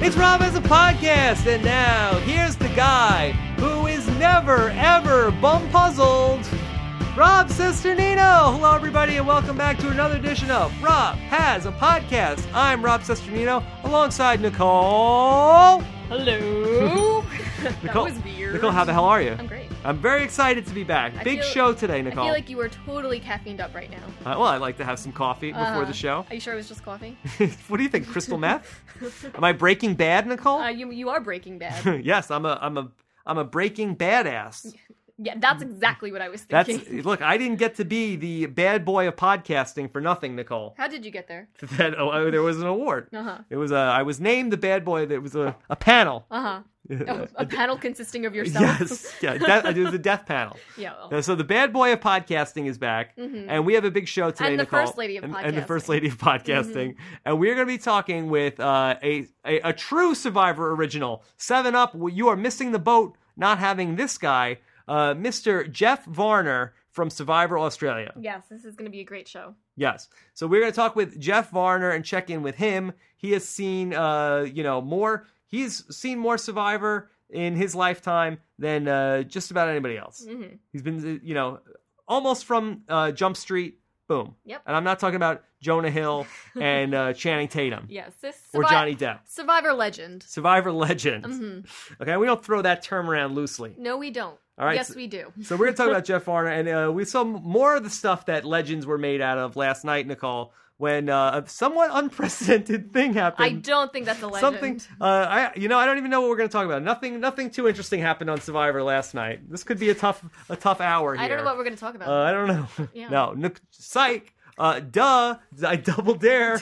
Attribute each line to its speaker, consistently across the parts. Speaker 1: It's Rob as a podcast, and now here's the guy who is never ever bum puzzled. Rob Cesternino. Hello, everybody, and welcome back to another edition of Rob Has a Podcast. I'm Rob Cesternino, alongside Nicole.
Speaker 2: Hello. that
Speaker 1: Nicole,
Speaker 2: was weird.
Speaker 1: Nicole, how the hell are you?
Speaker 2: I'm great.
Speaker 1: I'm very excited to be back.
Speaker 2: I
Speaker 1: Big
Speaker 2: feel-
Speaker 1: show today,
Speaker 2: I
Speaker 1: Nicole.
Speaker 2: feel like you were totally caffeined up right now.
Speaker 1: Uh, well, I'd like to have some coffee before
Speaker 2: Uh-huh.
Speaker 1: the show.
Speaker 2: Are you sure it was just coffee?
Speaker 1: what do you think, crystal meth? Am I Breaking Bad, Nicole?
Speaker 2: Uh, you you are Breaking Bad.
Speaker 1: yes, I'm a I'm a I'm a Breaking Badass.
Speaker 2: yeah, that's exactly what I was
Speaker 1: That's
Speaker 2: thinking.
Speaker 1: look. I didn't get to be the bad boy of podcasting for nothing, Nicole.
Speaker 2: How did you get there?
Speaker 1: That oh, oh, there was an award.
Speaker 2: Uh-huh.
Speaker 1: It was a. I was named the bad boy. That was a, a panel.
Speaker 2: Uh huh.
Speaker 1: Yeah.
Speaker 2: a panel consisting of yourself.
Speaker 1: yes, yeah. That, it was a death panel.
Speaker 2: yeah. well,
Speaker 1: Uh, So the bad boy of podcasting is back, and we have a big show today.
Speaker 2: Mm-hmm. And the
Speaker 1: Nicole,
Speaker 2: first lady of
Speaker 1: and, and the
Speaker 2: podcasting. Mm-hmm.
Speaker 1: first lady of podcasting, and we're going to be talking with uh, a, a a true Survivor original, Seven Up. Well, You are missing the boat, not having this guy, uh, Mr. Jeff Varner from Survivor Australia.
Speaker 2: Yes, this is going to be a great show.
Speaker 1: Yes. So we're going to talk with Jeff Varner and check in with him. He has seen, uh, you know, more. He's seen more Survivor in his lifetime than uh, just about anybody else.
Speaker 2: Mhm.
Speaker 1: He's been, uh, you know, almost from uh, Jump Street, boom.
Speaker 2: Yep.
Speaker 1: And I'm not talking about Jonah Hill and uh, Channing Tatum
Speaker 2: Yes, this
Speaker 1: or
Speaker 2: survi-
Speaker 1: Johnny Depp.
Speaker 2: Survivor legend.
Speaker 1: Survivor legend.
Speaker 2: Mhm.
Speaker 1: Okay, we don't throw that term around loosely.
Speaker 2: No, we don't.
Speaker 1: All right,
Speaker 2: yes,
Speaker 1: so-
Speaker 2: we do.
Speaker 1: So we're gonna talk about Jeff Varner, and uh, we saw more of the stuff that legends were made out of last night, Nicole, when uh, a somewhat unprecedented thing
Speaker 2: I
Speaker 1: happened.
Speaker 2: don't think that's a legend.
Speaker 1: Something, uh, I you know, I don't even know what we're gonna talk about. Nothing, nothing too interesting happened on Survivor last night. This could be a tough, a tough hour here.
Speaker 2: I don't know what we're going to talk about.
Speaker 1: Uh, I don't know.
Speaker 2: Yeah.
Speaker 1: No, Nic- psych. Uh, duh. I double dare,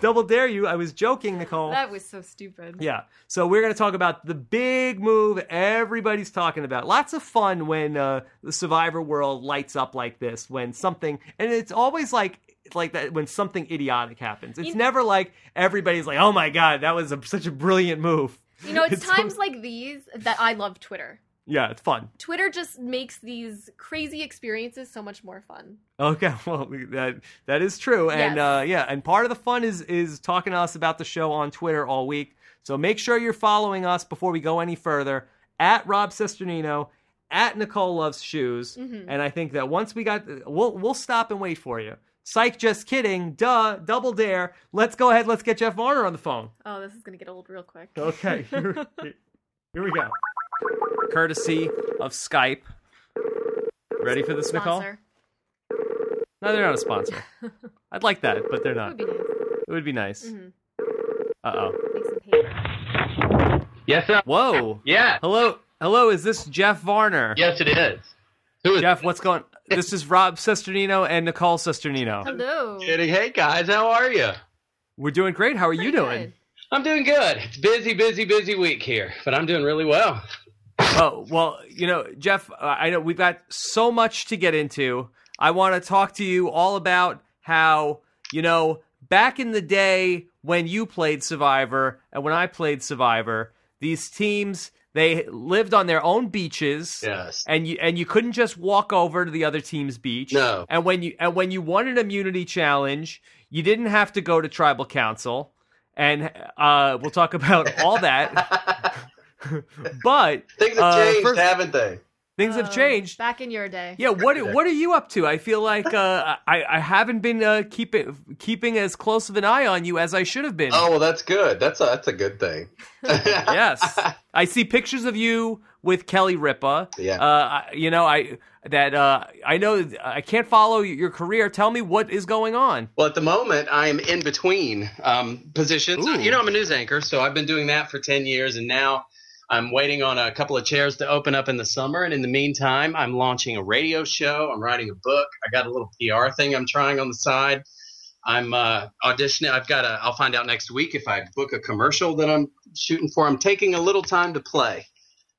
Speaker 1: double dare you. I was joking, Nicole.
Speaker 2: that was so stupid.
Speaker 1: Yeah. So we're going to talk about the big move everybody's talking about. Lots of fun when uh, the survivor world lights up like this when something and it's always like it's like that when something idiotic happens. It's
Speaker 2: You-
Speaker 1: never like everybody's like, "Oh my god, that was a, such a brilliant move."
Speaker 2: You know, it's,
Speaker 1: It's
Speaker 2: times like these that I love Twitter.
Speaker 1: Yeah, it's fun.
Speaker 2: Twitter just makes these crazy experiences so much more fun.
Speaker 1: Okay, well we- that that is true, and
Speaker 2: Yes.
Speaker 1: uh, yeah, and part of the fun is is talking to us about the show on Twitter all week. So make sure you're following us before we go any further at Rob Cesternino, at Nicole Loves Shoes,
Speaker 2: Mm-hmm.
Speaker 1: and I think that once we got, we'll we'll stop and wait for you. Psych, just kidding, duh, double dare. Let's go ahead, let's get Jeff Varner on the phone.
Speaker 2: Oh, this is gonna get old real quick.
Speaker 1: Okay, here, here we go. Courtesy of Skype. Ready for this, Nicole?
Speaker 2: Sponsor.
Speaker 1: No, they're not a sponsor. I'd like that, but they're
Speaker 2: That
Speaker 1: not.
Speaker 2: would be nice.
Speaker 1: It would be nice.
Speaker 2: Mhm.
Speaker 1: Uh oh.
Speaker 2: Make some paper.
Speaker 3: Yes, sir.
Speaker 1: Whoa.
Speaker 3: Yeah.
Speaker 1: Hello. Hello. Is this Jeff Varner?
Speaker 3: Yes, it is. Who is
Speaker 1: Jeff, what's going? This is Rob Sesternino and Nicole Sesternino.
Speaker 2: Hello.
Speaker 3: kidding? Hey, guys, how are you?
Speaker 1: We're doing great. How are you
Speaker 2: Pretty
Speaker 1: doing?
Speaker 2: good.
Speaker 3: I'm doing good. It's busy, busy, busy week here, but I'm doing really well.
Speaker 1: Oh well, you know, Jeff. uh, I know we've got so much to get into. I want to talk to you all about how you know back in the day when you played Survivor and when I played Survivor, these teams they lived on their own beaches.
Speaker 3: Yes.
Speaker 1: and you and you couldn't just walk over to the other team's beach.
Speaker 3: No.
Speaker 1: And when you and when you won an immunity challenge, you didn't have to go to tribal council. And uh, we'll talk about all that. but
Speaker 3: Things
Speaker 1: have Uh, changed, first-
Speaker 3: haven't they?
Speaker 1: things have
Speaker 2: Um,
Speaker 1: changed.
Speaker 2: Back in your day.
Speaker 1: Yeah, what what are you up to? I feel like uh, I I haven't been uh, keeping keeping as close of an eye on you as I should have been.
Speaker 4: Oh well, that's good. That's a that's a good thing.
Speaker 1: yes, I see pictures of you with Kelly Ripa.
Speaker 4: Yeah.
Speaker 1: uh, I- you know I that uh, I know I can't follow your career. Tell me what is going on.
Speaker 4: Well, at the moment, I am in between um, positions.
Speaker 1: Ooh.
Speaker 4: You know, I'm a news anchor, so I've been doing that for ten years, and now I'm waiting on a couple of chairs to open up in the summer. And in the meantime, I'm launching a radio show. I'm writing a book. I got a little PR thing I'm trying on the side. I'm uh, auditioning. I've got a. I'll find out next week if I book a commercial that I'm shooting for. I'm taking a little time to play.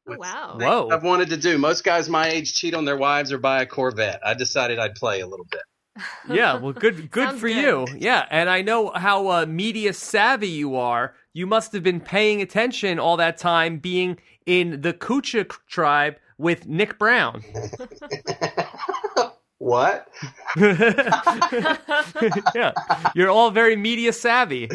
Speaker 2: Oh, wow.
Speaker 1: Whoa.
Speaker 4: I've wanted to do. Most guys my age cheat on their wives or buy a Corvette. I decided I'd play a little bit.
Speaker 1: Yeah, well, good good
Speaker 2: Sounds
Speaker 1: for
Speaker 2: good.
Speaker 1: you. Yeah, and I know how uh, media savvy you are. You must have been paying attention all that time being in the Kucha tribe with Nick Brown.
Speaker 4: What?
Speaker 1: yeah, you're all very media savvy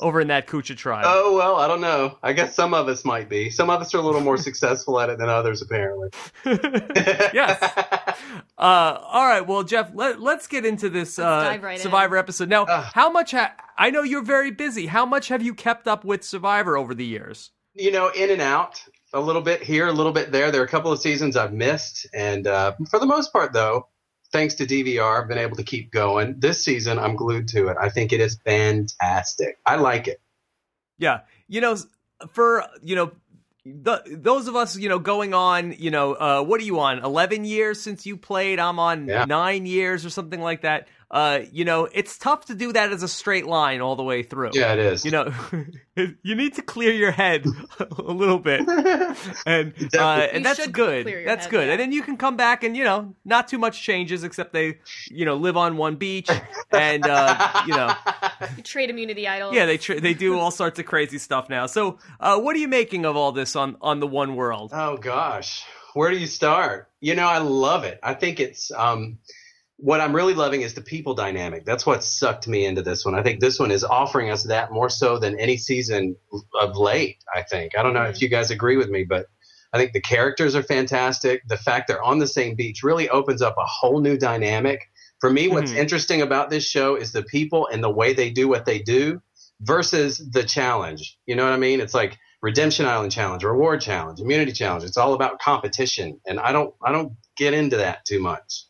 Speaker 1: over in that Kucha tribe.
Speaker 4: Oh well, I don't know. I guess some of us might be. Some of us are a little more successful at it than others, apparently.
Speaker 2: Oh.
Speaker 1: yes. Uh, all right. Well, Jeff, let, let's get into this uh,
Speaker 2: dive right in.
Speaker 1: Survivor episode. Now,
Speaker 4: Ugh.
Speaker 1: how much? Ha- I know you're very busy. How much have you kept up with Survivor over the years?
Speaker 4: you know, in and out a little bit here, a little bit there. There are a couple of seasons I've missed, and uh, for the most part, though, thanks to DVR, I've been able to keep going. This season, I'm glued to it. I think it is fantastic. I like it.
Speaker 1: Yeah, you know, s- for you know, the, those of us, you know, going on, you know, uh, what are you on? Eleven years since you played. I'm on
Speaker 4: Yeah.
Speaker 1: nine years or something like that. Uh, you know, it's tough to do that as a straight line all the way through.
Speaker 4: Yeah, it is.
Speaker 1: You know, you need to clear your head a little bit, and uh,
Speaker 2: You
Speaker 1: and that's
Speaker 2: should
Speaker 1: good.
Speaker 2: clear your
Speaker 1: That's
Speaker 2: head,
Speaker 1: good.
Speaker 2: yeah.
Speaker 1: And then you can come back, and you know, not too much changes except they, you know, live on one beach, and uh, you know,
Speaker 2: You trade immunity idol.
Speaker 1: yeah, they tr- they do all sorts of crazy stuff now. So, uh, what are you making of all this on on the One World?
Speaker 4: Oh gosh, where do you start? You know, I love it. I think it's um, what I'm really loving is the people dynamic. That's what sucked me into this one. I think this one is offering us that more so than any season of late. I think. I don't know if you guys agree with me, but I think the characters are fantastic. The fact they're on the same beach really opens up a whole new dynamic. For me, what's
Speaker 1: Mhm.
Speaker 4: interesting about this show is the people and the way they do what they do versus the challenge. You know what I mean? It's like Redemption Island challenge, reward challenge, immunity challenge. It's all about competition, and I don't I don't get into that too much.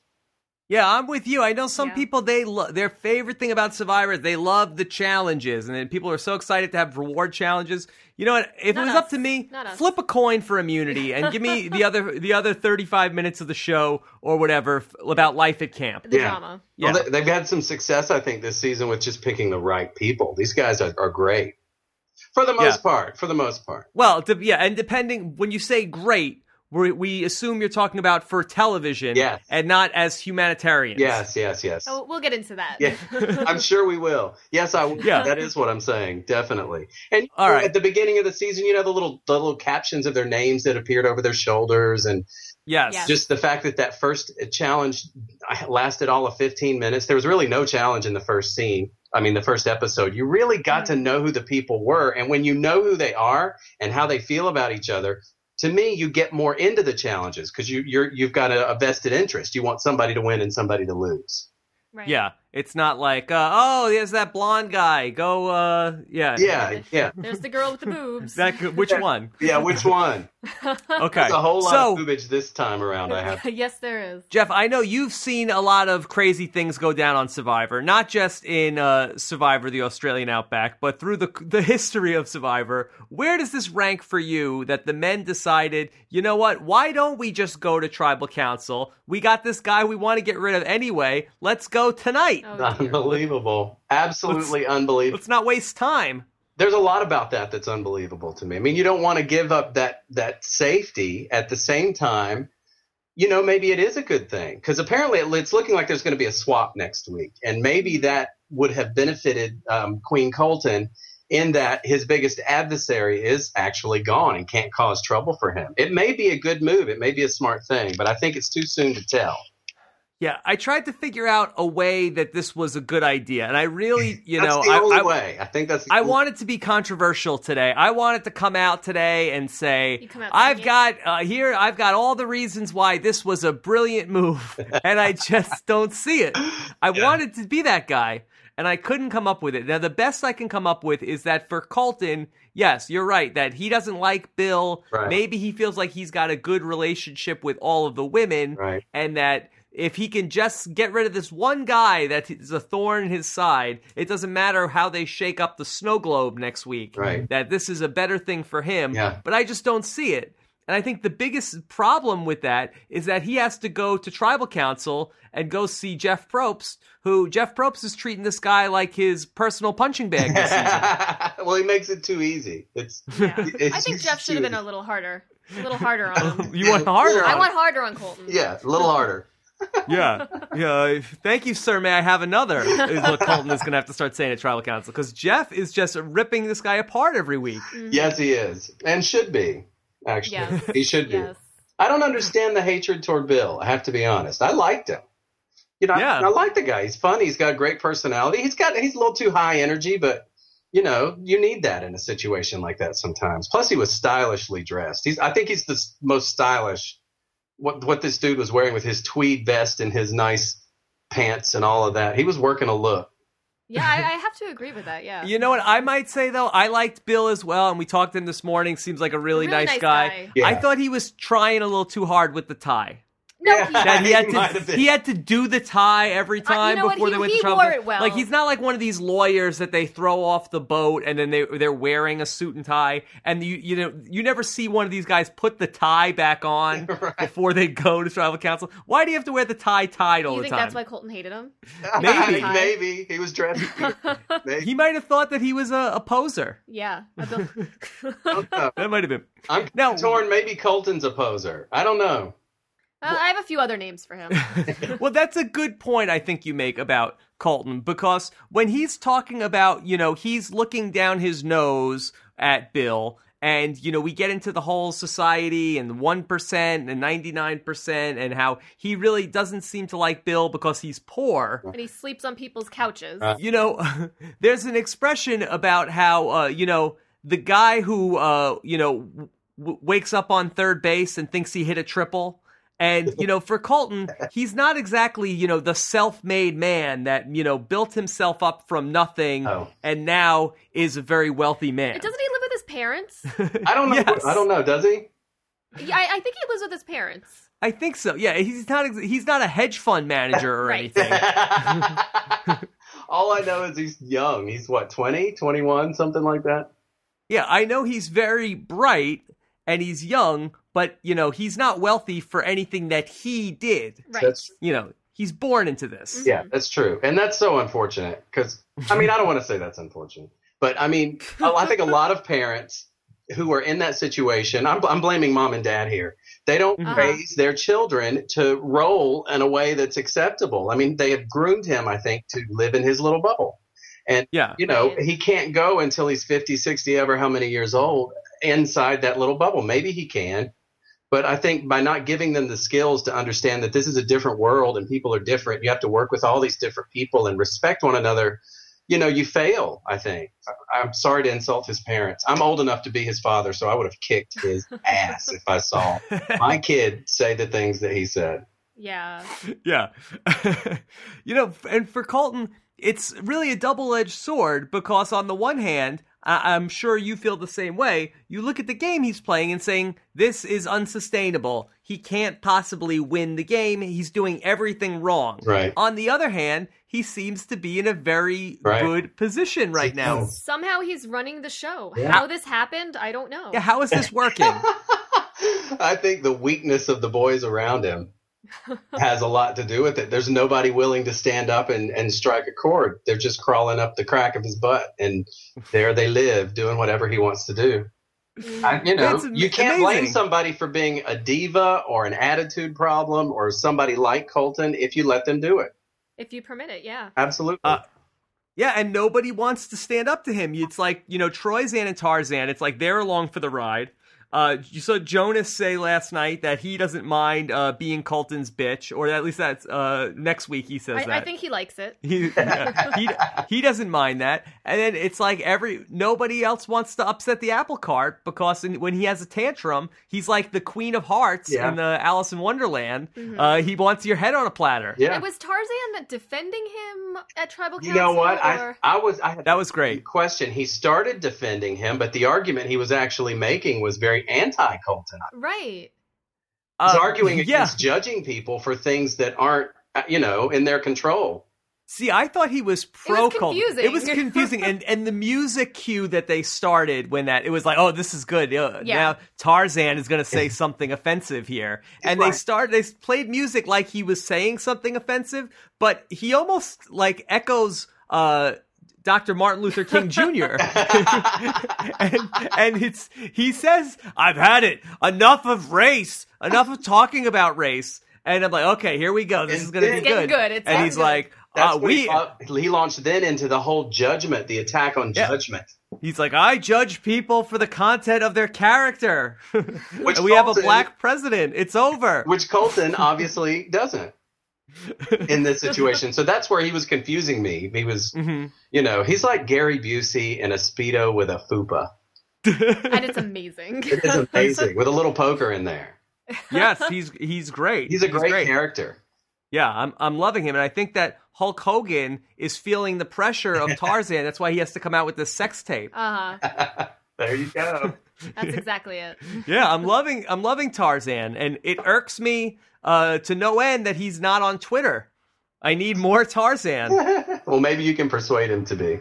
Speaker 1: Yeah, I'm with you. I know some
Speaker 2: Yeah.
Speaker 1: people they lo- their favorite thing about Survivor is they love the challenges, and then people are so excited to have reward challenges. You know what? If
Speaker 2: Not
Speaker 1: it was
Speaker 2: us.
Speaker 1: up to me,
Speaker 2: Not us.
Speaker 1: flip a coin for immunity and give me the other the other 35 minutes of the show or whatever f- about life at camp.
Speaker 2: The
Speaker 4: Yeah.
Speaker 2: drama.
Speaker 1: Yeah.
Speaker 4: Well, they, they've had some success, I think, this season with just picking the right people. These guys are, are great for the most part. For the most part,
Speaker 1: Well, de- yeah, and depending when you say great, we we assume you're talking about for television,
Speaker 4: Yes.
Speaker 1: and not as humanitarians.
Speaker 4: yes, yes, yes.
Speaker 2: Oh, we'll get into that.
Speaker 4: Yeah. I'm sure we will. Yes, I. will.
Speaker 1: Yeah.
Speaker 4: that is what I'm saying, definitely. And
Speaker 1: All
Speaker 4: you know,
Speaker 1: right.
Speaker 4: at the beginning of the season, you know the little the little captions of their names that appeared over their shoulders, and
Speaker 1: Yes.
Speaker 2: Yeah.
Speaker 4: just the fact that that first challenge lasted all of 15 minutes there was really no challenge in the first scene i mean the first episode you really got
Speaker 1: Mm-hmm.
Speaker 4: to know who the people were and when you know who they are and how they feel about each other to me you get more into the challenges because you you're you've got a, a vested interest you want somebody to win and somebody to lose
Speaker 2: Right.
Speaker 1: Yeah, it's not like uh, oh, there's that blonde guy. Go, uh, yeah,
Speaker 4: yeah yeah
Speaker 2: There's the girl with the boobs.
Speaker 1: That could, which one?
Speaker 4: yeah which one
Speaker 1: Okay,
Speaker 4: there's a whole lot
Speaker 1: so
Speaker 4: of boobage this time around i have
Speaker 2: yes, there is.
Speaker 1: Jeff, I know you've seen a lot of crazy things go down on Survivor, not just in uh, Survivor: The Australian Outback, but through the the history of Survivor. Where does this rank for you? That the men decided, you know what? Why don't we just go to tribal council? We got this guy we want to get rid of anyway. Let's go tonight.
Speaker 2: Oh, dear.
Speaker 4: unbelievable absolutely unbelievable
Speaker 1: Let's not waste time.
Speaker 4: there's a lot about that that's unbelievable to me. I mean, you don't want to give up that that safety at the same time. You know, maybe it is a good thing because apparently it- it's looking like there's going to be a swap next week, and maybe that would have benefited um, Queen Colton in that his biggest adversary is actually gone and can't cause trouble for him. It may be a good move, it may be a smart thing, but I think it's too soon to tell.
Speaker 1: Yeah, I tried to figure out a way that this was a good idea, and I really, you
Speaker 4: that's
Speaker 1: know,
Speaker 4: the
Speaker 1: I,
Speaker 4: only
Speaker 1: I,
Speaker 4: way. I think that's. The
Speaker 1: I
Speaker 4: only-
Speaker 1: wanted to be controversial today. I wanted to come out today and say,
Speaker 2: You come out
Speaker 1: I've
Speaker 2: singing.
Speaker 1: got uh, here, I've got all the reasons why this was a brilliant move, and I just don't see it. I
Speaker 4: Yeah.
Speaker 1: wanted to be that guy, and I couldn't come up with it. Now, the best I can come up with is that for Colton, yes, you're right, that he doesn't like Bill.
Speaker 4: Right.
Speaker 1: Maybe he feels like he's got a good relationship with all of the women
Speaker 4: Right.
Speaker 1: and that if he can just get rid of this one guy that is a thorn in his side, it doesn't matter how they shake up the snow globe next week.
Speaker 4: Right.
Speaker 1: That this is a better thing for him.
Speaker 4: Yeah.
Speaker 1: But I just don't see it. And I think the biggest problem with that is that he has to go to tribal council and go see Jeff Probst, who Jeff Probst is treating this guy like his personal punching bag this season.
Speaker 4: well, he makes it too easy. It's.
Speaker 2: Yeah.
Speaker 4: It's
Speaker 2: I think
Speaker 4: just
Speaker 2: Jeff should have
Speaker 4: too
Speaker 2: been a little harder. A little harder on him.
Speaker 1: you want harder?
Speaker 2: I
Speaker 1: on
Speaker 2: want harder on Colton.
Speaker 4: Yeah, a little harder.
Speaker 1: yeah, yeah. Thank you, sir. May I have another? Is what Colton is going to have to start saying at tribal council because Jeff is just ripping this guy apart every week.
Speaker 2: Mm-hmm.
Speaker 4: Yes, he is, and should be. Actually,
Speaker 2: Yes.
Speaker 4: he should be.
Speaker 2: Yes.
Speaker 4: I don't understand the hatred toward Bill. I have to be honest. I liked him. You know, I-
Speaker 1: Yeah.
Speaker 4: I, like the guy. He's funny. He's got a great personality. He's got he's a little too high energy, but you know, you need that in a situation like that sometimes. Plus, he was stylishly dressed. He's I think he's the s- most stylish. What what this dude was wearing with his tweed vest and his nice pants and all of that. He was working a look.
Speaker 2: Yeah, I, I have to agree with that. Yeah.
Speaker 1: You know what I might say though? I liked Bill as well, and we talked to him this morning. Seems like a really, nice, guy.
Speaker 4: Yeah.
Speaker 1: I thought he was trying a little too hard with the tie.
Speaker 2: No,
Speaker 4: Yeah.
Speaker 1: That
Speaker 2: he,
Speaker 1: he
Speaker 4: He
Speaker 1: had
Speaker 4: might have
Speaker 1: to
Speaker 4: been.
Speaker 1: he had to do the tie every time
Speaker 2: Uh, know what?
Speaker 1: before
Speaker 2: He-
Speaker 1: they went
Speaker 2: he
Speaker 1: to trouble.
Speaker 2: wore it well.
Speaker 1: Like he's not like one of these lawyers that they throw off the boat and then they they're wearing a suit and tie and you you know you never see one of these guys put the tie back on
Speaker 4: Right.
Speaker 1: before they go to tribal council. Why do you have to wear the tie tied all
Speaker 2: you
Speaker 1: the
Speaker 2: think
Speaker 1: time?
Speaker 2: that's why Colton hated him?
Speaker 1: Maybe.
Speaker 4: maybe he was dressed. Maybe.
Speaker 1: he might have thought that he was a, a poser.
Speaker 2: yeah. a bill-
Speaker 4: I don't know.
Speaker 1: That might have been.
Speaker 4: I'm
Speaker 1: No.
Speaker 4: torn. Maybe Colton's a poser. I don't know.
Speaker 2: Uh, I have a few other names for him.
Speaker 1: well, that's a good point I think you make about Colton because when he's talking about, you know, he's looking down his nose at Bill and you know we get into the whole society and the 1% and 99% and how he really doesn't seem to like Bill because he's poor.
Speaker 2: and he sleeps on people's couches.
Speaker 4: Uh,
Speaker 1: You know, there's an expression about how uh, you know the guy who uh, you know w- w- wakes up on third base and thinks he hit a triple. And you know, for Colton, he's not exactly you know the self-made man that you know built himself up from nothing
Speaker 4: Oh.
Speaker 1: and now is a very wealthy man.
Speaker 2: Doesn't he live with his parents?
Speaker 4: I don't know.
Speaker 1: Yes.
Speaker 4: I don't know. Does he?
Speaker 2: yeah, I, I think he lives with his parents.
Speaker 1: I think so. Yeah, he's not ex- he's not a hedge fund manager or
Speaker 2: Right.
Speaker 1: anything.
Speaker 4: All I know is he's young. He's what, 20, 21, something like that?
Speaker 1: Yeah, I know he's very bright and he's young, but you know, he's not wealthy for anything that he did.
Speaker 2: Right.
Speaker 4: That's
Speaker 1: you know, he's born into this.
Speaker 4: yeah, that's true. And that's so unfortunate cuz I mean, I don't want to say that's unfortunate, but I mean, oh, I I think a lot of parents who are in that situation, I'm, I'm blaming mom and dad here. They don't
Speaker 1: Mhm.
Speaker 2: Uh-huh.
Speaker 4: raise their children to roll in a way that's acceptable. I mean, they have groomed him, I think, to live in his little bubble.
Speaker 1: Yeah.
Speaker 4: you know
Speaker 2: Right.
Speaker 4: he can't go until he's 50 60 ever how many years old inside that little bubble maybe he can but i think by not giving them the skills to understand that this is a different world and people are different you have to work with all these different people and respect one another you know you fail i think I- i'm sorry to insult his parents i'm old enough to be his father so i would have kicked his ass if i saw my kid say the things that he said
Speaker 2: Yeah.
Speaker 1: yeah. you know, and for Colton, it's really a double edged sword because, on the one hand, I- I'm sure you feel the same way. You look at the game he's playing and saying, This is unsustainable. He can't possibly win the game. He's doing everything wrong.
Speaker 4: right
Speaker 1: On the other hand, he seems to be in a very
Speaker 4: Right.
Speaker 1: good position right now.
Speaker 2: Somehow he's running the show.
Speaker 4: Yeah.
Speaker 2: How this happened, I don't know.
Speaker 1: Yeah, how is this working?
Speaker 4: I think the weakness of the boys around him has a lot to do with it. There's nobody willing to stand up and, and strike a chord. They're just crawling up the crack of his butt, and there they live, doing whatever he wants to do.
Speaker 2: Mm.
Speaker 4: I, you know,
Speaker 1: That's am-
Speaker 4: you can't blame
Speaker 1: amazing.
Speaker 4: somebody for being a diva or an attitude problem or somebody like Colton if you let them do it.
Speaker 2: If you permit it, yeah.
Speaker 4: Absolutely.
Speaker 1: Uh, Yeah, and nobody wants to stand up to him. It's like, you know, Troyzan and Tarzan, it's like they're along for the ride. Uh, you saw Jonas say last night that he doesn't mind uh, being Colton's bitch, or at least that's uh, next week he says
Speaker 2: I,
Speaker 1: that.
Speaker 2: I think he likes it.
Speaker 1: he, yeah, he he doesn't mind that, and then it's like every nobody else wants to upset the apple cart because in, when he has a tantrum, he's like the Queen of Hearts
Speaker 4: Yeah.
Speaker 1: in the Alice in Wonderland. Uh, he wants your head on a platter.
Speaker 4: yeah.
Speaker 2: And was Tarzan defending him at tribal council?
Speaker 4: You know what? I
Speaker 2: Or...
Speaker 4: I was I had
Speaker 1: That was great.
Speaker 4: question. He started defending him, but the argument he was actually making was very anti Colton.
Speaker 2: Right.
Speaker 4: He's
Speaker 1: Uh,
Speaker 4: arguing
Speaker 1: yeah.
Speaker 4: against judging people for things that aren't, uh, you know, in their control.
Speaker 1: See, I thought he was pro Colton.
Speaker 2: confusing.
Speaker 1: It was confusing, and and the music cue that they started when that it was like, oh, this is good. Uh,
Speaker 2: Yeah.
Speaker 1: Now Tarzan is going to say something offensive here, and they
Speaker 4: Right.
Speaker 1: started they played music like he was saying something offensive, but he almost like echoes. uh Dr. Martin Luther King Jr. Uh, and, and it's he says, "I've had it. Enough of race. Enough of talking about race." And I'm like, "Okay, here we go. This
Speaker 4: It's
Speaker 1: is going to be
Speaker 4: getting
Speaker 1: good."
Speaker 2: good. It's
Speaker 1: and
Speaker 2: getting
Speaker 1: he's
Speaker 2: good.
Speaker 1: like,
Speaker 4: That's
Speaker 1: uh,
Speaker 4: when
Speaker 1: "We
Speaker 4: he, uh, he launched then into the whole judgment, the attack on
Speaker 1: Yeah.
Speaker 4: judgment.
Speaker 1: He's like, I judge people for the content of their character.
Speaker 4: Which
Speaker 1: we have a
Speaker 4: Colton-
Speaker 1: black president. It's over.
Speaker 4: Which Colton obviously doesn't. in this situation. so that's where he was confusing me. He was,
Speaker 1: hmm
Speaker 4: you know, he's like Gary Busey in a Speedo with a fupa.
Speaker 1: Mm-hmm.
Speaker 2: and it's amazing.
Speaker 4: It is amazing with a little poker in there.
Speaker 1: yes, he's he's great.
Speaker 4: He's a great, character.
Speaker 1: Yeah, I'm I'm loving him, and I think that Hulk Hogan is feeling the pressure of Tarzan. That's why he has to come out with this sex tape.
Speaker 2: Uh huh.
Speaker 4: there you go.
Speaker 2: That's exactly it.
Speaker 1: Yeah, I'm loving I'm loving Tarzan, and it irks me uh, to no end that he's not on Twitter. I need more Tarzan.
Speaker 4: well, maybe you can persuade him to be.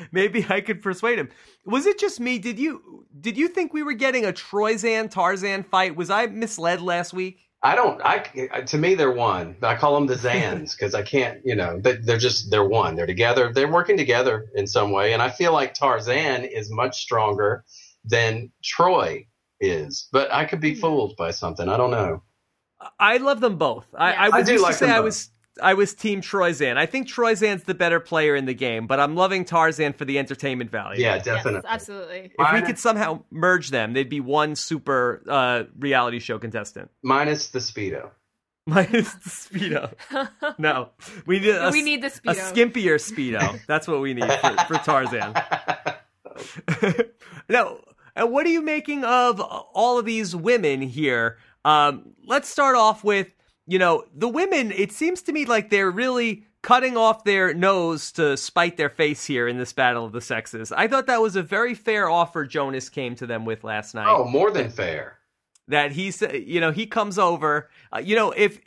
Speaker 1: Maybe I could persuade him. Was it just me? Did you did you think we were getting a Troyzan Tarzan fight? Was I misled last week?
Speaker 4: I don't. I to me they're one. I call them the Zans because I can't. You know, they, they're just they're one. They're together. They're working together in some way, and I feel like Tarzan is much stronger than Troy is. But I could
Speaker 2: Hmm.
Speaker 4: be fooled by something. I don't know.
Speaker 1: I love them both. I,
Speaker 2: Yeah.
Speaker 1: I
Speaker 4: I
Speaker 1: was
Speaker 4: do
Speaker 1: used
Speaker 4: like
Speaker 1: to say
Speaker 4: them
Speaker 1: I
Speaker 4: both.
Speaker 1: was I was Team Troyzan. I think Troyzan's the better player in the game, but I'm loving Tarzan for the entertainment value.
Speaker 4: Yeah,
Speaker 2: Yes,
Speaker 4: definitely.
Speaker 2: absolutely.
Speaker 1: If we
Speaker 4: Minus-
Speaker 1: could somehow merge them, they'd be one super uh, reality show contestant.
Speaker 4: minus the speedo.
Speaker 1: Minus the speedo. No, we need a,
Speaker 2: we need the speedo.
Speaker 1: a skimpier speedo. That's what we need for, for Tarzan. now, uh, what are you making of all of these women here? Um, let's start off with, you know, the women. It seems to me like they're really cutting off their nose to spite their face here in this battle of the sexes. I thought that was a very fair offer Jonas came to them with last night
Speaker 4: Oh, more than fair.
Speaker 1: that he said you know he comes over uh, you know if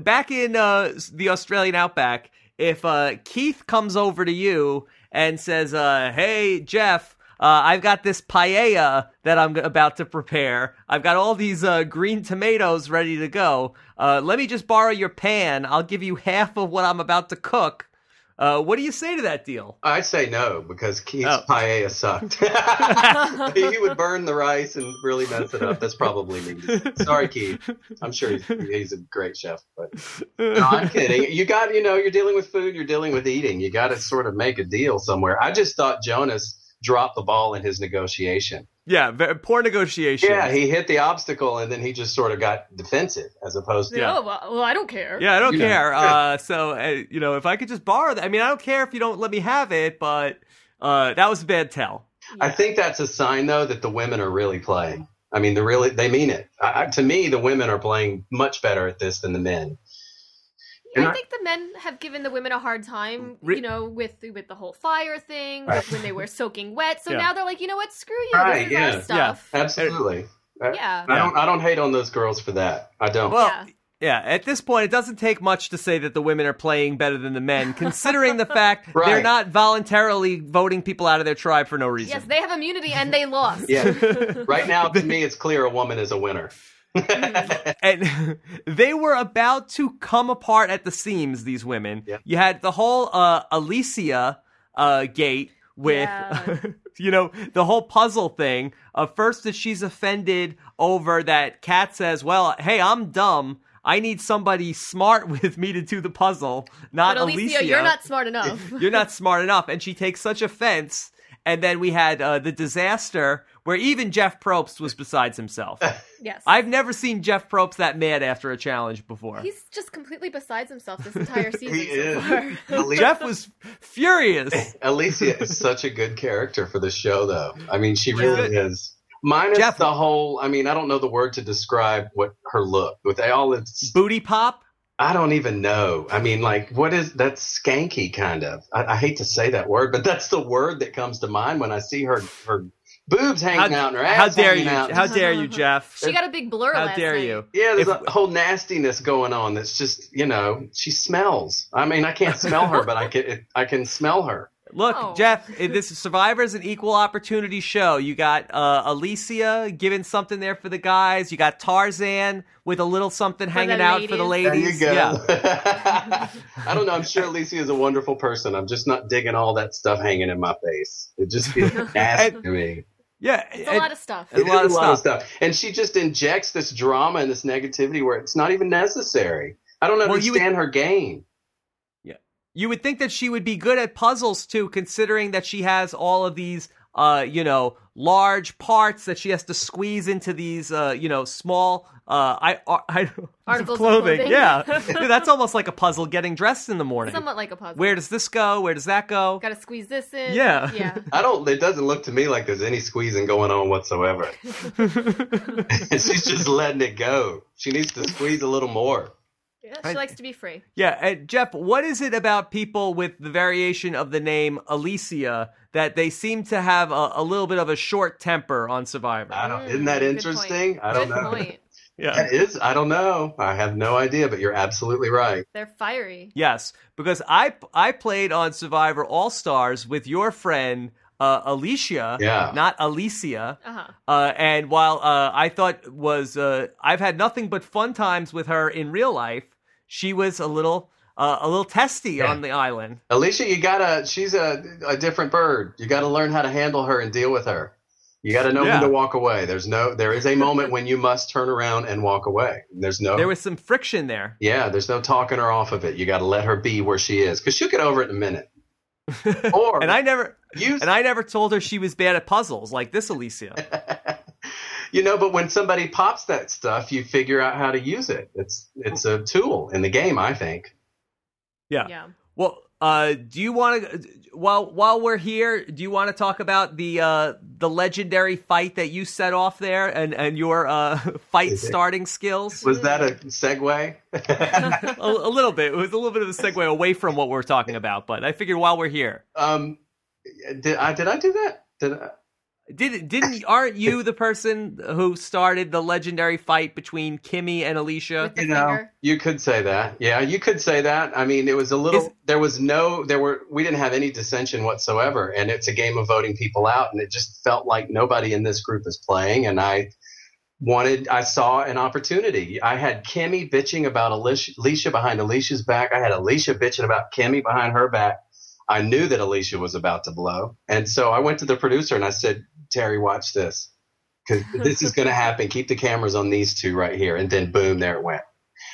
Speaker 1: back in uh, the australian outback if uh, keith comes over to you and says uh, hey jeff uh, I've got this paella that I'm about to prepare. I've got all these uh, green tomatoes ready to go. Uh, let me just borrow your pan. I'll give you half of what I'm about to cook. Uh, what do you say to that deal?
Speaker 4: I say no because Keith's
Speaker 1: Oh.
Speaker 4: paella sucked. he would burn the rice and really mess it up. That's probably me. Sorry, Keith. I'm sure he's, he's a great chef, but no, I'm kidding. You got, you know, you're dealing with food, you're dealing with eating. You got to sort of make a deal somewhere. I just thought Jonas dropped the ball in his negotiation.
Speaker 1: yeah, ve- poor negotiation.
Speaker 4: Yeah, he hit the obstacle and then he just sort of got defensive as opposed to.
Speaker 1: Yeah.
Speaker 2: Oh, well, well, I don't care.
Speaker 1: Yeah, I don't
Speaker 4: You know.
Speaker 1: care. Uh, so uh, you know, if I could just borrow that, I mean, I don't care if you don't let me have it, but uh, that was a bad tell.
Speaker 4: I think that's a sign, though, that the women are really playing. I mean, they really they mean it. I, I, to me, the women are playing much better at this than the men. And
Speaker 2: I
Speaker 4: I-
Speaker 2: think the men have given the women a hard time,
Speaker 1: Re-
Speaker 2: you know, with with the whole fire thing,
Speaker 4: Right.
Speaker 2: when they were soaking wet. So
Speaker 1: Yeah.
Speaker 2: now they're like, you know what? Screw you.
Speaker 4: Right,
Speaker 2: this is
Speaker 4: yeah,
Speaker 2: our stuff.
Speaker 4: Absolutely.
Speaker 2: Yeah.
Speaker 4: I don't. I don't hate on those girls for that. I don't.
Speaker 1: Well,
Speaker 2: Yeah.
Speaker 1: yeah. At this point, it doesn't take much to say that the women are playing better than the men, considering the fact
Speaker 4: Right.
Speaker 1: they're not voluntarily voting people out of their tribe for no reason.
Speaker 2: Yes, they have immunity and they lost.
Speaker 4: yeah. right now, to me, it's clear a woman is a winner.
Speaker 1: and they were about to come apart at the seams. These women.
Speaker 4: Yeah.
Speaker 1: You had the whole uh, Alicia uh, gate with,
Speaker 2: Yeah.
Speaker 1: you know, the whole puzzle thing. Uh, first, that she's offended over that Kat says, "Well, hey, I'm dumb. I need somebody smart with me to do the puzzle, not
Speaker 2: But Alicia, you're not smart enough.
Speaker 1: you're not smart enough. And she takes such offense. And then we had uh, the disaster where even Jeff Probst was besides himself.
Speaker 2: yes.
Speaker 1: I've never seen Jeff Probst that mad after a challenge before.
Speaker 2: He's just completely besides himself this entire season
Speaker 4: He
Speaker 2: so
Speaker 4: is.
Speaker 2: far.
Speaker 4: Ali-
Speaker 1: Jeff was furious.
Speaker 4: Alicia is such a good character for the show, though. I mean, she really is. Minus
Speaker 1: Jeff-
Speaker 4: the whole. I mean, I don't know the word to describe what her look. With all its,
Speaker 1: Booty pop.
Speaker 4: I don't even know. I mean, like, what is that skanky kind of? I, I hate to say that word, but that's the word that comes to mind when I see her her boobs hanging out and her
Speaker 1: How
Speaker 4: ass
Speaker 1: dare
Speaker 4: hanging
Speaker 1: you?
Speaker 4: out.
Speaker 1: How dare you, Jeff?
Speaker 2: She got a big blur
Speaker 1: How
Speaker 2: last
Speaker 1: dare
Speaker 2: night.
Speaker 1: you?
Speaker 4: Yeah, there's
Speaker 1: If-
Speaker 4: a whole nastiness going on. That's just you know she smells. I mean, I can't smell her, but I can I can smell her.
Speaker 1: Look,
Speaker 2: Oh.
Speaker 1: Jeff, i- this Survivor is an equal opportunity show. You got uh, Alicia giving something there for the guys. You got Tarzan with a little something
Speaker 2: the
Speaker 1: hanging out for the
Speaker 2: ladies.
Speaker 1: ladies.
Speaker 4: There you go.
Speaker 1: Yeah.
Speaker 4: I don't know. I'm sure Alicia is a wonderful person. I'm just not digging all that stuff hanging in my face. It just feels nasty to me.
Speaker 1: Yeah.
Speaker 2: It's a
Speaker 1: and-
Speaker 2: lot of stuff.
Speaker 1: There's
Speaker 4: It is a lot, of, stuff. and she just injects this drama and this negativity where it's not even necessary. I don't
Speaker 1: Well, you would-
Speaker 4: understand her game.
Speaker 1: You would think that she would be good at puzzles too, considering that she has all of these uh, you know, large parts that she has to squeeze into these, uh, you know, small uh, I, I, I
Speaker 2: Articles of clothing.
Speaker 1: Yeah, Dude, that's almost like a puzzle getting dressed in the morning.
Speaker 2: Somewhat like a puzzle.
Speaker 1: Where does this go? Where does that go?
Speaker 2: Gotta squeeze this in.
Speaker 1: Yeah.
Speaker 2: Yeah.
Speaker 4: I don't. It doesn't look to me like there's any squeezing going on whatsoever. She's just letting it go. She needs to squeeze a little more.
Speaker 2: yeah
Speaker 1: I-
Speaker 2: she likes to be free.
Speaker 1: Yeah, uh, Jeff, what is it about people with the variation of the name Alicia that they seem to have a, a little bit of a short temper on Survivor?
Speaker 4: I don't.
Speaker 2: Mm,
Speaker 4: Isn't that
Speaker 2: good
Speaker 4: interesting?
Speaker 2: point.
Speaker 4: I don't
Speaker 2: Good
Speaker 4: know.
Speaker 2: Point.
Speaker 1: yeah.
Speaker 4: That is. I don't know. I have no idea. But you're absolutely right.
Speaker 2: They're fiery.
Speaker 1: Yes, because I I played on Survivor All Stars with your friend uh, Alicia,
Speaker 4: Yeah.
Speaker 1: not Alicia.
Speaker 2: Uh huh.
Speaker 1: Uh, and while uh, I thought was uh, I've had nothing but fun times with her in real life, she was a little uh, a little testy
Speaker 4: Yeah.
Speaker 1: on the island.
Speaker 4: Alicia, you gotta. She's a a different bird. You gotta learn how to handle her and deal with her. You gotta know
Speaker 1: Yeah.
Speaker 4: when to walk away. There's no. There is a moment when you must turn around and walk away. There's no.
Speaker 1: There was some friction there.
Speaker 4: yeah. There's no talking her off of it. You gotta let her be where she is because she'll get over it in a minute. Or
Speaker 1: And I never
Speaker 4: you
Speaker 1: and I never told her she was bad at puzzles like this Alicia.
Speaker 4: you know but when somebody pops that stuff you figure out how to use it it's it's a tool in the game i think
Speaker 1: Yeah.
Speaker 2: Yeah.
Speaker 1: Well, uh, do you want to while while we're here, do you want to talk about the uh, the legendary fight that you set off there and and your uh, fight starting skills?
Speaker 4: was that a segue
Speaker 1: A, a little bit. It was a little bit of a segue away from what we're talking about, but I figured while we're here,
Speaker 4: um did i did i do that did I,
Speaker 1: did didn't aren't you the person who started the legendary fight between Kimmy and Alicia?
Speaker 2: With the
Speaker 4: you know
Speaker 2: finger.
Speaker 4: you could say that yeah you could say that i mean it was a little
Speaker 1: Is-
Speaker 4: there was no there were we didn't have any dissension whatsoever and it's a game of voting people out and it just felt like nobody in this group is playing and i wanted i saw an opportunity i had kimmy bitching about alicia, alicia behind alicia's back i had alicia bitching about kimmy behind her back i knew that alicia was about to blow and so i went to the producer and i said terry watch this because this is going to happen keep the cameras on these two right here and then boom there it went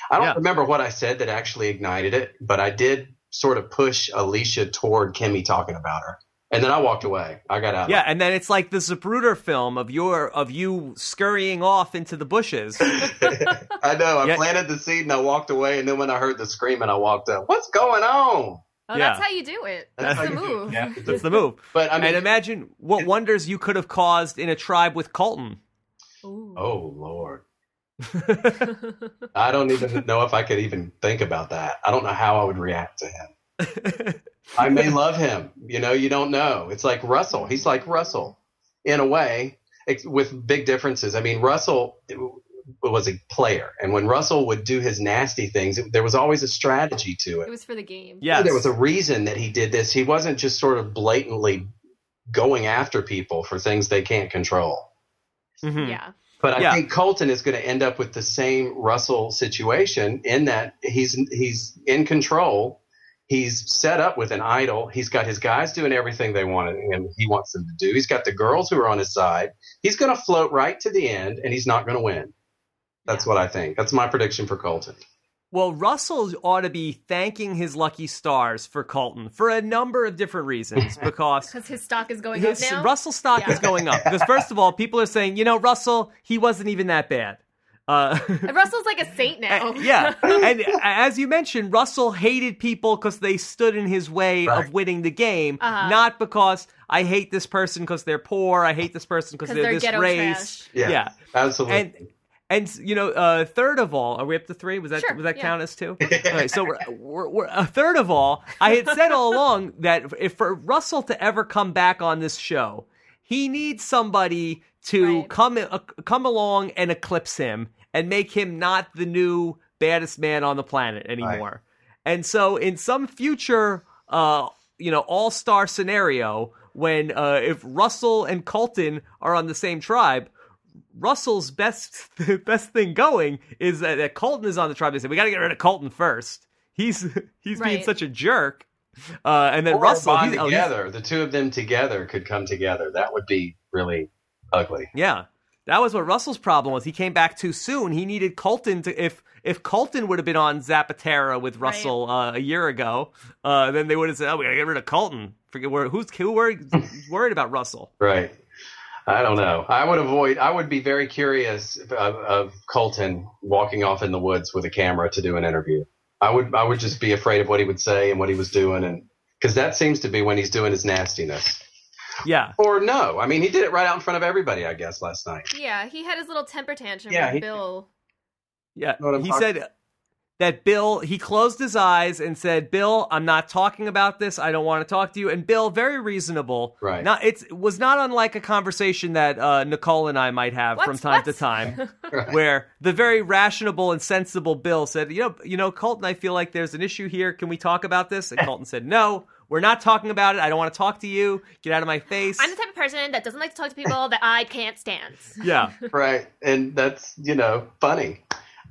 Speaker 4: I don't
Speaker 1: Yeah.
Speaker 4: remember what I said that actually ignited it, but I did sort of push Alicia toward Kimmy talking about her. And then I walked away. I got out. of
Speaker 1: Yeah, and then it's like the Zapruder film of your of you scurrying off into the bushes.
Speaker 4: it. I know. I
Speaker 1: Yeah.
Speaker 4: planted the seed and I walked away. And then when I heard the screaming, I walked up. What's going on?
Speaker 2: Oh,
Speaker 1: Yeah.
Speaker 2: that's how you do it.
Speaker 4: That's
Speaker 2: That's,
Speaker 4: how
Speaker 2: the
Speaker 4: you do it.
Speaker 2: move.
Speaker 4: Yeah.
Speaker 1: That's the move.
Speaker 4: But I
Speaker 1: and
Speaker 4: mean,
Speaker 1: imagine what wonders you could have caused in a tribe with Colton.
Speaker 2: Ooh.
Speaker 4: oh Lord, I don't even know if I could even think about that. I don't know how I would react to him. I may love him. You know, you don't know. It's like Russell. He's like Russell in a way, ex- with big differences. I mean, Russell w- was a player, and when Russell would do his nasty things, it, there was always a strategy to
Speaker 2: it
Speaker 4: it.
Speaker 2: was for the game.
Speaker 1: yes.
Speaker 4: There was a reason that he did this. He wasn't just sort of blatantly going after people for things they can't control.
Speaker 1: Mhm.
Speaker 2: Yeah.
Speaker 4: But I
Speaker 1: Yeah.
Speaker 4: think Colton is going to end up with the same Russell situation in that he's he's in control. He's set up with an idol. He's got his guys doing everything they want him he wants them to do. He's got the girls who are on his side. He's going to float right to the end, and he's not going to win. That's what I think. That's my prediction for Colton.
Speaker 1: Well, Russell ought to be thanking his lucky stars for Colton for a number of different reasons because
Speaker 2: Because his stock is going
Speaker 1: his
Speaker 2: up now.
Speaker 1: Russell stock
Speaker 2: Yeah.
Speaker 1: is going up. Because first of all, people are saying, you know, Russell, he wasn't even that bad. Uh,
Speaker 2: And Russell's like a saint now.
Speaker 1: and- Eh, yeah, and as you mentioned, Russell hated people because they stood in his way
Speaker 4: Right.
Speaker 1: of winning the game,
Speaker 2: Uh-huh.
Speaker 1: not because I hate this person because they're poor, I hate this person because
Speaker 2: Because
Speaker 1: they're,
Speaker 2: they're
Speaker 1: this
Speaker 2: ghetto
Speaker 1: race.
Speaker 2: trash.
Speaker 4: Yeah,
Speaker 1: yeah,
Speaker 4: absolutely.
Speaker 1: and and you know, uh, third of all, are we up to three? Was that
Speaker 2: Sure,
Speaker 1: was that
Speaker 2: yeah.
Speaker 1: count as two? all right, so we're, we're, we're a third of all. I had said all along that if for Russell to ever come back on this show, he needs somebody to
Speaker 2: Right.
Speaker 1: come uh, come along and eclipse him and make him not the new baddest man on the planet anymore. And so, in some future, uh, you know, all star scenario, when uh, if Russell and Colton are on the same tribe, Russell's best best thing going is that, that Colton is on the tribe. They say we got to get rid of Colton first. He's he's being
Speaker 2: Right.
Speaker 1: such a jerk. Uh, and then
Speaker 4: Or
Speaker 1: Russell,
Speaker 4: bond
Speaker 1: he's- oh, he's-
Speaker 4: together, the two of them together could come together. That would be really ugly.
Speaker 1: yeah, that was what Russell's problem was. He came back too soon. He needed Colton to if if Colton would have been on Zapatera with Russell uh, a year ago, uh, then they would have said, oh, we got to get rid of Colton Forget where who's who worried worried about Russell.
Speaker 4: Right. I don't know. I would avoid. I would be very curious of, of Colton walking off in the woods with a camera to do an interview. I would. I would just be afraid of what he would say and what he was doing, and because that seems to be when he's doing his nastiness.
Speaker 1: Yeah,
Speaker 4: Or no. I mean, he did it right out in front of everybody. I guess last night.
Speaker 2: Yeah, he had his little temper tantrum
Speaker 4: Yeah,
Speaker 2: with
Speaker 4: he-
Speaker 2: Bill.
Speaker 1: yeah.
Speaker 4: Know what I'm
Speaker 1: He
Speaker 4: talking-
Speaker 1: said that Bill. He closed his eyes and said, "Bill, I'm not talking about this. I don't want to talk to you." And Bill, very reasonable.
Speaker 4: Right.
Speaker 1: Not it's it was not unlike a conversation that uh, Nicole and I might have
Speaker 2: What's-
Speaker 1: from time to
Speaker 2: what's-
Speaker 1: time.
Speaker 4: Right.
Speaker 1: where the very rational and sensible Bill said, "You know, you know, Colton, I feel like there's an issue here. Can we talk about this?" And Colton said, "No, we're not talking about it. I don't want to talk to you. Get out of my face."
Speaker 2: I'm the type of person that doesn't like to talk to people that I can't stand.
Speaker 1: yeah,
Speaker 4: right and that's you know funny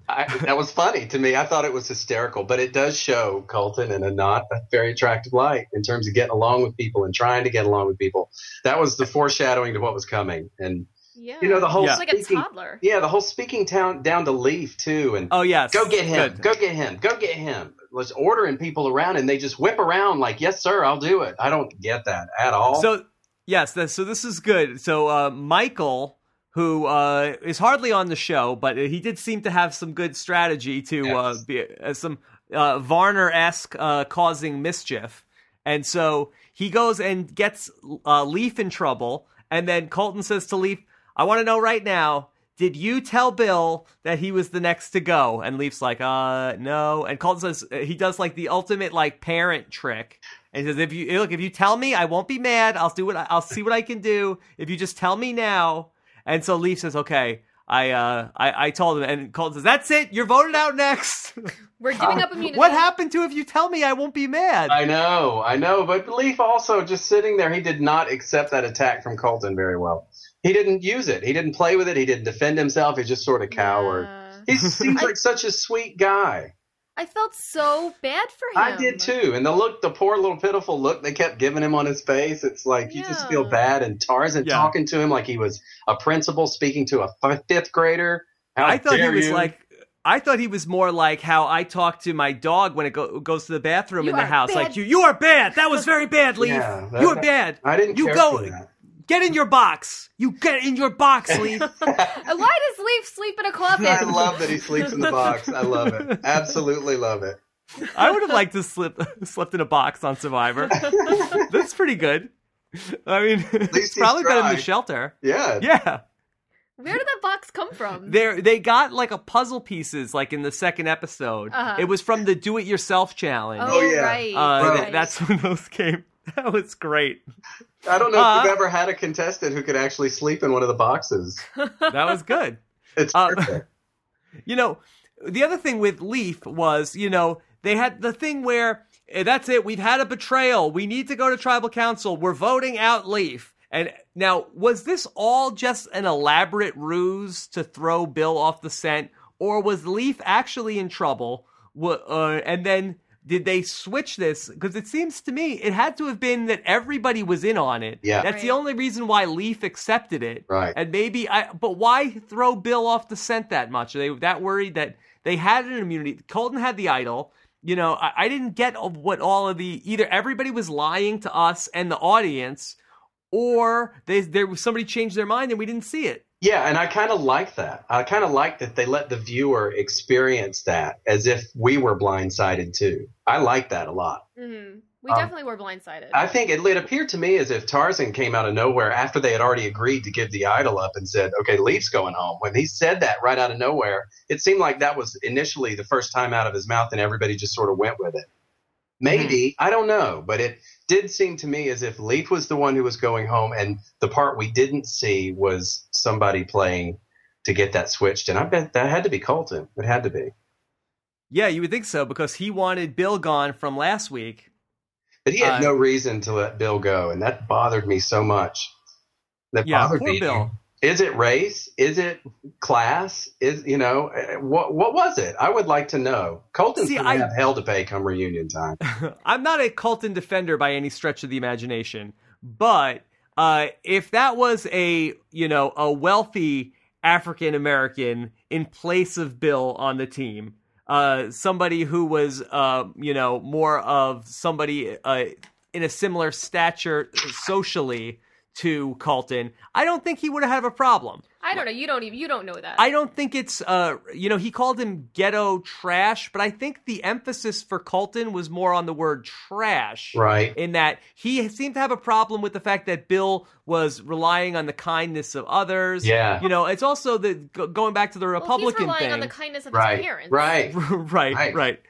Speaker 4: I, that was funny to me i thought it was hysterical but it does show colton in a not a very attractive light in terms of getting along with people and trying to get along with people that was the foreshadowing to what was coming and
Speaker 2: Yeah.
Speaker 4: you know the whole
Speaker 1: Yeah.
Speaker 2: It's like a
Speaker 4: speaking,
Speaker 2: toddler.
Speaker 4: yeah the whole speaking town down to leaf too and
Speaker 1: Oh yes.
Speaker 4: go get him
Speaker 1: Good.
Speaker 4: go get him go get him was ordering people around and they just whip around like yes sir i'll do it i don't get that at all
Speaker 1: So yes, th- so this is good. So uh, Michael, who uh, is hardly on the show, but he did seem to have some good strategy to uh,
Speaker 4: Yes.
Speaker 1: be uh, some uh, Varner esque uh, causing mischief, and so he goes and gets uh, Leaf in trouble, and then Colton says to Leaf, "I want to know right now." Did you tell Bill that he was the next to go? And Leaf's like, uh, no. And Colton says uh, he does like the ultimate like parent trick, and he says, "If you look, if you tell me, I won't be mad. I'll do what I, I'll see what I can do. If you just tell me now." And so Leaf says, "Okay, I uh, I, I told him." And Colton says, "That's it. You're voted out next.
Speaker 2: We're giving up immunity.
Speaker 1: what happened to if you tell me? I won't be mad."
Speaker 4: I know, I know, but Leaf also just sitting there, he did not accept that attack from Colton very well. He didn't use it. He didn't play with it. He didn't defend himself. He just sort of cowered.
Speaker 2: Yeah.
Speaker 4: He seems like such a sweet guy.
Speaker 2: I felt so bad for him.
Speaker 4: I did too. And the look, the poor little pitiful look they kept giving him on his face, it's like you just feel
Speaker 2: Yeah.
Speaker 4: bad. And Tarzan
Speaker 1: Yeah.
Speaker 4: talking to him like he was a principal speaking to a f- fifth grader. How
Speaker 1: I thought he
Speaker 4: dare
Speaker 1: was
Speaker 4: you.
Speaker 1: like. I thought he was more like how I talk to my dog when it go, goes to the bathroom
Speaker 2: You
Speaker 1: in the
Speaker 2: are
Speaker 1: house.
Speaker 2: bad.
Speaker 1: Like you, you are bad. That was very bad, Leaf.
Speaker 4: Yeah, that-
Speaker 1: you are bad.
Speaker 4: I didn't
Speaker 1: You
Speaker 4: care
Speaker 1: go-
Speaker 4: for that.
Speaker 1: Get in your box. You get in your box, Leaf.
Speaker 2: Why does Leaf sleep in a coffin?
Speaker 4: I love that he sleeps in the box. I love it. Absolutely love it.
Speaker 1: I would have liked to slip slept in a box on Survivor. That's pretty good. I mean, it's
Speaker 4: least he's
Speaker 1: probably better than
Speaker 4: dry.
Speaker 1: the shelter.
Speaker 4: Yeah.
Speaker 1: Yeah,
Speaker 2: Where did that box come from?
Speaker 1: they they got like a puzzle pieces like in the second episode.
Speaker 2: Uh-huh.
Speaker 1: It was from the do it yourself challenge.
Speaker 2: oh,
Speaker 4: Oh, yeah.
Speaker 2: right.
Speaker 1: Uh,
Speaker 4: Right.
Speaker 1: th- that's when those came. That was great.
Speaker 4: I don't know if
Speaker 1: Uh,
Speaker 4: you've ever had a contestant who could actually sleep in one of the boxes.
Speaker 1: That was good.
Speaker 4: It's
Speaker 1: Uh,
Speaker 4: perfect.
Speaker 1: You know, the other thing with Leaf was, you know, they had the thing where eh, that's it, we've had a betrayal. We need to go to tribal council. We're voting out Leaf. And now, was this all just an elaborate ruse to throw Bill off the scent, or was Leaf actually in trouble? Wa- Uh, and then did they switch this? Because it seems to me it had to have been that everybody was in on it.
Speaker 4: Yeah.
Speaker 1: that's the
Speaker 2: Right.
Speaker 1: only reason why Leaf accepted it.
Speaker 4: Right.
Speaker 1: And maybe I, but why throw Bill off the scent that much? Are they that worried that they had an immunity? Colton had the idol. You know, I, I didn't get of what all of the either everybody was lying to us and the audience, or they there was somebody changed their mind and we didn't see it.
Speaker 4: Yeah, and I kind of like that. I kind of like that they let the viewer experience that as if we were blindsided too. I like that a lot.
Speaker 2: hmm We
Speaker 4: Um,
Speaker 2: definitely were blindsided.
Speaker 4: I think it, it appeared to me as if Tarzan came out of nowhere after they had already agreed to give the idol up and said, okay, Leaf's going home. When he said that right out of nowhere, it seemed like that was initially the first time out of his mouth and everybody just sort of went with it. Maybe, I don't know, but it did seem to me as if Leaf was the one who was going home and the part we didn't see was somebody playing to get that switched. And I bet that had to be Colton. It had to be.
Speaker 1: Yeah, you would think so because he wanted Bill gone from last week.
Speaker 4: But he had
Speaker 1: Uh,
Speaker 4: no reason to let Bill go, and that bothered me so much. That
Speaker 1: Yeah,
Speaker 4: bothered
Speaker 1: poor
Speaker 4: me.
Speaker 1: Bill.
Speaker 4: Is it race? Is it class? Is you know eh, what? What was it? I would like to know. Colton's
Speaker 1: See,
Speaker 4: gonna
Speaker 1: I-
Speaker 4: have hell to pay come reunion time.
Speaker 1: I'm not a Colton defender by any stretch of the imagination, but uh, if that was a you know a wealthy African American in place of Bill on the team, uh, somebody who was uh, you know more of somebody uh, in a similar stature socially to Carlton, I don't think he would have had a problem.
Speaker 2: I don't know. You don't even. You don't know that.
Speaker 1: I don't think it's uh you know he called him ghetto trash, but I think the emphasis for Colton was more on the word trash.
Speaker 4: Right.
Speaker 1: In that he seemed to have a problem with the fact that Bill was relying on the kindness of others.
Speaker 4: Yeah.
Speaker 1: You know, it's also the go- going back to the
Speaker 2: well, he's
Speaker 1: Republican
Speaker 2: relying
Speaker 1: thing.
Speaker 2: on the kindness of
Speaker 4: Right.
Speaker 2: his parents.
Speaker 4: Right.
Speaker 1: right,
Speaker 4: Right.
Speaker 1: right.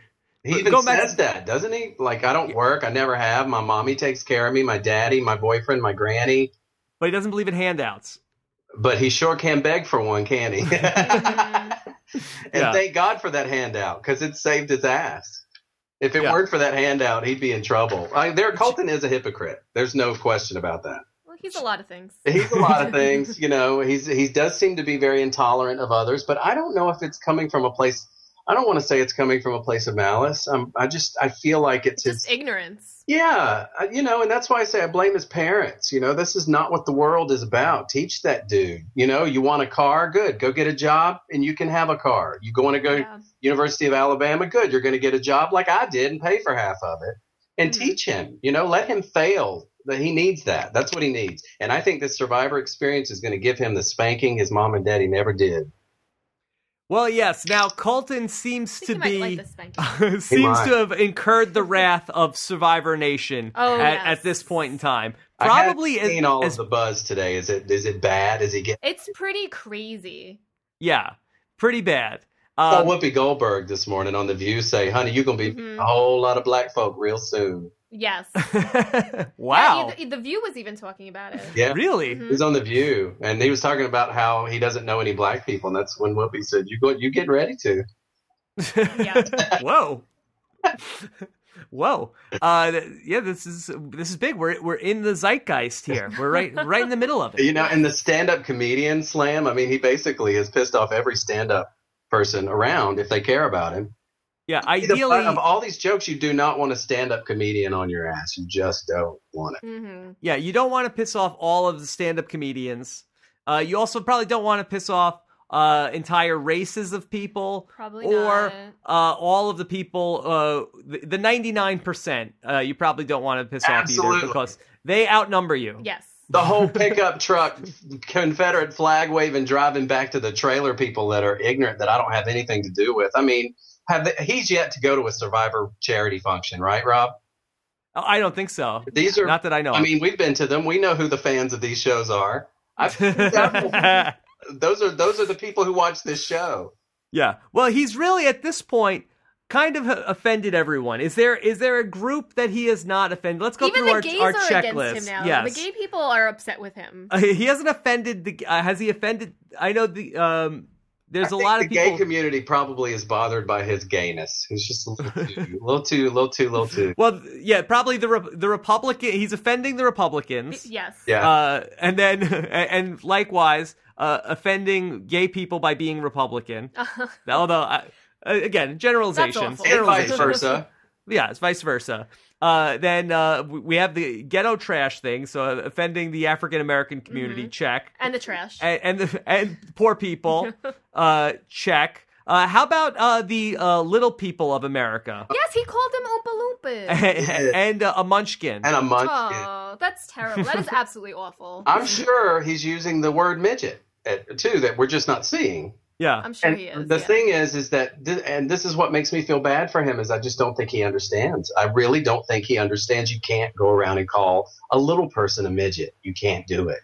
Speaker 4: He
Speaker 1: But
Speaker 4: even
Speaker 1: go back-
Speaker 4: says that, doesn't he? Like, I don't work. I never have. My mommy takes care of me, my daddy, my boyfriend, my granny.
Speaker 1: But he doesn't believe in handouts.
Speaker 4: But he sure can beg for one, can he?
Speaker 2: Mm-hmm.
Speaker 4: and
Speaker 1: Yeah.
Speaker 4: thank God for that handout because it saved his ass. If it
Speaker 1: Yeah.
Speaker 4: weren't for that handout, he'd be in trouble. I, there, Colton is a hypocrite. There's no question about that.
Speaker 2: Well, he's a lot of things.
Speaker 4: He's a lot of things, you know. He's he does seem to be very intolerant of others, but I don't know if it's coming from a place. I don't want to say it's coming from a place of malice. Um, I just I feel like it's his
Speaker 2: Just ignorance.
Speaker 4: Yeah, uh, you know, and that's why I say I blame his parents. You know, this is not what the world is about. Teach that dude. You know, you want a car? Good. Go get a job and you can have a car. You going to go
Speaker 2: Yeah.
Speaker 4: University of Alabama? Good. You're going to get a job like I did and pay for half of it and
Speaker 1: Mm-hmm.
Speaker 2: Mhm.
Speaker 4: teach him. You know, let him fail. That he needs that. That's what he needs. And I think this survivor experience is going to give him the spanking his mom and daddy never did.
Speaker 1: Well, yes. Now Colton seems
Speaker 2: I think
Speaker 1: to
Speaker 2: he
Speaker 1: be
Speaker 2: might like this spanking.
Speaker 4: He
Speaker 1: seems
Speaker 4: might.
Speaker 1: to have incurred the wrath of Survivor Nation
Speaker 2: Oh,
Speaker 1: at,
Speaker 2: yes.
Speaker 1: at this point in time.
Speaker 4: I haven't
Speaker 1: Probably as,
Speaker 4: seen all
Speaker 1: as
Speaker 4: of the buzz today. Is it is it bad? Is he getting?
Speaker 2: It's pretty crazy.
Speaker 1: yeah, pretty bad.
Speaker 4: I saw
Speaker 1: Um, Mm-hmm.
Speaker 4: Whoopi Goldberg this morning on The View say, honey, you're going to be
Speaker 2: Mhm.
Speaker 4: a whole lot of black folk real soon.
Speaker 2: Yes.
Speaker 1: wow,
Speaker 2: Yeah, the, the View was even talking about it.
Speaker 4: Yeah.
Speaker 1: really?
Speaker 2: Mhm.
Speaker 4: He was on The View, and he was talking about how he doesn't know any black people. And that's when Whoopi said, you go, you get ready to.
Speaker 2: Yeah.
Speaker 1: Whoa, whoa. Uh, th- yeah, this is this is big. We're we're in the zeitgeist here. We're right right in the middle of it.
Speaker 4: You know, and the stand up comedian slam, I mean, he basically has pissed off every stand up person around if they care about him.
Speaker 1: Yeah,
Speaker 4: See, the fun
Speaker 1: ideally,
Speaker 4: of all these jokes, you do not want a stand up comedian on your ass. You just don't want it.
Speaker 2: hmm
Speaker 1: Yeah, you don't want to piss off all of the stand-up comedians. Uh, you also probably don't want to piss off uh, entire races of people,
Speaker 2: Probably
Speaker 1: or
Speaker 2: not.
Speaker 1: uh, all of the people. Uh, the- the ninety-nine percent, uh, you probably don't want to piss off either
Speaker 4: Absolutely.
Speaker 1: because they outnumber you.
Speaker 2: Yes.
Speaker 4: The whole pickup truck, Confederate flag waving, driving back to the trailer people that are ignorant that I don't have anything to do with. I mean, have they, he's yet to go to a survivor charity function, right, Rob?
Speaker 1: Oh, I don't think so.
Speaker 4: These are,
Speaker 1: Not that I know.
Speaker 4: I mean, we've been to them. We know who the fans of these shows are. I've several- those are those are the people who watch this show.
Speaker 1: yeah. Well, he's really at this point kind of offended everyone. Is there is there a group that he has not offended? Let's go
Speaker 2: Even
Speaker 1: through
Speaker 2: the
Speaker 1: our,
Speaker 2: gays
Speaker 1: our
Speaker 2: are
Speaker 1: checklist.
Speaker 2: against him now.
Speaker 1: Yes.
Speaker 2: The gay people are upset with him.
Speaker 1: Uh, he hasn't offended the. Uh, has he offended? I know the. Um,
Speaker 4: I
Speaker 1: there's a
Speaker 4: think
Speaker 1: lot
Speaker 4: the
Speaker 1: of people.
Speaker 4: gay community probably is bothered by his gayness. He's just a little too, little too, little too, little too.
Speaker 1: well, th- yeah, probably the Re- the Republican. He's offending the Republicans.
Speaker 2: yes.
Speaker 4: Yeah.
Speaker 1: Uh, and then and likewise uh, offending gay people by being Republican. Although I, uh, again, generalizations.
Speaker 2: awful.
Speaker 4: And vice
Speaker 1: generalizations.
Speaker 4: versa.
Speaker 1: Yeah, it's vice versa. Uh, then uh, we we have the ghetto trash thing, so uh, offending the African American community. Check.
Speaker 2: Mm-hmm. And the trash.
Speaker 1: and and, the, and poor people uh check uh how about uh the uh little people of america
Speaker 2: yes, he called them Oompa Loompas.
Speaker 1: uh, and uh, a munchkin
Speaker 4: And a munchkin.
Speaker 2: Oh, that's terrible. That is absolutely awful.
Speaker 4: I'm sure he's using the word midget at, too that we're just not seeing.
Speaker 1: yeah
Speaker 2: I'm sure
Speaker 4: and
Speaker 2: he is.
Speaker 4: the
Speaker 2: yeah.
Speaker 4: thing is, is that, th- and this is what makes me feel bad for him is I just don't think he understands. I really don't think he understands. You can't go around and call a little person a midget. You can't do it.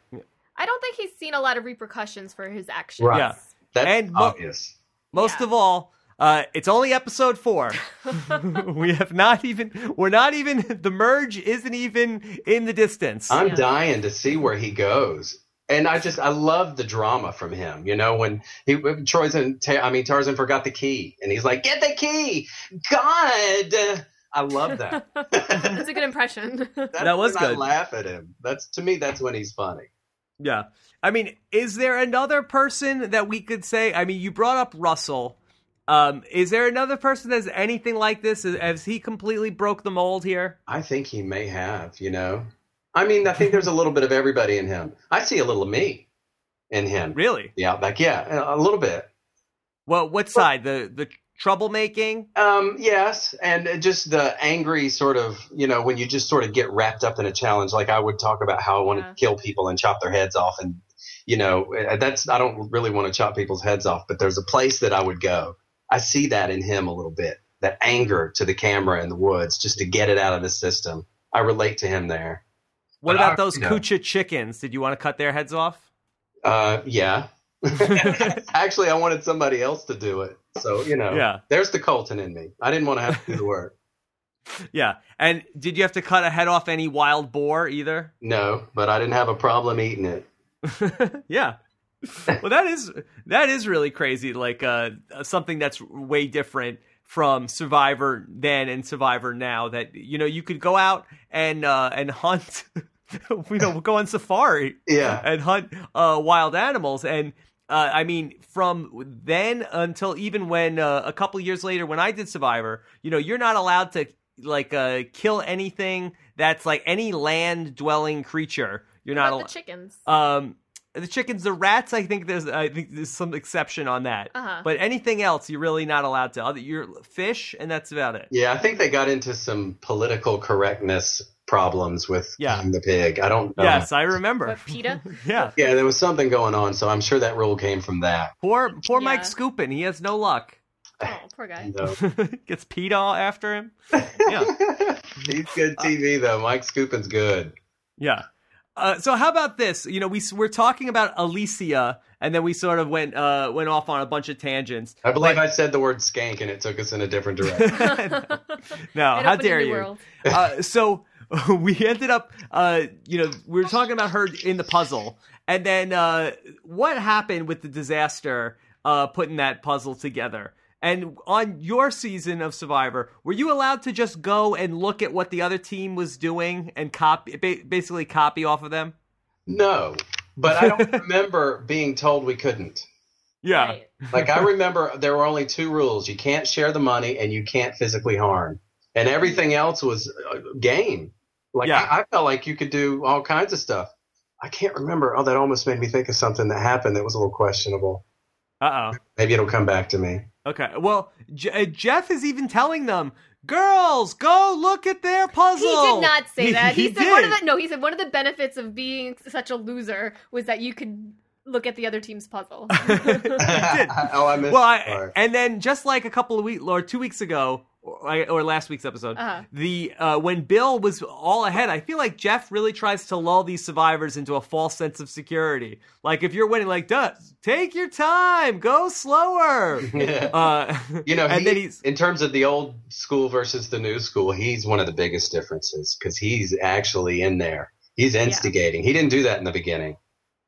Speaker 2: I don't think he's seen a lot of repercussions for his actions.
Speaker 4: Right.
Speaker 1: Yeah.
Speaker 4: That's
Speaker 1: And mo-
Speaker 4: obvious.
Speaker 1: most
Speaker 2: yeah.
Speaker 1: of all uh it's only episode four we have not even we're not even the merge isn't even in the distance
Speaker 4: I'm
Speaker 2: Yeah.
Speaker 4: dying to see where he goes. And I just I love the drama from him. You know when he when Troy's and Ta- I mean Tarzan forgot the key and he's like get the key. God, I love that.
Speaker 2: That's a good impression.
Speaker 4: That's
Speaker 1: That was
Speaker 4: when I
Speaker 1: good.
Speaker 4: laugh at him. That's to me. That's when he's funny.
Speaker 1: yeah i mean is there another person that we could say i mean you brought up russell um is there another person that's anything like this has, has he completely broke the mold here
Speaker 4: I think he may have. You know, I mean, I think there's a little bit of everybody in him. I see a little of me in him.
Speaker 1: really
Speaker 4: Yeah, like yeah, a little bit.
Speaker 1: Well, what side? The the troublemaking.
Speaker 4: Um, yes, and just the angry sort of, you know, when you just sort of get wrapped up in a challenge, like I would talk about how I want
Speaker 2: Yeah.
Speaker 4: to kill people and chop their heads off, and you know, eh, that's I don't really want to chop people's heads off, but there's a place that I would go. I see that in him a little bit, that anger to the camera in the woods, just to get it out of the system. I relate to him there.
Speaker 1: What
Speaker 4: But I-
Speaker 1: about those
Speaker 4: you know.
Speaker 1: Kucha chickens? Did you want to cut their heads off?
Speaker 4: Uh, yeah. Actually, I wanted somebody else to do it, so you know,
Speaker 1: Yeah.
Speaker 4: there's the Colton in me. I didn't want to have to do the work.
Speaker 1: Yeah. And did you have to cut a head off any wild boar either?
Speaker 4: No, but I didn't have a problem eating it.
Speaker 1: yeah. well, that is that is really crazy. Like uh, something that's way different from Survivor then and Survivor now. That you know you could go out and uh, and hunt. you know, go on safari
Speaker 4: Yeah.
Speaker 1: and hunt uh, wild animals. And uh, I mean, from then until even when uh, a couple years later, when I did Survivor, you know, you're not allowed to like uh, kill anything that's like any land dwelling creature. You're not
Speaker 2: About
Speaker 1: allowed.
Speaker 2: the chickens.
Speaker 1: Um, the chickens, the rats. I think there's, I think there's some exception on that.
Speaker 2: Uh-huh.
Speaker 1: Uh, But anything else, you're really not allowed to. Other, you're fish, and that's about it.
Speaker 4: Yeah, I think they got into some political correctness problems with
Speaker 1: Yeah.
Speaker 4: eating the pig. I don't know.
Speaker 1: Yes, I remember.
Speaker 2: But PETA?
Speaker 1: yeah,
Speaker 4: Yeah, there was something going on, so I'm sure that rule came from that.
Speaker 1: poor poor Mike
Speaker 2: Yeah.
Speaker 1: Scoopin. He has no luck.
Speaker 2: oh, poor guy.
Speaker 4: You know.
Speaker 1: Gets peed all after him. Yeah. Uh,
Speaker 4: He's good TV though. Mike Scoopin's good.
Speaker 1: Yeah. Uh, so how about this? You know, we s- we're talking about Alicia, and then we sort of went uh, went off on a bunch of tangents.
Speaker 4: I believe I said the word skank and it took us in a different direction.
Speaker 1: no,
Speaker 2: It
Speaker 1: how
Speaker 2: opened a
Speaker 1: dare
Speaker 2: new
Speaker 1: you?
Speaker 2: world.
Speaker 1: uh, so we ended up, uh, you know, we were talking about her in the puzzle, and then uh, what happened with the disaster uh, putting that puzzle together? And on your season of Survivor, were you allowed to just go and look at what the other team was doing and copy, ba- basically copy off of them?
Speaker 4: no, but I don't remember being told we couldn't.
Speaker 1: Yeah,
Speaker 2: Right.
Speaker 4: Like I remember there were only two rules. You can't share the money and you can't physically harm. And everything else was uh, game. Like
Speaker 1: Yeah.
Speaker 4: I, I felt like you could do all kinds of stuff. I can't remember. Oh, that almost made me think of something that happened that was a little questionable.
Speaker 1: uh oh.
Speaker 4: Maybe it'll come back to me.
Speaker 1: Okay. Well, Je- uh, Jeff is even telling them, "Girls, go look at their
Speaker 2: He
Speaker 1: puzzle."
Speaker 2: did not say that. He, said one of
Speaker 1: did.
Speaker 2: the no. He said one of the benefits of being such a loser was that you could look at the other team's puzzle.
Speaker 1: He did.
Speaker 4: oh, I missed.
Speaker 1: Well,
Speaker 4: that
Speaker 1: I,
Speaker 4: part.
Speaker 1: and then just like a couple of weeks or two weeks ago, or, I- or last week's episode,
Speaker 2: Uh-huh.
Speaker 1: the uh, when Bill was all ahead, I feel like Jeff really tries to lull these survivors into a false sense of security. Like if you're winning, like, Duh, take your time, go slower.
Speaker 4: Yeah.
Speaker 1: uh,
Speaker 4: You know,
Speaker 1: and
Speaker 4: he-
Speaker 1: then he's
Speaker 4: in terms of the old school versus the new school, he's one of the biggest differences because he's actually in there. He's instigating. He didn't do that in the beginning,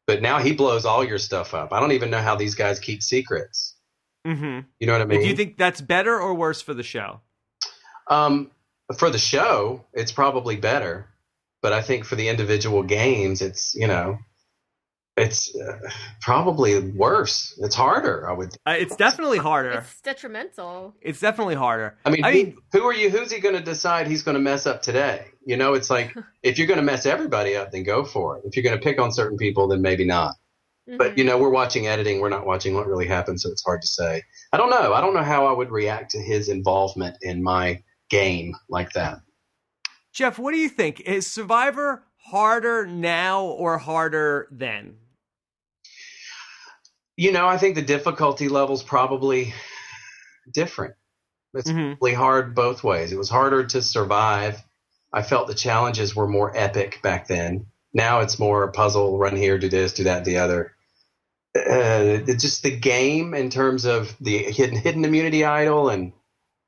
Speaker 4: but now he blows all your stuff up. I don't even know how these guys keep secrets.
Speaker 1: hmm
Speaker 4: You know what I mean?
Speaker 1: Do you think that's better or worse for the show?
Speaker 4: um, for the show, it's probably better, but I think for the individual games, it's you know, it's uh, probably worse. It's harder. I would.
Speaker 1: Uh, it's definitely harder. It's,
Speaker 2: it's detrimental.
Speaker 1: definitely harder.
Speaker 4: I mean,
Speaker 1: I
Speaker 4: who,
Speaker 1: mean-
Speaker 4: who are you? Who's he going to decide he's going to mess up today? You know, it's like if you're going to mess everybody up, then go for it. If you're going to pick on certain people, then maybe not.
Speaker 2: Mm-hmm.
Speaker 4: But
Speaker 1: Mm-hmm.
Speaker 4: you know, we're watching editing. We're not watching what really happened, so it's hard to say. I don't know. I don't know how I would react to his involvement in my game like that.
Speaker 1: Jeff, what do you think? Is Survivor harder now or harder then?
Speaker 4: You know, I think the difficulty level's probably different. It's
Speaker 1: Mhm.
Speaker 4: probably hard both ways. It was harder to survive. I felt the challenges were more epic back then. Now it's more puzzle, run here, do this, do that, the other. Uh, it's just the game in terms of the hidden, hidden immunity idol and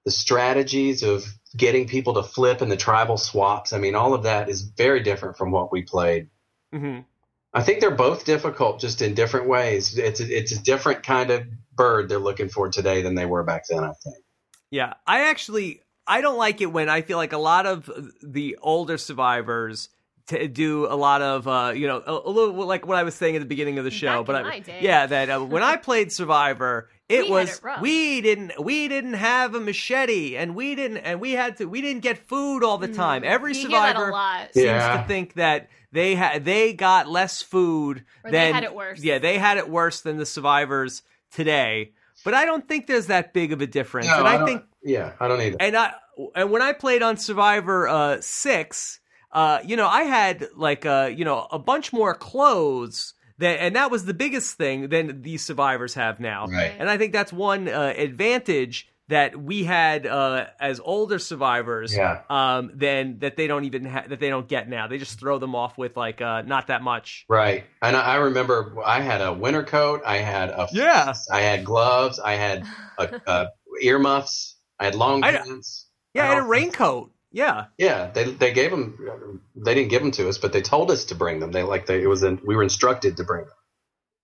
Speaker 4: the strategies of getting people to flip and the tribal swaps. I mean, all of that is very different from what we played.
Speaker 1: hmm
Speaker 4: I think they're both difficult, just in different ways. It's a, it's a different kind of bird they're looking for today than they were back then. I think.
Speaker 1: Yeah, I actually I don't like it when I feel like a lot of the older survivors t- do a lot of uh, you know a, a little like what I was saying at the beginning of the show.
Speaker 2: Back
Speaker 1: but
Speaker 2: in
Speaker 1: I,
Speaker 2: my day.
Speaker 1: yeah, that uh, when I played Survivor, it
Speaker 2: We had
Speaker 1: was
Speaker 2: it rough.
Speaker 1: we didn't we didn't have a machete and we didn't and we had to we didn't get food all the time. Every
Speaker 2: Mm-hmm. you hear that
Speaker 1: survivor
Speaker 2: a lot.
Speaker 4: Yeah.
Speaker 1: seems to think that they had they got less food
Speaker 2: Or they
Speaker 1: than
Speaker 2: had it worse.
Speaker 1: Yeah, they had it worse than the survivors today. But I don't think there's that big of a difference.
Speaker 4: No,
Speaker 1: and I,
Speaker 4: don't-
Speaker 1: think
Speaker 4: yeah, I don't either.
Speaker 1: and I and when I played on Survivor uh, six, uh, you know, I had like uh, you know a bunch more clothes than, and that was the biggest thing than these survivors have now.
Speaker 4: Right.
Speaker 1: And I think that's one uh, advantage that we had uh, as older survivors
Speaker 4: Yeah.
Speaker 1: um, than that they don't even ha- that they don't get now. They just throw them off with like uh, not that much.
Speaker 4: Right. And I, I remember I had a winter coat. I had a.
Speaker 1: Yeah,
Speaker 4: I had gloves. I had a, a earmuffs. I had long
Speaker 1: I-
Speaker 4: pants.
Speaker 1: yeah, I had a
Speaker 4: Oh.
Speaker 1: raincoat. Yeah,
Speaker 4: Yeah, they they gave them. They didn't give them to us, but they told us to bring them. They like they it was in, we were instructed to bring them.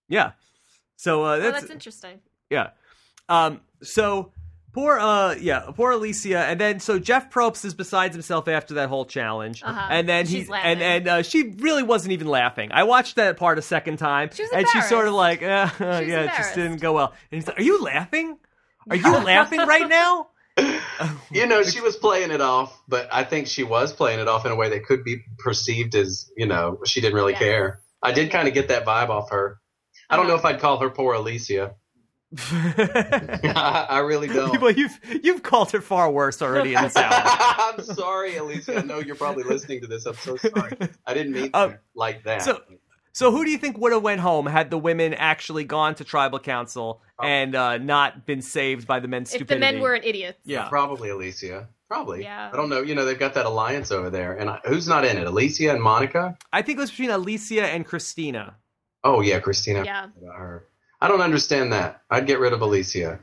Speaker 1: yeah. So uh,
Speaker 2: Well,
Speaker 1: that's,
Speaker 2: that's interesting.
Speaker 1: Yeah. Um, so poor uh yeah, poor Alicia and then so Jeff Probst is besides himself after that whole challenge.
Speaker 2: Uh-huh.
Speaker 1: And then he
Speaker 2: She's laughing.
Speaker 1: and and uh, she really wasn't even laughing. I watched that part a second time
Speaker 2: She was
Speaker 1: and she's sort of like uh,
Speaker 2: She
Speaker 1: yeah,
Speaker 2: was
Speaker 1: it just
Speaker 2: embarrassed.
Speaker 1: didn't go well. And he's like, "Are you laughing? Are you laughing right now?"
Speaker 4: You know, she was playing it off, but I think she was playing it off in a way that could be perceived as you know she didn't really
Speaker 2: Yeah.
Speaker 4: care. I did kind of get that vibe off her. I don't know if I'd call her poor Alicia. I, I really don't.
Speaker 1: Well, you've you've called her far worse already in this hour.
Speaker 4: I'm sorry, Alicia. I know you're probably listening to this. I'm so sorry. I didn't mean to
Speaker 1: Oh.
Speaker 4: like that.
Speaker 1: So- So who do you think would have went home had the women actually gone to tribal council and uh, not been saved by the men's
Speaker 2: If
Speaker 1: stupidity?
Speaker 2: the men weren't idiots.
Speaker 1: yeah.
Speaker 4: Probably Alicia. Probably.
Speaker 2: Yeah.
Speaker 4: I don't know. You know, they've got that alliance over there. And I, who's not in it? Alicia and Monica?
Speaker 1: I think it was between Alicia and Christina.
Speaker 4: Oh, yeah, Christina.
Speaker 2: Yeah.
Speaker 4: About her. I don't understand that. I'd get rid of Alicia.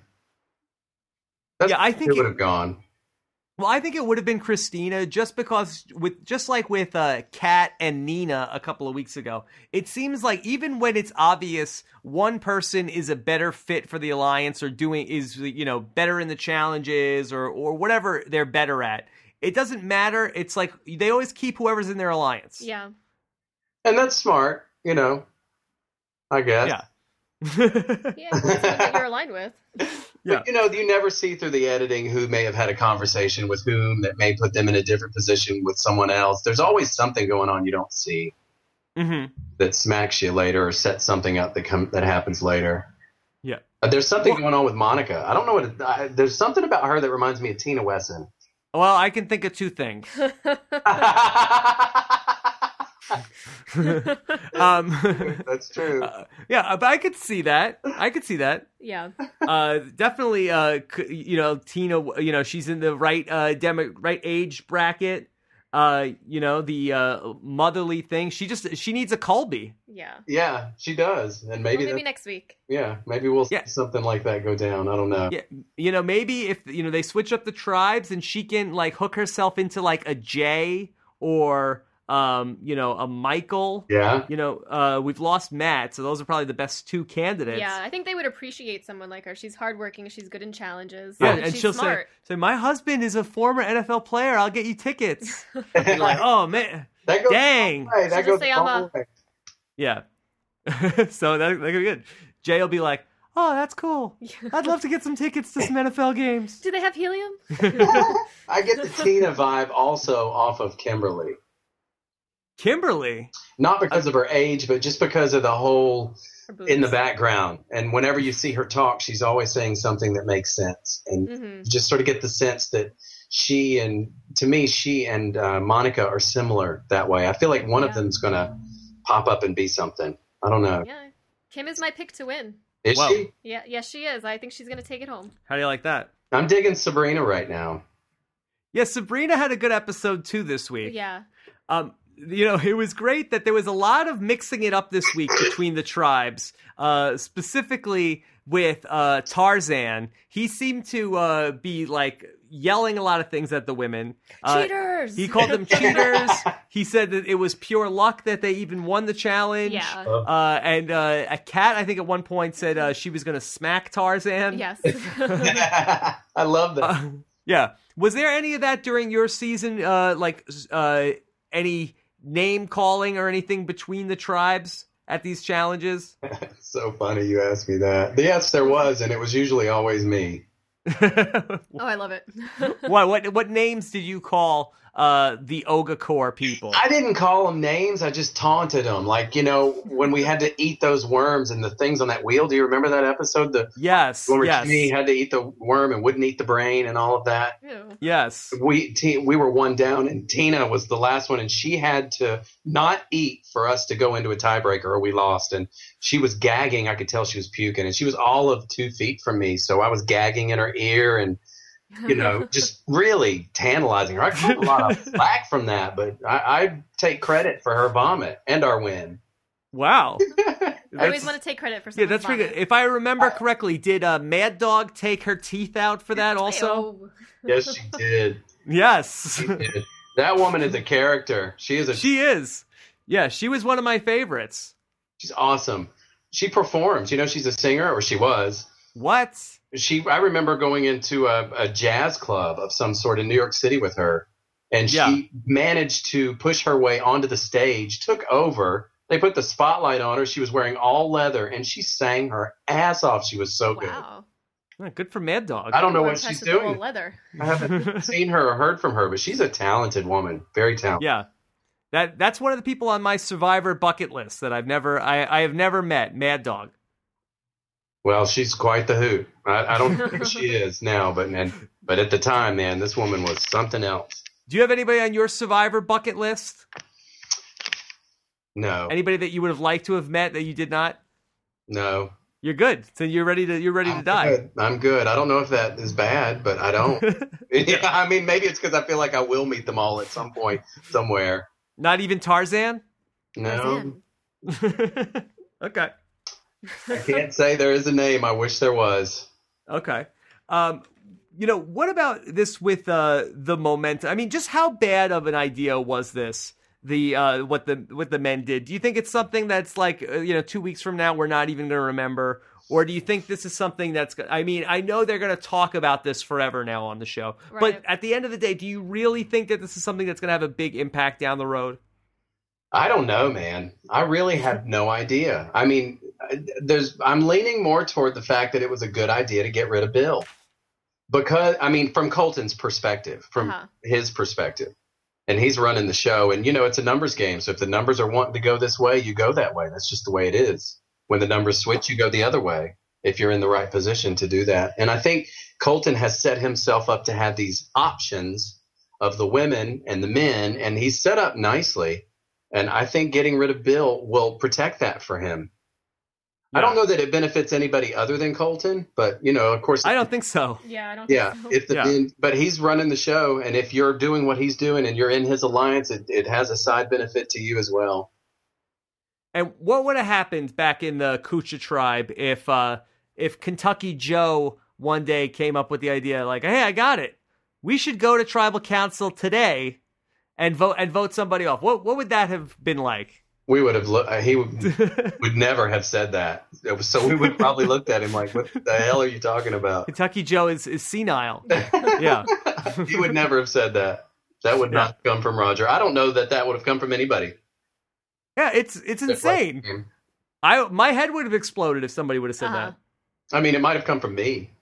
Speaker 1: Yeah, I think
Speaker 4: it would
Speaker 1: it-
Speaker 4: have gone.
Speaker 1: Well, I think it would have been Christina just because with just like with uh Kat and Nina a couple of weeks ago. It seems like even when it's obvious one person is a better fit for the alliance or doing is you know better in the challenges or or whatever they're better at. It doesn't matter. It's like they always keep whoever's in their alliance.
Speaker 2: Yeah.
Speaker 4: And that's smart, you know. I guess.
Speaker 1: Yeah.
Speaker 2: Yeah. That's what that you're aligned with.
Speaker 1: Yeah.
Speaker 4: But you know, you never see through the editing who may have had a conversation with whom that may put them in a different position with someone else. There's always something going on you don't see
Speaker 1: Mhm.
Speaker 4: that smacks you later or sets something up that come that happens later.
Speaker 1: Yeah.
Speaker 4: Uh, there's something
Speaker 1: Well-
Speaker 4: going on with Monica. I don't know what. It, I, there's something about her that reminds me of Tina Wesson.
Speaker 1: Well, I can think of two things. um
Speaker 4: That's true.
Speaker 1: Uh, yeah, but I could see that. I could see that.
Speaker 2: yeah.
Speaker 1: Uh, definitely, uh, c- you know, Tina. You know, she's in the right uh, demo, right age bracket. Uh, you know, the uh, motherly thing. She just she needs a Colby.
Speaker 2: Yeah.
Speaker 4: yeah, she does, and
Speaker 2: Maybe,
Speaker 4: maybe,
Speaker 2: well, maybe
Speaker 4: that,
Speaker 2: next week.
Speaker 4: yeah, maybe we'll
Speaker 1: Yeah.
Speaker 4: see something like that go down. I don't know.
Speaker 1: Yeah, you know, maybe if you know they switch up the tribes and she can like hook herself into like a Jay or um, you know, a Michael.
Speaker 4: Yeah.
Speaker 1: You know, uh, we've lost Matt, so those are probably the best two candidates.
Speaker 2: Yeah. I think they would appreciate someone like her. She's hardworking. She's good in challenges.
Speaker 1: Yeah,
Speaker 2: and
Speaker 1: and
Speaker 2: she's
Speaker 1: she'll
Speaker 2: smart.
Speaker 1: say, "Say my husband is a former NFL player. I'll get you tickets." And like, oh man,
Speaker 4: that goes.
Speaker 1: dang,
Speaker 4: Hey,
Speaker 2: She'll
Speaker 4: that
Speaker 2: just
Speaker 4: goes
Speaker 2: say
Speaker 4: all
Speaker 2: I'm a-
Speaker 4: the way.
Speaker 1: yeah. so that that could be good. Jay will be like, "Oh, that's cool. I'd love to get some tickets to some NFL games."
Speaker 2: Oh, Do they have helium?
Speaker 4: I get the Tina vibe also off of Kimberly.
Speaker 1: Kimberly,
Speaker 4: Not because of her age, but just because of the whole
Speaker 2: Or
Speaker 4: in the
Speaker 2: boobs?
Speaker 4: background. And whenever you see her talk, she's always saying something that makes sense. And
Speaker 2: Mhm.
Speaker 4: you just sort of get the sense that she and to me, she and uh, Monica are similar that way. I feel like one of
Speaker 2: Yeah.
Speaker 4: them's going to pop up and be something. I don't know.
Speaker 2: Yeah. Kim is my pick to win.
Speaker 4: Is
Speaker 1: Wow.
Speaker 4: she?
Speaker 2: Yeah. Yes, she is. I think she's going to take it home.
Speaker 1: how do you like that?
Speaker 4: I'm digging Sabrina right now.
Speaker 1: Yeah, Sabrina had a good episode too this week.
Speaker 2: Yeah.
Speaker 1: Um, you know, it was great that there was a lot of mixing it up this week between the tribes, uh, specifically with uh, Tarzan. He seemed to uh, be like yelling a lot of things at the women. Uh,
Speaker 2: Cheaters.
Speaker 1: he called them cheaters. He said that it was pure luck that they even won the challenge.
Speaker 2: Yeah.
Speaker 1: Uh, and uh, a cat, I think, at one point said uh, she was going to smack Tarzan.
Speaker 2: Yes.
Speaker 4: I love that.
Speaker 1: Uh, yeah. Was there any of that during your season? Uh, like uh, any name calling or anything between the tribes at these challenges?
Speaker 4: so funny you asked me that. Yes, there was, and it was usually always me.
Speaker 1: what
Speaker 2: oh, I love it.
Speaker 1: what what names did you call uh, the Oga Corps people.
Speaker 4: I didn't call them names. I just taunted them. Like you know, when we had to eat those worms and the things on that wheel. Do you remember that episode? The
Speaker 1: yes,
Speaker 4: when
Speaker 1: yes,
Speaker 4: Jimmy had to eat the worm and wouldn't eat the brain and all of that.
Speaker 2: Ew.
Speaker 1: yes.
Speaker 4: We t- we were one down, and Tina was the last one, and she had to not eat for us to go into a tiebreaker, or we lost. And she was gagging; I could tell she was puking, and she was all of two feet from me, so I was gagging in her ear, and you know, just really tantalizing her. I got a lot of flack from that, but I, I take credit for her vomit and our win.
Speaker 1: Wow.
Speaker 2: I always
Speaker 1: That's-
Speaker 2: want to take credit for
Speaker 1: yeah,
Speaker 2: something.
Speaker 1: that's pretty good. If I remember correctly, did uh, Mad Dog take her teeth out for that also?
Speaker 4: Yes, she did.
Speaker 1: Yes.
Speaker 4: She did. That woman is a character. She is a
Speaker 1: she is. Yeah, she was one of my favorites.
Speaker 4: she's awesome. She performs. You know, she's a singer, or she was.
Speaker 1: What?
Speaker 4: She. I remember going into a, a jazz club of some sort in New York City with her, and she
Speaker 1: Yeah.
Speaker 4: managed to push her way onto the stage, took over. They put the spotlight on her. She was wearing all leather, and she sang her ass off. She was so good.
Speaker 2: Wow.
Speaker 1: Oh, Good for Mad Dog.
Speaker 4: I don't know
Speaker 2: More
Speaker 4: what
Speaker 2: impressed
Speaker 4: she's
Speaker 2: with the whole
Speaker 4: doing.
Speaker 2: Leather.
Speaker 4: I haven't seen her or heard from her, but she's a talented woman, very talented.
Speaker 1: yeah. That that's one of the people on my survivor bucket list that I've never I, I have never met, Mad Dog.
Speaker 4: Well, she's quite the hoot. I, I don't think she is now, but man, but at the time, man, this woman was something else.
Speaker 1: Do you have anybody on your survivor bucket list?
Speaker 4: No,
Speaker 1: Anybody that you would have liked to have met that you did not?
Speaker 4: no.
Speaker 1: You're good. So you're ready to you're ready to
Speaker 4: I'm
Speaker 1: die.
Speaker 4: good. I'm good. I don't know if that is bad, but I don't. yeah, I mean, maybe it's because I feel like I will meet them all at some point somewhere.
Speaker 1: Not even Tarzan?
Speaker 4: No,
Speaker 1: okay.
Speaker 4: I can't say there is a name. I wish there was.
Speaker 1: Okay. Um, you know, what about this with uh, the momentum? I mean, just how bad of an idea was this? The uh, what the what the men did. Do you think it's something that's like uh, you know two weeks from now we're not even going to remember, or do you think this is something that's? go- I mean, I know they're going to talk about this forever now on the show,
Speaker 2: Right.
Speaker 1: but at the end of the day, do you really think that this is something that's going to have a big impact down the road?
Speaker 4: I don't know, man. I really have no idea. I mean, I- there's I'm leaning more toward the fact that it was a good idea to get rid of Bill. Because I mean, from Colton's perspective, from
Speaker 2: Uh-huh.
Speaker 4: his perspective. And he's running the show and you know, it's a numbers game. So if the numbers are wanting to go this way, you go that way. That's just the way it is. When the numbers switch, you go the other way if you're in the right position to do that. And I think Colton has set himself up to have these options of the women and the men and he's set up nicely. And I think getting rid of Bill will protect that for him. I don't know that it benefits anybody other than Colton, but you know, of course,
Speaker 1: I don't think so.
Speaker 2: Yeah, I don't
Speaker 4: yeah,
Speaker 2: think so.
Speaker 4: if the
Speaker 1: Yeah.
Speaker 4: men- but he's running the show, and if you're doing what he's doing and you're in his alliance, it, it has a side benefit to you as well.
Speaker 1: And what would have happened back in the Kucha tribe if uh, if Kentucky Joe one day came up with the idea like, "Hey, I got it. We should go to tribal council today and vote and vote somebody off." What what would that have been like?
Speaker 4: We would have looked. He would, would never have said that. It was- So we would have probably looked at him like, "What the hell are you talking about?"
Speaker 1: Kentucky Joe is is senile. yeah.
Speaker 4: he would never have said that. That would not come from Roger. I don't know that that would have come from anybody.
Speaker 1: Yeah, it's it's insane. I my head would have exploded if somebody would have said
Speaker 2: Uh-huh.
Speaker 1: that.
Speaker 4: I mean, it might have come from me.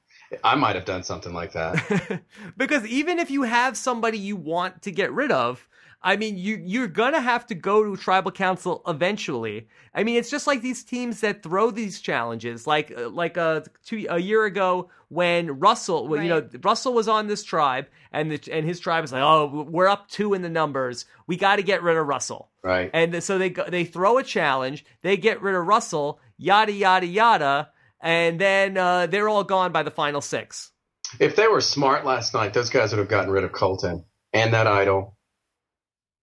Speaker 4: I might have done something like that.
Speaker 1: because even if you have somebody you want to get rid of, I mean, you you're gonna have to go to tribal council eventually. I mean, it's just like these teams that throw these challenges, like uh, like uh, two, a year ago when Russell, well, you know, Russell was on this tribe, and the, and his tribe was like, oh, we're up two in the numbers, we got to get rid of Russell.
Speaker 4: Right.
Speaker 1: And so they go, they throw a challenge, they get rid of Russell, yada yada yada, and then uh, they're all gone by the final six.
Speaker 4: If they were smart last night, those guys would have gotten rid of Colton and that idol.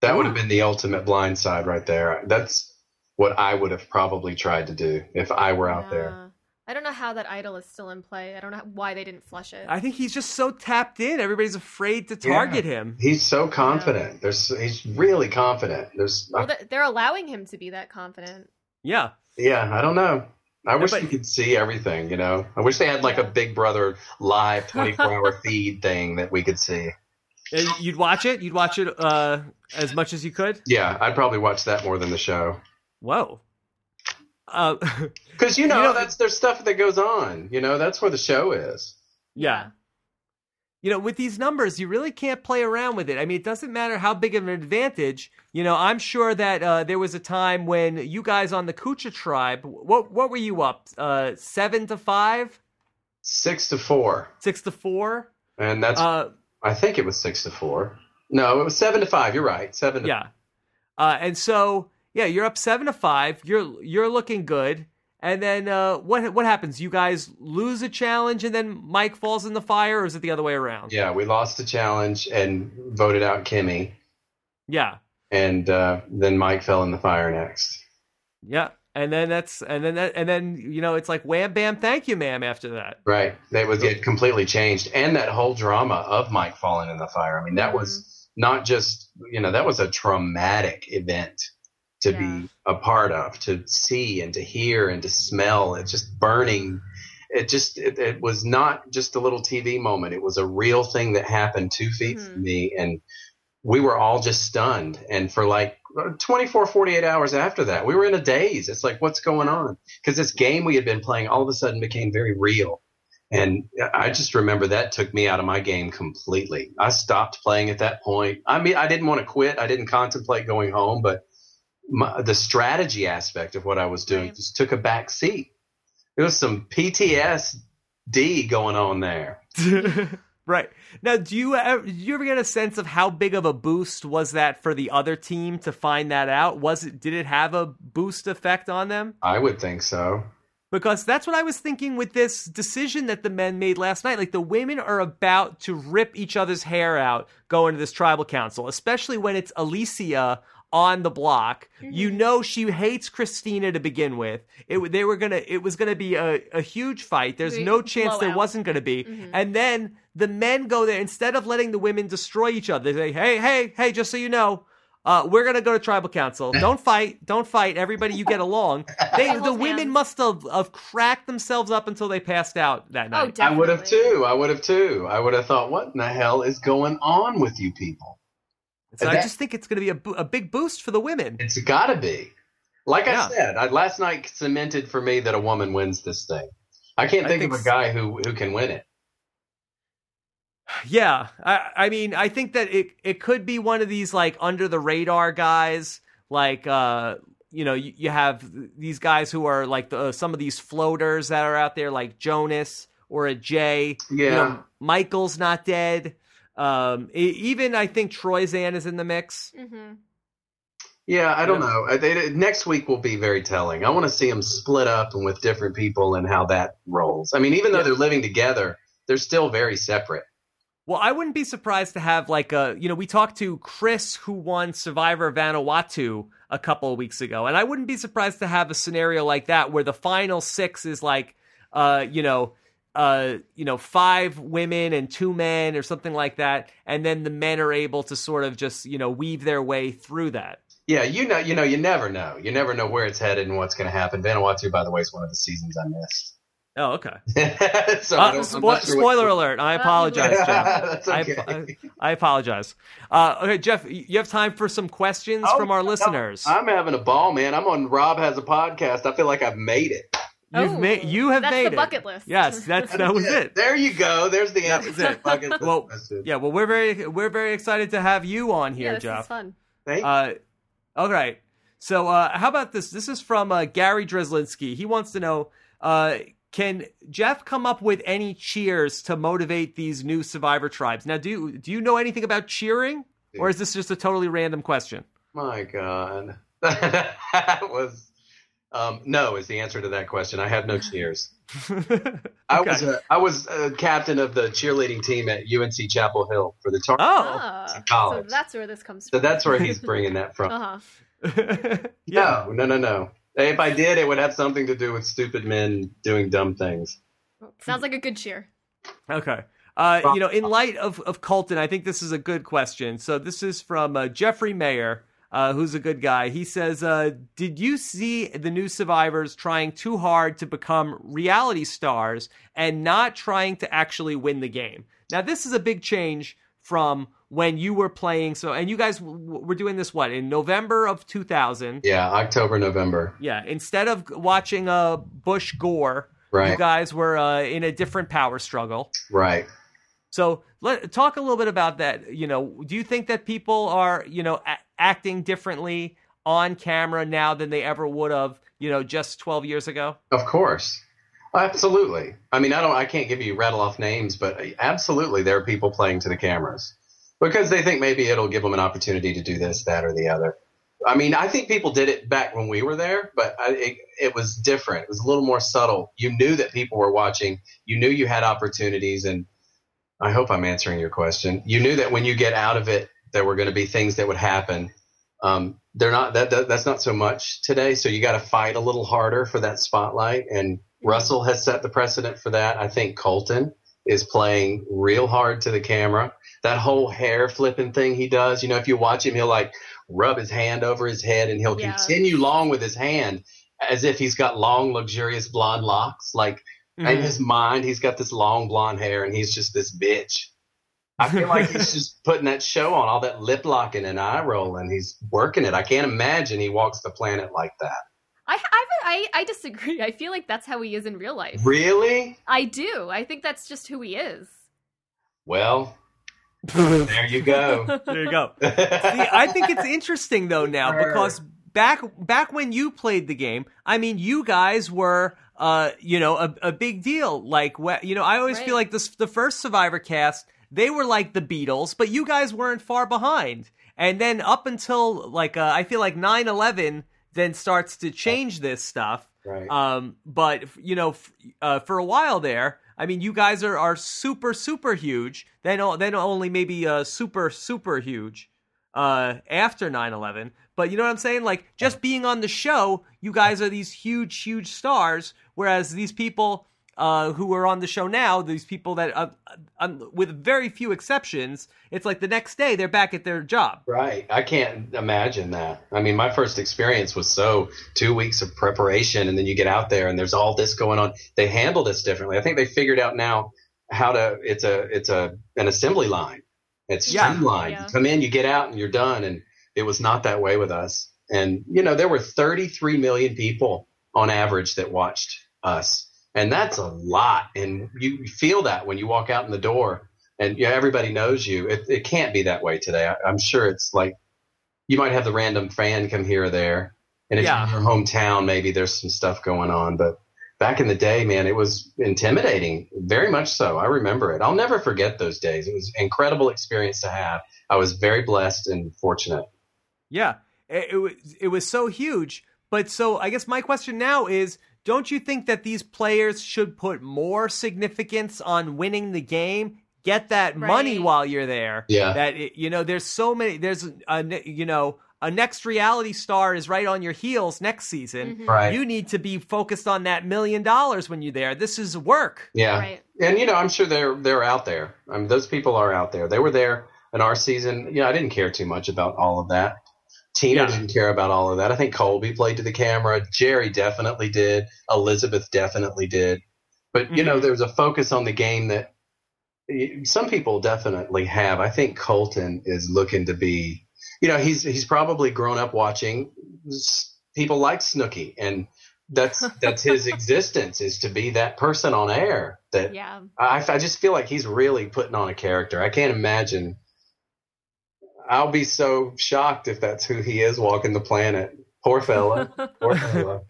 Speaker 4: That would have been the ultimate blind side right there. That's what I would have probably tried to do if I were out there.
Speaker 2: Yeah. I don't know how that idol is still in play. I don't know why they didn't flush it.
Speaker 1: I think he's just so tapped in. Everybody's afraid to target him.
Speaker 4: He's so confident. There's he's really confident. There's
Speaker 2: well, they- they're allowing him to be that confident.
Speaker 1: Yeah.
Speaker 4: yeah, I don't know. I wish
Speaker 1: but-
Speaker 4: you could see everything, you know. I wish they had like a Big Brother live 24-hour feed thing that we could see.
Speaker 1: And You'd watch it. You'd watch it uh, as much as you could.
Speaker 4: Yeah, I'd probably watch that more than the show.
Speaker 1: Whoa. Uh,
Speaker 4: Cuz you know,
Speaker 1: know-
Speaker 4: that's there's stuff that goes on, you know. That's where the show is.
Speaker 1: yeah. you know, with these numbers, you really can't play around with it. I mean, it doesn't matter how big of an advantage. You know, I'm sure that uh, there was a time when you guys on the Kucha tribe, what what were you up? Uh, seven to five,
Speaker 4: Six to four,
Speaker 1: six to four.
Speaker 4: and that's
Speaker 1: Uh,
Speaker 4: I think it was six to four. No, it was seven to five. You're right, seven. To,
Speaker 1: yeah, uh, and so yeah, you're up seven to five. You're you're looking good. And then uh, what what happens? You guys lose a challenge, and then Mike falls in the fire, or is it the other way around?
Speaker 4: yeah. We lost the challenge and voted out Kimmy,
Speaker 1: yeah.
Speaker 4: and uh, then Mike fell in the fire next.
Speaker 1: Yeah. And then that's and then that and then you know it's like wham bam thank you ma'am after that.
Speaker 4: Right. That was it completely changed. And that whole drama of Mike falling in the fire. I mean, that was not just, you know, that was a traumatic event to
Speaker 2: Yeah.
Speaker 4: be a part of, to see and to hear and to smell. It's just burning. It just, it, it was not just a little TV moment. It was a real thing that happened two feet
Speaker 2: Mhm.
Speaker 4: from me. And we were all just stunned. And for like 24, 48 hours after that, we were in a daze. It's like, what's going on? Because this game we had been playing all of a sudden became very real. And I just remember that took me out of my game completely. I stopped playing at that point. I mean, I didn't want to quit. I didn't contemplate going home, but my, the strategy aspect of what I was doing
Speaker 2: Right.
Speaker 4: just took a back seat. There was some PTSD going on there.
Speaker 1: right. Now do you ever, did you ever get a sense of how big of a boost was that for the other team to find that out? Was it did it have a boost effect on them?
Speaker 4: I would think so.
Speaker 1: Because that's what I was thinking with this decision that the men made last night. Like the women are about to rip each other's hair out going to this tribal council, especially when it's Alicia on the block. You know she hates Christina to begin with. It they were gonna it was gonna be a, a huge fight. There's
Speaker 2: Big
Speaker 1: no chance there
Speaker 2: blowout.
Speaker 1: wasn't gonna be.
Speaker 2: Mm-hmm.
Speaker 1: Mm-hmm. And then the men go there instead of letting the women destroy each other. They say, hey, hey, hey, just so you know. Uh, we're gonna go to tribal council. Don't fight. Don't fight. Everybody, you get along. They,
Speaker 2: Hold
Speaker 1: the women
Speaker 2: hands.
Speaker 1: must have, have cracked themselves up until they passed out that
Speaker 2: Oh,
Speaker 1: night.
Speaker 2: definitely.
Speaker 4: I would have too. I would have too. I would have thought, what in the hell is going on with you people?
Speaker 1: so I
Speaker 4: that-
Speaker 1: just think it's going to be a, bo- a big boost for the women.
Speaker 4: It's got to be. Like
Speaker 1: Yeah.
Speaker 4: I said, I, last night cemented for me that a woman wins this thing. I can't
Speaker 1: I
Speaker 4: think,
Speaker 1: think
Speaker 4: of
Speaker 1: so.
Speaker 4: a guy who, who can win it.
Speaker 1: Yeah, I, I mean, I think that it it could be one of these like under the radar guys, like uh, you know, you, you have these guys who are like the, uh, some of these floaters that are out there, like Jonas or a Jay.
Speaker 4: Yeah.
Speaker 1: You know, Michael's not dead. Um, e- even I think Troyzan is in the mix.
Speaker 2: Mm-hmm.
Speaker 4: Yeah, I don't
Speaker 1: Yeah.
Speaker 4: know. I, they, next week will be very telling. I want to see them split up and with different people and how that rolls. I mean, even though
Speaker 1: Yeah.
Speaker 4: they're living together, they're still very separate.
Speaker 1: Well, I wouldn't be surprised to have like a you know we talked to Chris who won Survivor Vanuatu a couple of weeks ago, and I wouldn't be surprised to have a scenario like that where the final six is like uh you know uh you know five women and two men or something like that, and then the men are able to sort of just you know weave their way through that.
Speaker 4: Yeah, you know, you know, you never know. You never know where it's headed and what's going to happen. Vanuatu, by the way, is one of the seasons I missed.
Speaker 1: Oh, okay.
Speaker 4: so
Speaker 1: Uh,
Speaker 4: I don't-
Speaker 1: spo-
Speaker 4: I'm not sure what-
Speaker 1: spoiler alert! I
Speaker 2: Well,
Speaker 1: apologize, Jeff.
Speaker 4: That's
Speaker 1: I-
Speaker 4: okay.
Speaker 1: I- I apologize. Uh, okay, Jeff, you have time for some questions
Speaker 4: Oh,
Speaker 1: from our
Speaker 4: no,
Speaker 1: listeners.
Speaker 4: I'm having a ball, man. I'm on Rob has a podcast. I feel like I've made it.
Speaker 1: You've made you have
Speaker 2: Oh. that's
Speaker 1: made
Speaker 2: the
Speaker 1: it.
Speaker 2: bucket list.
Speaker 1: Yes, that's that was it.
Speaker 4: There you go. There's the
Speaker 1: That
Speaker 4: answer.
Speaker 1: was it.
Speaker 4: Fucking-
Speaker 1: Well,
Speaker 4: that's it.
Speaker 1: Yeah, well, we're very we're very excited to have you on
Speaker 2: yeah,
Speaker 1: here,
Speaker 2: this is
Speaker 1: Jeff.
Speaker 2: fun.
Speaker 4: Thank
Speaker 1: Uh, all right. So, uh, how about this? This is from uh, Gary Drislinski. He wants to know: uh, Can Jeff come up with any cheers to motivate these new Survivor tribes? Now, do you, do you know anything about cheering, or is this just a totally random question?
Speaker 4: My God. that was um, no is the answer to that question. I have no cheers. I
Speaker 1: Okay.
Speaker 4: was a, I was a captain of the cheerleading team at UNC Chapel Hill for the
Speaker 1: oh,
Speaker 4: Tar.
Speaker 2: Ah, so
Speaker 4: college.
Speaker 2: that's where this comes
Speaker 4: So
Speaker 2: from.
Speaker 4: that's where he's bringing that from.
Speaker 2: Uh huh.
Speaker 1: yeah.
Speaker 4: No, no, no, no. If I did, it would have something to do with stupid men doing dumb things.
Speaker 2: Sounds like a good cheer.
Speaker 1: Okay. Uh, you know, in light of, of Colton, I think this is a good question. So this is from uh, Jeffrey Mayer, uh, who's a good guy. He says, uh, "Did you see the new survivors trying too hard to become reality stars and not trying to actually win the game?" Now, this is a big change from when you were playing. So, and you guys w- w- were doing this what in November of two thousand?
Speaker 4: Yeah, October, November.
Speaker 1: Yeah. Instead of watching uh, Bush Gore,
Speaker 4: Right,
Speaker 1: you guys were uh, in a different power struggle.
Speaker 4: right.
Speaker 1: So let talk a little bit about that. You know, do you think that people are you know a- acting differently on camera now than they ever would have you know just 12 years ago?
Speaker 4: Of course. Absolutely. I mean, I don't I can't give you rattle off names, but uh, absolutely there are people playing to the cameras because they think maybe it'll give them an opportunity to do this, that or the other. I mean, I think people did it back when we were there, but I, it, it was different. It was a little more subtle. You knew that people were watching. You knew you had opportunities and I hope I'm answering your question. You knew that when you get out of it there were going to be things that would happen um, they're not that, that that's not so much today so you got to fight a little harder for that spotlight and russell has set the precedent for that i think colton is playing real hard to the camera that whole hair flipping thing he does you know if you watch him he'll like rub his hand over his head and he'll
Speaker 2: Yeah.
Speaker 4: continue long with his hand as if he's got long luxurious blonde locks like
Speaker 1: Mm-hmm.
Speaker 4: in his mind he's got this long blonde hair and he's just this bitch I feel like he's just putting that show on, all that lip locking and eye roll, and he's working it. I can't imagine he walks the planet like that.
Speaker 2: I, I I I disagree. I feel like that's how he is in real life.
Speaker 4: Really?
Speaker 2: I do. I think that's just who he is.
Speaker 4: Well,
Speaker 1: there
Speaker 4: there you go.
Speaker 1: you go. See, I think it's interesting though now
Speaker 4: Sure.
Speaker 1: because back back when you played the game, I mean, you guys were uh, you know, a, a big deal. Like, wh- you know, I always feel
Speaker 2: Right.
Speaker 1: like this the first Survivor cast, they were like the Beatles, but you guys weren't far behind. And then up until like uh, I feel like 9/11 then starts to change this stuff.
Speaker 4: right.
Speaker 1: Um, but f- you know, f- uh, for a while there, I mean, you guys are, are super super huge. Then o- then only maybe uh, super super huge uh, after 9-11. But you know what I'm saying? Like just being on the show, you guys are these huge huge stars. Whereas these people uh, who are on the show now, these people that uh, um, with very few exceptions, it's like the next day they're back at their job.
Speaker 4: Right. I can't imagine that. I mean, my first experience was so two weeks of preparation, and then you get out there, and there's all this going on. They handled us differently. I think they figured out now how to. It's a it's a an assembly line. It's
Speaker 1: Yeah.
Speaker 4: streamlined.
Speaker 2: Yeah.
Speaker 4: You come in, you get out, and you're done. And it was not that way with us. And you know, there were 33 million people on average that watched us, and that's a lot. And you feel that when you walk out in the door and yeah, everybody knows you. It, it can't be that way today. I, I'm sure it's like you might have the random fan come here or there, and if
Speaker 1: Yeah.
Speaker 4: you're in your hometown, maybe there's some stuff going on. But back in the day, man, it was intimidating, very much so. I remember it. I'll never forget those days. It was an incredible experience to have. I was very blessed and fortunate.
Speaker 1: Yeah, it, it was it was so huge. But so I guess my question now is, don't you think that these players should put more significance on winning the game? Get that money
Speaker 2: Right.
Speaker 1: while you're there.
Speaker 4: Yeah.
Speaker 1: That it, you know, there's so many. There's a ne- you know a next reality star is right on your heels next season.
Speaker 2: Mhm.
Speaker 4: Right.
Speaker 1: You need to be focused on that million dollars when you're there. This is work.
Speaker 4: yeah.
Speaker 2: Right.
Speaker 4: and you know i'm sure they're they're out there i mean those people are out there they were there in our season you know i didn't care too much about all of that tina
Speaker 1: Yeah.
Speaker 4: didn't care about all of that i think colby played to the camera jerry definitely did elizabeth definitely did but you know
Speaker 1: Mhm.
Speaker 4: there was a focus on the game that y- some people definitely have i think colton is looking to be you know he's he's probably grown up watching s- people like snooky and that's that's his existence is to be that person on air that
Speaker 2: Yeah.
Speaker 4: I, I just feel like he's really putting on a character. I can't imagine. I'll be so shocked if that's who he is walking the planet. Poor fella. Poor
Speaker 1: Oh
Speaker 4: fella.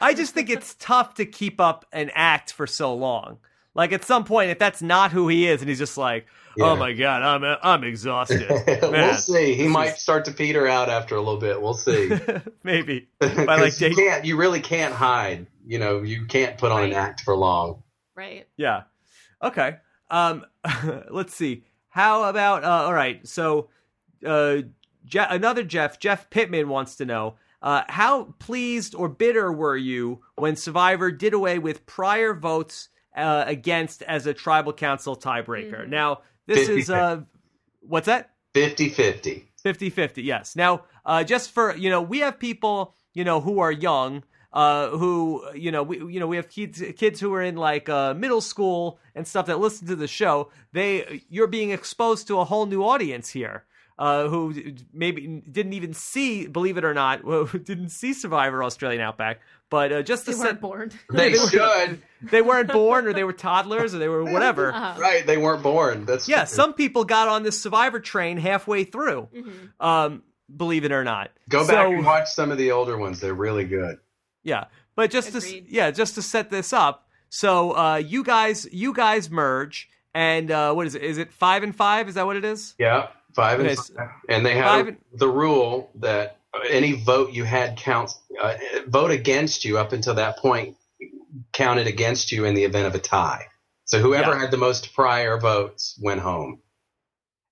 Speaker 1: I just think it's tough to keep up an act for so long. Like at some point, if that's not who he is, and he's just like,
Speaker 4: Yeah.
Speaker 1: "Oh my god, I'm I'm exhausted."
Speaker 4: we'll
Speaker 1: Man,
Speaker 4: see. He
Speaker 1: this
Speaker 4: might
Speaker 1: is-
Speaker 4: start to peter out after a little bit. We'll see.
Speaker 1: Maybe.
Speaker 4: 'Cause
Speaker 1: day-
Speaker 4: you can't. You really can't hide. You know, you can't put on an
Speaker 2: Right.
Speaker 4: act for long.
Speaker 2: Right.
Speaker 1: Yeah. Okay. Um, let's see. How about? Uh, all right. So, uh, Je- another Jeff, Jeff Pittman wants to know. Uh, how pleased or bitter were you when Survivor did away with prior votes uh, against as a tribal council tiebreaker?
Speaker 2: Mhm.
Speaker 1: Now, this is uh, what's that?
Speaker 4: 50-50.
Speaker 1: 50 50 yes now uh, just for you know we have people you know who are young uh, who you know we you know we have kids kids who are in like uh, middle school and stuff that listen to the show they you're being exposed to a whole new audience here uh, who maybe didn't even see, believe it or not, who didn't see Survivor Australian Outback, but uh, just to
Speaker 2: They
Speaker 1: set,
Speaker 2: weren't born.
Speaker 4: They
Speaker 1: They were-
Speaker 4: should.
Speaker 1: they weren't born or they were toddlers or they were whatever.
Speaker 2: Uh-huh.
Speaker 4: Right. They weren't born. That's
Speaker 1: Yeah, some people got on this Survivor train halfway through,
Speaker 2: Mhm.
Speaker 1: um, believe it or not.
Speaker 4: Go back
Speaker 1: So-
Speaker 4: and watch some of the older ones. They're really good.
Speaker 1: Yeah, but just to to
Speaker 2: Agreed.
Speaker 1: yeah, just to set this up. So uh, you guys, you guys merge, and uh, what is it? Is it five and five? Is that what it is?
Speaker 4: Yeah. Five and
Speaker 1: Okay,
Speaker 4: five.
Speaker 1: so-
Speaker 4: and they have
Speaker 1: five and-
Speaker 4: the rule that any vote you had counts. Uh, vote against you up until that point counted against you in the event of a tie. So whoever
Speaker 1: Yeah.
Speaker 4: had the most prior votes went home.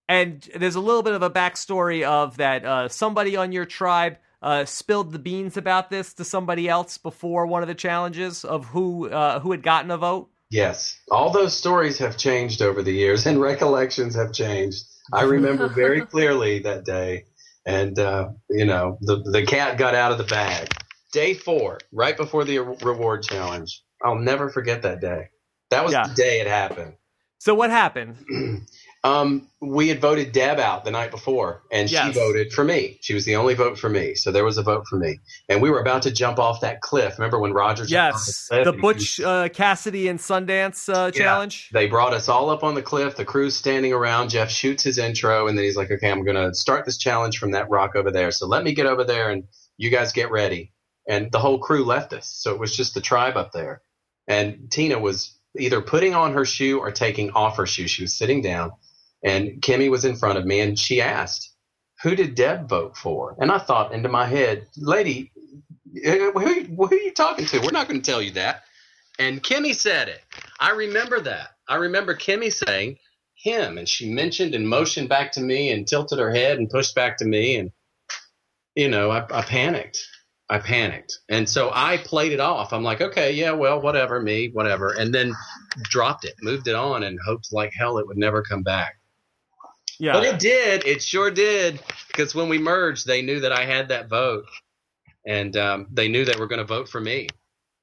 Speaker 1: And there's a little bit of a backstory of that. Uh, somebody on your tribe uh, spilled the beans about this to somebody else before one of the challenges of who uh, who had gotten a vote.
Speaker 4: Yes. All those stories have changed over the years and recollections have changed. I remember very clearly that day. And, uh, you know, the, the cat got out of the bag. Day four, right before the reward challenge. I'll never forget that day. That was
Speaker 1: Yeah.
Speaker 4: the day it happened.
Speaker 1: So what happened?
Speaker 4: Um, we had voted Deb out the night before, and
Speaker 1: Yes.
Speaker 4: she voted for me. She was the only vote for me, so there was a vote for me. And we were about to jump off that cliff. Remember when Roger? jumped off
Speaker 1: Yes,
Speaker 4: cliff
Speaker 1: the
Speaker 4: and-
Speaker 1: Butch uh, Cassidy and Sundance uh, challenge.
Speaker 4: They brought us all up on the cliff. The crew's standing around. Jeff shoots his intro, and then he's like, "Okay, I'm gonna start this challenge from that rock over there. So let me get over there, and you guys get ready." And the whole crew left us, so it was just the tribe up there. And Tina was either putting on her shoe or taking off her shoe. She was sitting down, and Kimmy was in front of me, and she asked, "Who did Deb vote for?" And I thought into my head, "Lady, eh, who, who are you talking to? We're not going to tell you that." And Kimmy said it. I remember that. I remember Kimmy saying him, and she mentioned and motioned back to me and tilted her head and pushed back to me. And, you know, I, I panicked. I panicked. And so I played it off. I'm like, okay, yeah, well, whatever, me, whatever. And then dropped it, moved it on, and hoped like hell it would never come back.
Speaker 1: Yeah,
Speaker 4: But it did. It sure did. Because when we merged, they knew that I had that vote, and um, they knew they were going to vote for me.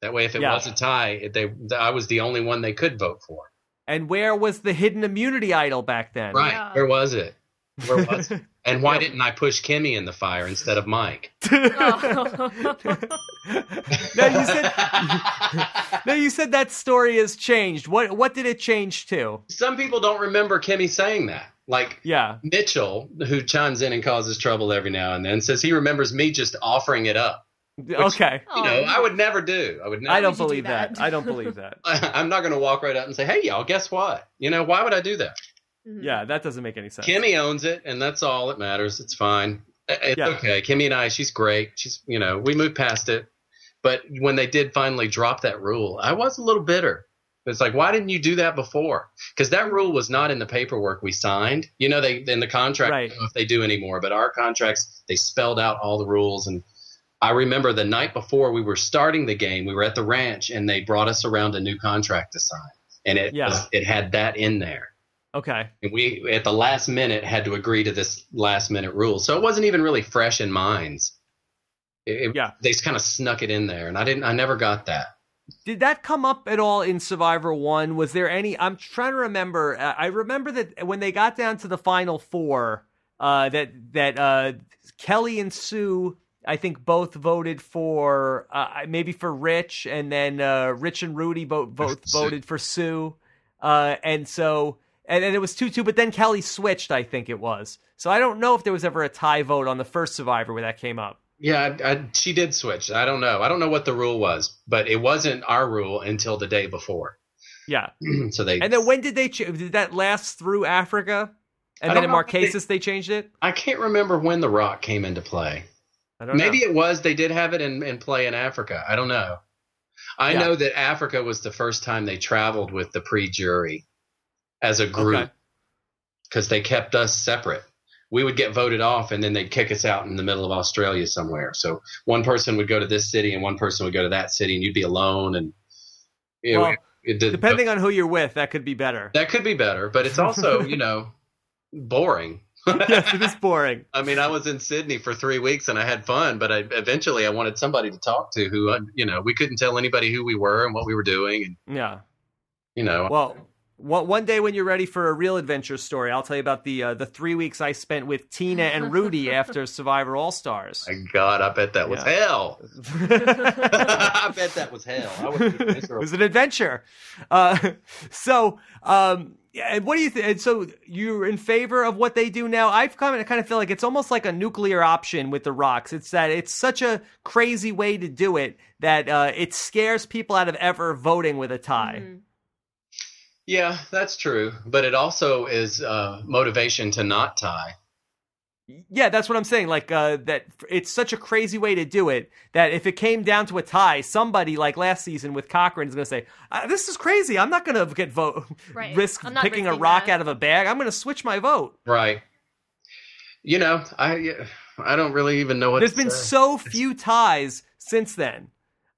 Speaker 4: That way, if it
Speaker 1: Yeah.
Speaker 4: was a tie, it, they I was the only one they could vote for.
Speaker 1: and where was the hidden immunity idol back then?
Speaker 4: Right?
Speaker 2: Yeah.
Speaker 4: Where was it? Where was it? And why didn't I push Kimmy in the fire instead of Mike?
Speaker 1: now you said now you said that story has changed. What what did it change to?
Speaker 4: Some people don't remember Kimmy saying that. Like
Speaker 1: Yeah,
Speaker 4: Mitchell, who chimes in and causes trouble every now and then, says he remembers me just offering it up.
Speaker 1: okay.
Speaker 4: You know, I would never do. I would never.
Speaker 1: I don't
Speaker 2: would you do
Speaker 1: believe that.
Speaker 2: that?
Speaker 1: I don't believe that.
Speaker 4: I'm not going to walk right up and say, "Hey, y'all, guess what?" You know, why would I do that?
Speaker 2: Mhm.
Speaker 1: Yeah, that doesn't make any sense.
Speaker 4: Kimmy owns it, and that's all that matters. It's fine. It's
Speaker 1: Yeah.
Speaker 4: okay. Kimmy and I, she's great. She's, you know, we moved past it. But when they did finally drop that rule, I was a little bitter. It's like, why didn't you do that before? Because that rule was not in the paperwork we signed. You know, they in the contract. I
Speaker 1: Right.
Speaker 4: don't know if they do anymore, but our contracts they spelled out all the rules. And I remember the night before we were starting the game, we were at the ranch, and they brought us around a new contract to sign, and it
Speaker 1: Yeah.
Speaker 4: was, it had that in there
Speaker 1: Okay.
Speaker 4: and we at the last minute had to agree to this last minute rule so it wasn't even really fresh in minds It- it-
Speaker 1: Yeah.
Speaker 4: they kind of snuck it in there and i didn't i never got that
Speaker 1: Did that come up at all in Survivor 1? Was there any I'm trying to remember. Uh, I remember that when they got down to the final 4, uh that that uh Kelly and Sue I think both voted for uh, maybe for Rich and then uh Rich and Rudy both both
Speaker 4: Sue.
Speaker 1: voted for Sue. Uh and so and, and it was 2-2 but then Kelly switched I think it was. So I don't know if there was ever a tie vote on the first Survivor where that came up.
Speaker 4: yeah I, I, she did switch i don't know i don't know what the rule was but it wasn't our rule until the day before
Speaker 1: Yeah.
Speaker 4: so they
Speaker 1: And then when did they change? Did that last through Africa? And
Speaker 4: I
Speaker 1: then
Speaker 4: don't
Speaker 1: in
Speaker 4: know if they-
Speaker 1: Marquesas they, changed it.
Speaker 4: i can't remember when the rock came into play
Speaker 1: I don't
Speaker 4: Maybe it was. They did have it in, in play in Africa. I don't know. I
Speaker 1: Yeah.
Speaker 4: know that Africa was the first time they traveled with the pre jury as a group
Speaker 1: Okay.
Speaker 4: because they kept us separate. We would get voted off and then they'd kick us out in the middle of Australia somewhere. So one person would go to this city and one person would go to that city and you'd be alone. And you know,
Speaker 1: Well,
Speaker 4: it did-
Speaker 1: depending on who you're with, that could be better.
Speaker 4: that could be better, but it's also, you know, boring.
Speaker 1: yes, it is boring.
Speaker 4: I mean, I was in Sydney for three weeks and I had fun, but I eventually I wanted somebody to talk to who, uh, you know, we couldn't tell anybody who we were and what we were doing, and
Speaker 1: Yeah.
Speaker 4: you know,
Speaker 1: Well, One one day when you're ready for a real adventure story, I'll tell you about the uh, the three weeks I spent with Tina and Rudy after Survivor All Stars.
Speaker 4: My God, I bet that was
Speaker 1: Yeah.
Speaker 4: hell. I bet that was hell. I would be
Speaker 1: it
Speaker 4: miserable.
Speaker 1: was an adventure. Uh, so, um, yeah, and what do you think? And so, you're in favor of what they do now? I've come and I kind of feel like it's almost like a nuclear option with the rocks. It's that it's such a crazy way to do it that uh, it scares people out of ever voting with a tie.
Speaker 2: Mhm.
Speaker 4: Yeah, that's true. But it also is uh, motivation to not tie.
Speaker 1: Yeah, that's what I'm saying. Like uh, that, it's such a crazy way to do it that if it came down to a tie, somebody like last season with Cochran is going to say, uh, "This is crazy. I'm not going to get vote
Speaker 2: Right.
Speaker 1: risk
Speaker 2: I'm not
Speaker 1: picking a
Speaker 2: risking
Speaker 1: rock
Speaker 2: that.
Speaker 1: out of a bag. I'm going to switch my vote."
Speaker 4: Right. You know, I I don't really even know what.
Speaker 1: There's
Speaker 4: to
Speaker 1: been
Speaker 4: say.
Speaker 1: so few ties since then.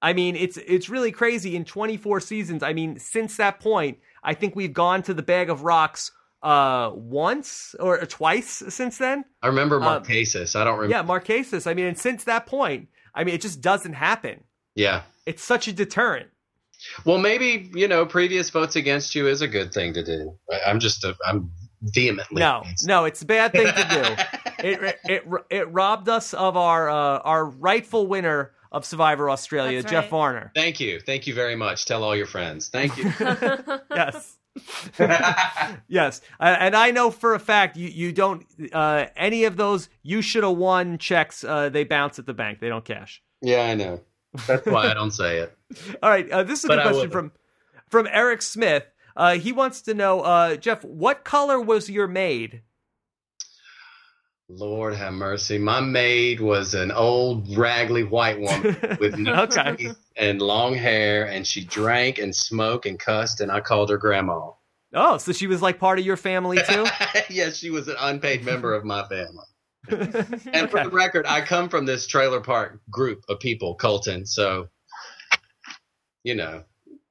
Speaker 1: I mean, it's it's really crazy. In 24 seasons, I mean, since that point, I think we've gone to the bag of rocks uh once or twice since then.
Speaker 4: I remember
Speaker 1: uh,
Speaker 4: Marquesas. I don't remember.
Speaker 1: Yeah, Marquesas. I mean, and since that point, I mean, it just doesn't happen.
Speaker 4: yeah.
Speaker 1: It's such a deterrent.
Speaker 4: Well, maybe you know, previous votes against you is a good thing to do. I- I'm just a, I'm vehemently
Speaker 1: No,
Speaker 4: against-
Speaker 1: no, it's a bad thing to do. It it it robbed us of our uh, our rightful winner of Survivor Australia,
Speaker 2: That's
Speaker 1: Jeff
Speaker 2: right.
Speaker 1: Varner.
Speaker 4: Thank you, thank you very much. Tell all your friends. Thank you.
Speaker 1: Yes. Yes, uh, and I know for a fact you you don't uh, any of those. You should have won checks. Uh, they bounce at the bank. They don't cash.
Speaker 4: yeah, I know. That's why I don't say it.
Speaker 1: All right, uh, this is a
Speaker 4: But
Speaker 1: good
Speaker 4: I
Speaker 1: question
Speaker 4: would've.
Speaker 1: from from Eric Smith. Uh, he wants to know, uh, Jeff, what color was your maid?
Speaker 4: Lord have mercy. My maid was an old raggly white woman with no
Speaker 1: Okay.
Speaker 4: teeth and long hair, and she drank and smoked and cussed, and I called her grandma.
Speaker 1: Oh, so she was like part of your family too.
Speaker 4: yes, she was an unpaid member of my family. and for
Speaker 1: Okay.
Speaker 4: the record, I come from this trailer park group of people, Colton. So, you know,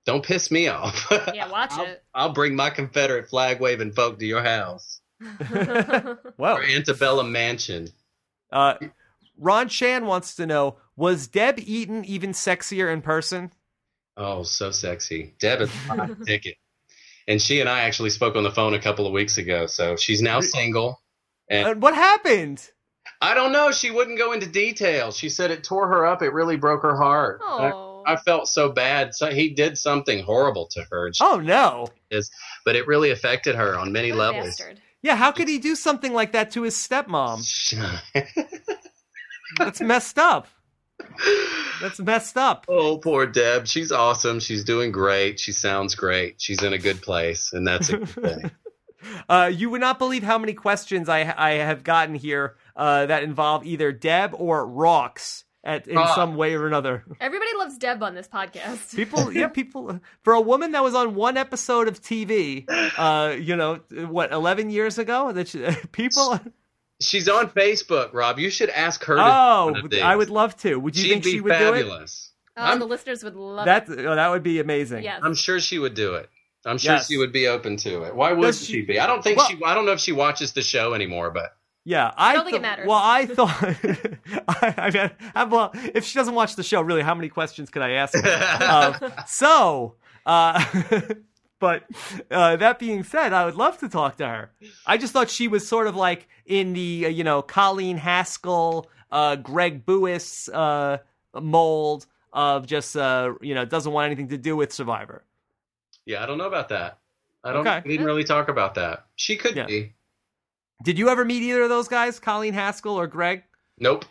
Speaker 4: don't piss me off.
Speaker 2: Yeah, watch
Speaker 4: I'll,
Speaker 2: it.
Speaker 4: I'll bring my Confederate flag waving folk to your house
Speaker 1: Well,
Speaker 4: or antebellum mansion.
Speaker 1: uh, Ron Shan wants to know, was Deb Eaton even sexier in person?
Speaker 4: Oh, so sexy. Deb is a hot ticket. And she and I actually spoke on the phone a couple of weeks ago. So she's now single.
Speaker 1: And Uh, what happened?
Speaker 4: I don't know. She wouldn't go into detail. She said it tore her up. It really broke her heart. And I
Speaker 2: oh.
Speaker 4: I felt so bad. So he did something horrible to her, and she-
Speaker 1: Oh no.
Speaker 4: but it really affected her on many
Speaker 2: What a
Speaker 4: levels.
Speaker 2: bastard.
Speaker 1: Yeah, how could he do something like that to his stepmom? Um, That's messed up. That's messed up.
Speaker 4: oh, poor Deb. She's awesome. She's doing great. She sounds great. She's in a good place, and that's a good thing.
Speaker 1: Uh, you would not believe how many questions I I have gotten here uh, that involve either Deb or Rocks at in
Speaker 4: Rox.
Speaker 1: some way or another.
Speaker 2: Everybody loves Deb on this podcast.
Speaker 1: People, yeah, people. For a woman that was on one episode of TV, uh, you know, what, eleven years ago, that she, people.
Speaker 4: She's on Facebook, Rob. You should ask her. To do
Speaker 1: Oh,
Speaker 4: one of these.
Speaker 1: I would love to. Would you
Speaker 4: She'd
Speaker 1: think
Speaker 4: be
Speaker 1: she would do it?
Speaker 4: fabulous.
Speaker 2: Oh,
Speaker 4: I'm-
Speaker 2: the listeners would love
Speaker 1: That oh, that would be amazing.
Speaker 2: it. Yes.
Speaker 4: I'm sure she would do it. I'm sure
Speaker 1: Yes.
Speaker 4: she would be open to it. Why would
Speaker 1: Does
Speaker 4: she,
Speaker 1: she-
Speaker 4: be? I don't think
Speaker 1: Well-
Speaker 4: she. I don't know if she watches the show anymore, but
Speaker 1: Yeah, I,
Speaker 2: don't think
Speaker 1: thought-
Speaker 2: it matters.
Speaker 1: Well, I thought, I, I mean, I, well, if she doesn't watch the show, really, how many questions could I ask? her? Uh, so, uh, but uh, that being said, I would love to talk to her. I just thought she was sort of like in the uh, you know Colleen Haskell, uh, Greg Buis uh, mold of just uh, you know doesn't want anything to do with Survivor.
Speaker 4: yeah, I don't know about that. I don't.
Speaker 1: Okay.
Speaker 4: We didn't really talk about that. She could
Speaker 1: Yeah.
Speaker 4: be.
Speaker 1: Did you ever meet either of those guys, Colleen Haskell or Greg?
Speaker 4: Nope.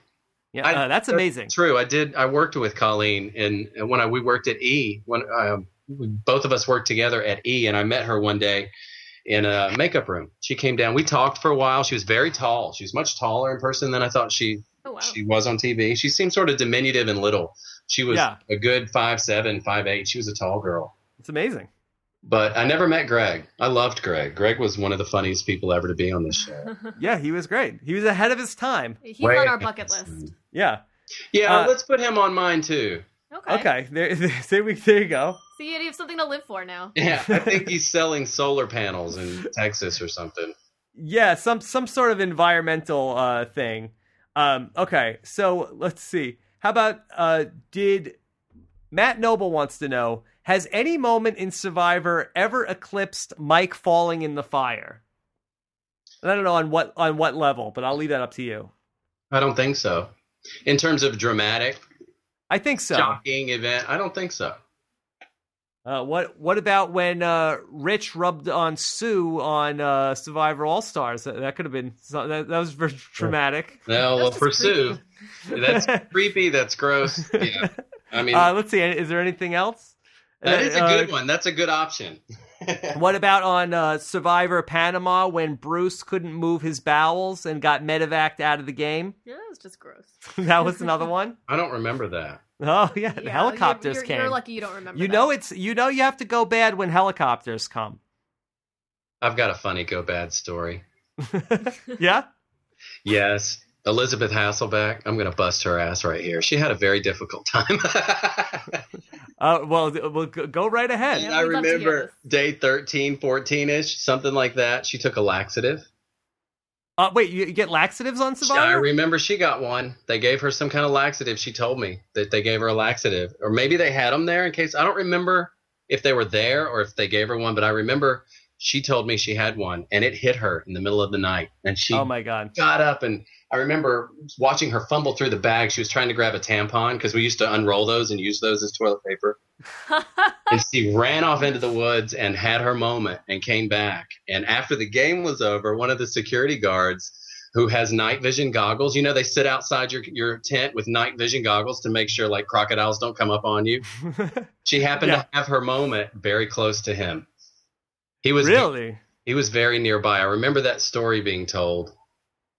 Speaker 1: Yeah,
Speaker 4: I-
Speaker 1: uh, that's amazing.
Speaker 4: True. I did. I worked with Colleen, and and when I we worked at E, when um, we, both of us worked together at E, and I met her one day in a makeup room. She came down. We talked for a while. She was very tall. She was much taller in person than I thought she
Speaker 2: oh, wow.
Speaker 4: she was on TV. She seemed sort of diminutive and little. She was
Speaker 1: Yeah.
Speaker 4: a good five seven, five eight. She was a tall girl.
Speaker 1: It's amazing.
Speaker 4: But I never met Greg. I loved Greg. Greg was one of the funniest people ever to be on this show.
Speaker 1: Yeah, he was great. He was ahead of his time.
Speaker 2: He's
Speaker 4: Way
Speaker 2: on our
Speaker 4: ahead
Speaker 2: bucket
Speaker 4: of his
Speaker 2: list.
Speaker 1: Yeah.
Speaker 4: Yeah,
Speaker 1: Uh,
Speaker 4: let's put him on mine too.
Speaker 2: Okay.
Speaker 1: Okay. There, there, there we, there you go.
Speaker 2: So you have something to live for now.
Speaker 4: Yeah, I think he's selling solar panels in Texas or something.
Speaker 1: Yeah, some some sort of environmental uh, thing. Um, okay, so let's see. How about uh, did Matt Noble wants to know? Has any moment in Survivor ever eclipsed Mike falling in the fire? And I don't know on what on what level, but I'll leave that up to you.
Speaker 4: I don't think so. In terms of dramatic,
Speaker 1: I think so.
Speaker 4: shocking event, I don't think so.
Speaker 1: Uh, what what about when uh, Rich rubbed on Sue on uh, Survivor All Stars? That, that could have been so- that, that was very traumatic.
Speaker 4: No,
Speaker 2: That's
Speaker 4: well,
Speaker 2: just
Speaker 4: pursue. That's creepy. That's gross. Yeah. I mean,
Speaker 1: Uh, let's see. Is there anything else?
Speaker 4: that is a
Speaker 1: Uh,
Speaker 4: good one. That's a good option.
Speaker 1: What about on uh, Survivor Panama when Bruce couldn't move his bowels and got medevaced out of the game?
Speaker 2: Yeah, it was just gross.
Speaker 1: that was another one.
Speaker 4: I don't remember that.
Speaker 1: Oh yeah, the
Speaker 2: Yeah,
Speaker 1: helicopters
Speaker 2: you're, you're,
Speaker 1: came.
Speaker 2: You're lucky you don't remember.
Speaker 1: you
Speaker 2: that.
Speaker 1: know it's you know you have to go bad when helicopters come.
Speaker 4: I've got a funny go bad story.
Speaker 1: yeah.
Speaker 4: Yes. Elizabeth Hasselbeck, I'm going to bust her ass right here. She had a very difficult time.
Speaker 1: Uh, well, th- well, go go right ahead.
Speaker 4: And
Speaker 2: Yeah,
Speaker 4: I
Speaker 2: we'd love to hear
Speaker 4: remember day 13, 14 ish, something like that. She took a laxative.
Speaker 1: Uh, wait, you you get laxatives on
Speaker 4: I
Speaker 1: Survivor?
Speaker 4: remember she got one. They gave her some kind of laxative. She told me that they gave her a laxative, or maybe they had them there in case. I don't remember if they were there or if they gave her one, but I remember she told me she had one, and it hit her in the middle of the night, and she
Speaker 1: oh my god.
Speaker 4: got up and. I remember watching her fumble through the bag. She was trying to grab a tampon because we used to unroll those and use those as toilet paper. and she ran off into the woods and had her moment and came back. And after the game was over, one of the security guards who has night vision goggles, you know, they sit outside your, your tent with night vision goggles to make sure like crocodiles don't come up on you. She happened
Speaker 1: Yeah.
Speaker 4: to have her moment very close to him. He was
Speaker 1: really?
Speaker 4: he was very nearby. I remember that story being told.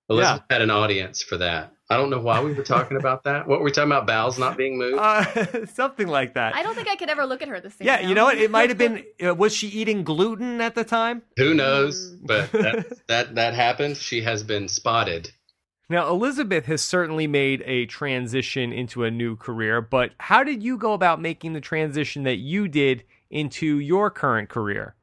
Speaker 4: Elizabeth had an audience for that. I don't know why we were talking about that. What were we talking about? Bowels not being moved.
Speaker 1: Uh, something like that.
Speaker 2: I don't think I could ever look at her the same.
Speaker 1: yeah,
Speaker 2: now.
Speaker 1: you know what? It might have been. Uh, was she eating gluten at the time?
Speaker 4: Who knows?
Speaker 2: Mm.
Speaker 4: But that, that that happened. She has been spotted.
Speaker 1: Now, Elizabeth has certainly made a transition into a new career, but how did you go about making the transition that you did into your current career?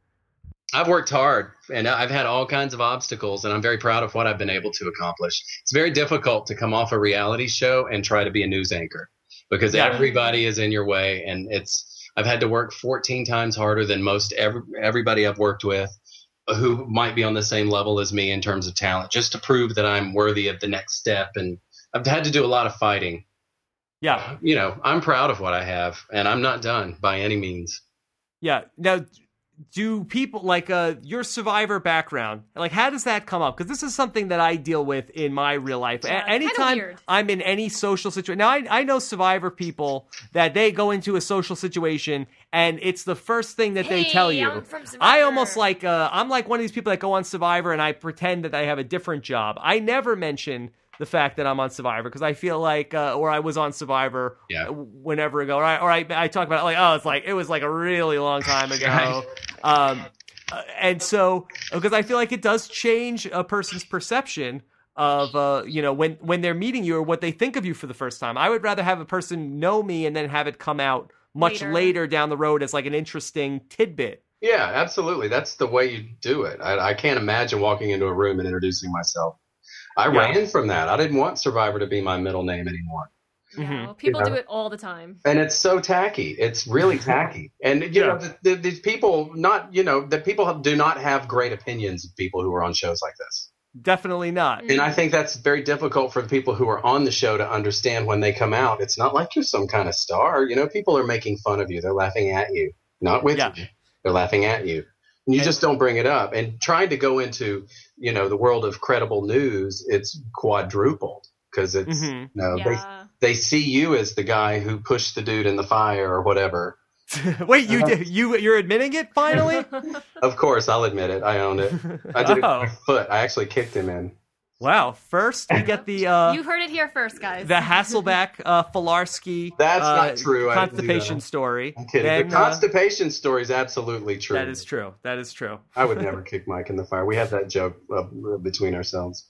Speaker 4: I've worked hard and I've had all kinds of obstacles, and I'm very proud of what I've been able to accomplish. It's very difficult to come off a reality show and try to be a news anchor because
Speaker 1: Yeah.
Speaker 4: everybody is in your way, and it's. I've had to work 14 times harder than most every, everybody I've worked with who might be on the same level as me in terms of talent just to prove that I'm worthy of the next step. And I've had to do a lot of fighting.
Speaker 1: Yeah,
Speaker 4: You know, I'm proud of what I have, and I'm not done by any means.
Speaker 1: yeah. Now, do people like uh, your survivor background? Like, how does that come up? Because this is something that I deal with in my real life. A-
Speaker 2: Yeah, it's kinda
Speaker 1: anytime
Speaker 2: weird.
Speaker 1: I'm in any social situation. Now, I, I know survivor people that they go into a social situation and it's the first thing that they tell
Speaker 2: Hey,
Speaker 1: you.
Speaker 2: I'm from Survivor.
Speaker 1: I almost like uh, I'm like one of these people that go on Survivor and I pretend that I have a different job. I never mention the fact that I'm on Survivor because I feel like, uh, or I was on Survivor
Speaker 4: Yeah.
Speaker 1: w- whenever ago, or I, or I, I talk about it like, oh, it's like it was like a really long time ago.
Speaker 4: Right.
Speaker 1: Um, uh, and so because I feel like it does change a person's perception of uh, you know when when they're meeting you or what they think of you for the first time. I would rather have a person know me and then have it come out much
Speaker 2: Later.
Speaker 1: later down the road as like an interesting tidbit.
Speaker 4: Yeah, absolutely. That's the way you do it. I, I can't imagine walking into a room and introducing myself. I
Speaker 1: Yeah.
Speaker 4: ran from that. I didn't want Survivor to be my middle name anymore.
Speaker 2: Yeah,
Speaker 1: Mhm.
Speaker 2: well, people
Speaker 4: Yeah.
Speaker 2: do it all the time.
Speaker 4: And it's so tacky. It's really tacky. And you know, the, the, these people not you know the people do not have great opinions of people who are on shows like this.
Speaker 1: Definitely not.
Speaker 4: And I think that's very difficult for the people who are on the show to understand when they come out. It's not like you're some kind of star. You know, people are making fun of you. They're laughing at you, not with
Speaker 1: Yeah.
Speaker 4: you. They're laughing at you. And you
Speaker 1: And-
Speaker 4: just don't bring it up. And trying to go into, you know, the world of credible news, it's quadrupled because it's,
Speaker 1: hmm
Speaker 4: you know,
Speaker 2: yeah.
Speaker 4: they, they see you as the guy who pushed the dude in the fire or whatever.
Speaker 2: Mm-hmm.
Speaker 1: Wait, you
Speaker 4: Uh-huh.
Speaker 1: did, you you're admitting it finally?
Speaker 4: Of course, I'll admit it. I owned it. I did it with
Speaker 1: Oh.
Speaker 4: my foot. I actually kicked him in.
Speaker 1: wow! First we get the uh,
Speaker 2: you heard it here first, guys.
Speaker 1: the Hasselback uh, Filarski.
Speaker 4: That's
Speaker 1: uh,
Speaker 4: not true. I didn't do that.
Speaker 1: Constipation story.
Speaker 4: I'm kidding.
Speaker 1: Then,
Speaker 4: the
Speaker 1: uh,
Speaker 4: constipation story is absolutely true.
Speaker 1: that is true. That is true.
Speaker 4: I would never kick Mike in the fire. We have that joke uh, between ourselves.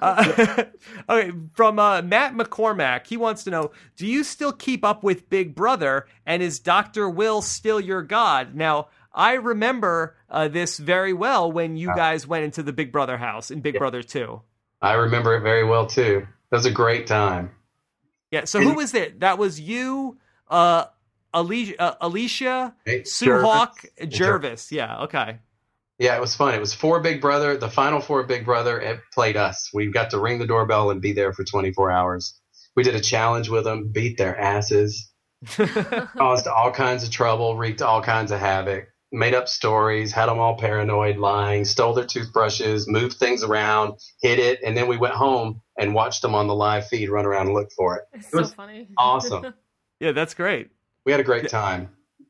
Speaker 1: Uh, okay, from uh, Matt McCormack, he wants to know: Do you still keep up with Big Brother, and is Doctor Will still your god? Now, I remember uh, this very well when you
Speaker 4: Uh.
Speaker 1: guys went into the Big Brother house in Big Brother Two.
Speaker 4: I remember it very well too. That was a great time.
Speaker 1: Yeah. So
Speaker 4: And-
Speaker 1: who was it? That was you, uh, Alicia, uh, Alicia
Speaker 4: Hey,
Speaker 1: Sue
Speaker 4: Jervis.
Speaker 1: Hawk, Jervis. Yeah, okay.
Speaker 4: Yeah, it was fun. It was four Big Brother. The final four Big Brother it played us. We got to ring the doorbell and be there for 24 hours. We did a challenge with them, beat their asses,
Speaker 1: Oh,
Speaker 4: caused all kinds of trouble, wreaked all kinds of havoc, made up stories, had them all paranoid, lying, stole their toothbrushes, moved things around, hid it, and then we went home and watched them on the live feed run around and look for it.
Speaker 2: It's
Speaker 4: It
Speaker 2: so
Speaker 4: was
Speaker 2: funny.
Speaker 4: awesome.
Speaker 1: Yeah, that's great.
Speaker 4: We had a great time.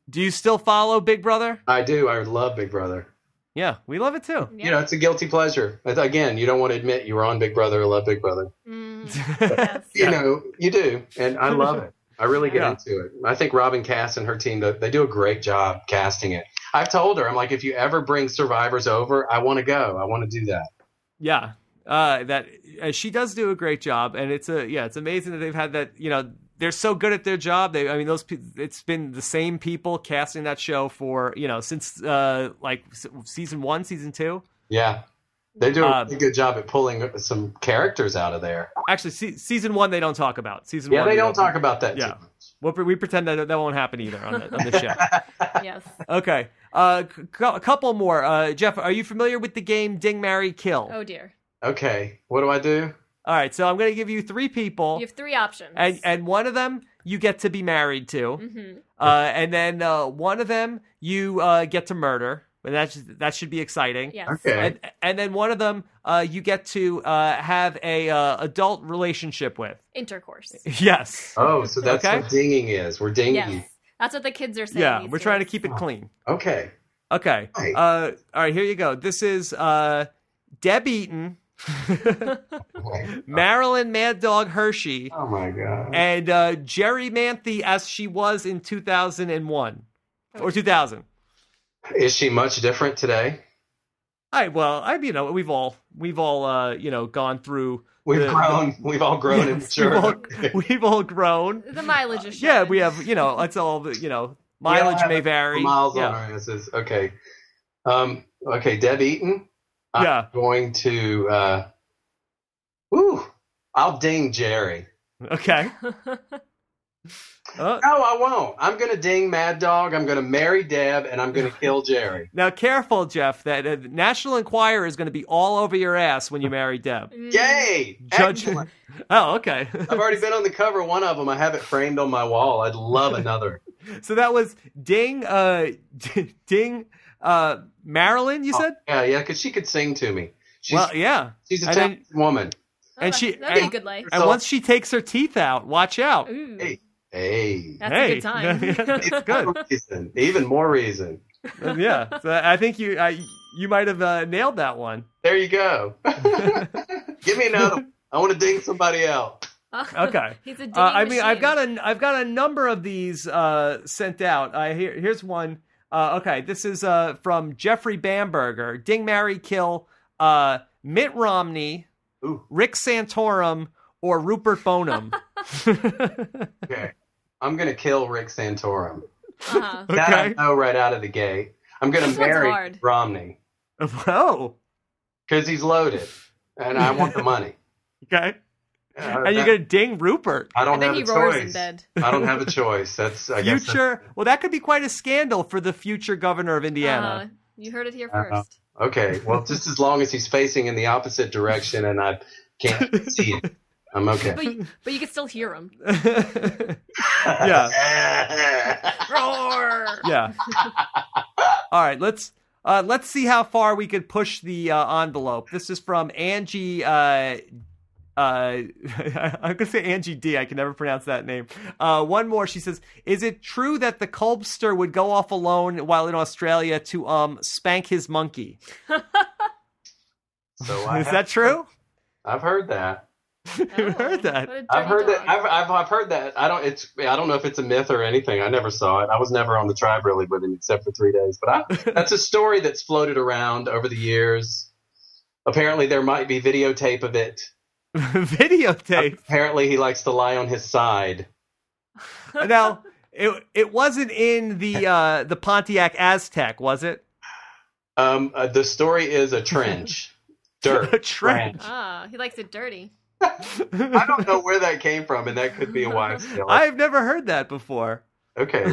Speaker 1: Do you still follow Big Brother?
Speaker 4: I do. I love Big Brother.
Speaker 1: Yeah, we love it too.
Speaker 2: Yeah.
Speaker 4: You know, it's a guilty pleasure. But Again, you don't want to admit you were on Big Brother or love Big Brother.
Speaker 2: Mm, yes.
Speaker 4: you
Speaker 1: Yeah.
Speaker 4: know, you do, and I love it. I really get
Speaker 1: Yeah.
Speaker 4: into it. I think Robin Cass and her team they- they do a great job casting it. I've told her I'm like, if you ever bring survivors over, I want to go. I want to do that.
Speaker 1: yeah uh that uh, she does do a great job and it's a yeah it's amazing that they've had that you know they're so good at their job they i mean those pe- it's been the same people casting that show for you know since uh like s- season one season two
Speaker 4: Yeah, they do a
Speaker 1: Uh,
Speaker 4: really good job at pulling some characters out of there.
Speaker 1: actually se- season one they don't talk about season
Speaker 4: Yeah,
Speaker 1: one
Speaker 4: they
Speaker 1: we
Speaker 4: don't talk about that.
Speaker 1: Yeah.
Speaker 4: Too much.
Speaker 1: we'll pre- we pretend that that won't happen either on the, on the show
Speaker 2: yes.
Speaker 1: okay uh c- cou- a couple more uh jeff are you familiar with the game ding marry kill
Speaker 2: Oh dear.
Speaker 4: Okay, what do I do?
Speaker 1: all right so i'm gonna give you three people
Speaker 2: You have three options.
Speaker 1: and and one of them you get to be married to
Speaker 2: Mhm.
Speaker 1: Uh, and then uh, one of them you uh, get to murder, and that sh- that should be exciting.
Speaker 2: Yes.
Speaker 4: Okay.
Speaker 1: And and then one of them uh, you get to uh, have a uh, adult relationship with.
Speaker 2: Intercourse.
Speaker 1: Yes.
Speaker 4: Oh, so that's
Speaker 1: Okay.
Speaker 4: what dinging is. We're dingy.
Speaker 2: Yes. That's what the kids are saying.
Speaker 1: yeah,
Speaker 2: these
Speaker 1: we're trying to
Speaker 2: days.
Speaker 1: keep it clean.
Speaker 4: Okay.
Speaker 1: Okay.
Speaker 4: Right.
Speaker 1: Uh, all right, here you go. This is uh, Deb Eaton,
Speaker 4: Oh. Okay.
Speaker 1: Marilyn Mad Dog Hershey,
Speaker 4: Oh my god.
Speaker 1: and uh, Jerry Manthe as she was in 2001 or 2000.
Speaker 4: is she much different today?
Speaker 1: I well, I you know we've all we've all uh you know gone through
Speaker 4: We've
Speaker 1: the-
Speaker 4: grown. We've all grown and
Speaker 1: Yes, we've, all,
Speaker 4: matured.
Speaker 1: we've all grown.
Speaker 2: The mileage is.
Speaker 1: Yeah,
Speaker 2: showing.
Speaker 1: we have you know it's all the you know
Speaker 4: all
Speaker 1: mileage
Speaker 4: have
Speaker 1: may vary.
Speaker 4: miles
Speaker 1: yeah.
Speaker 4: on our asses. Okay. Um, okay, Deb Eaton. I'm
Speaker 1: Yeah.
Speaker 4: going to. Uh, woo! I'll ding Jerry.
Speaker 1: Okay. Uh,
Speaker 4: No, I won't. I'm going to ding Mad Dog. I'm going to marry Deb, and I'm going to kill Jerry.
Speaker 1: now, careful, Jeff. That uh, National Enquirer is going to be all over your ass when you marry Deb.
Speaker 2: Mm.
Speaker 4: Yay!
Speaker 1: Judge.
Speaker 4: Excellent.
Speaker 1: Oh, okay.
Speaker 4: I've already been on the cover of one of them. I have it framed on my wall. I'd love another.
Speaker 1: so that was ding, uh, ding, uh, Marilyn. You said.
Speaker 4: Yeah, yeah, because she could sing to me. She's,
Speaker 1: well, yeah.
Speaker 4: she's a
Speaker 1: and then-
Speaker 4: talented woman.
Speaker 2: Oh,
Speaker 1: and
Speaker 2: that-
Speaker 1: she-
Speaker 2: That'd be
Speaker 1: and-
Speaker 2: a good life.
Speaker 1: And
Speaker 4: So-
Speaker 1: once she takes her teeth out, watch out.
Speaker 2: Ooh.
Speaker 4: Hey. Hey.
Speaker 2: That's
Speaker 1: Hey.
Speaker 2: a good time.
Speaker 1: It's good.
Speaker 4: Reason. Even more reason.
Speaker 1: yeah. So I think you I, you might have uh, nailed that one.
Speaker 4: There you go. Give me another. one. I want to ding somebody out.
Speaker 1: Okay.
Speaker 2: He's a digging
Speaker 1: Uh, I mean, I've
Speaker 2: machine.
Speaker 1: got a I've got a number of these uh, sent out. I here, here's one. Uh, okay, this is uh, from Jeffrey Bamberger. Ding, Mary, kill uh, Mitt Romney,
Speaker 4: Ooh,
Speaker 1: Rick Santorum, or Rupert Bonham.
Speaker 4: okay. I'm gonna kill Rick Santorum.
Speaker 2: Uh-huh.
Speaker 4: That I
Speaker 1: Okay.
Speaker 4: know right out of the gate. I'm gonna
Speaker 2: This one's
Speaker 4: marry
Speaker 2: hard.
Speaker 4: Romney
Speaker 1: oh,
Speaker 4: because he's loaded, and I want the money.
Speaker 1: okay.
Speaker 4: Uh,
Speaker 1: And you're
Speaker 4: that-
Speaker 1: gonna ding Rupert.
Speaker 4: I don't
Speaker 2: And then
Speaker 4: have
Speaker 2: he
Speaker 4: a
Speaker 2: roars
Speaker 4: choice.
Speaker 2: in bed.
Speaker 4: I don't have a choice. That's I guess. that's-
Speaker 1: Future. Well, that could be quite a scandal for the future governor of
Speaker 2: Uh,
Speaker 1: Indiana.
Speaker 2: you heard it here
Speaker 4: Uh-huh.
Speaker 2: 1st
Speaker 4: okay. Well, just as long as he's facing in the opposite direction, and I can't see it, I'm okay.
Speaker 2: But you, but you can still hear him.
Speaker 4: yeah.
Speaker 2: Roar!
Speaker 1: yeah. All right, let's uh, let's see how far we could push the uh, envelope. This is from Angie. Uh, uh, I'm gonna say Angie D. I can never pronounce that name. Uh, one more. She says, "Is it true that the Culpster would go off alone while in Australia to um spank his monkey?
Speaker 4: So I
Speaker 1: Is
Speaker 4: have-
Speaker 1: that true?
Speaker 4: I've heard that.
Speaker 2: Oh.
Speaker 1: You heard that?
Speaker 2: What a dirty
Speaker 4: I've heard
Speaker 2: dog.
Speaker 4: that. I've, I've, I've heard that. I don't. It's. I don't know if it's a myth or anything. I never saw it. I was never on the tribe really with him except for three days. But I, that's a story that's floated around over the years. Apparently, there might be videotape of it.
Speaker 1: Videotape.
Speaker 4: Apparently, he likes to lie on his side.
Speaker 1: now, it it wasn't in the uh the Pontiac Aztec, was it?
Speaker 4: Um, uh, the story is a trench, dirt,
Speaker 1: A trench.
Speaker 2: Ah, he likes it dirty.
Speaker 4: I don't know where that came from, and that could be a wife tale.
Speaker 1: I've never heard that before.
Speaker 4: Okay,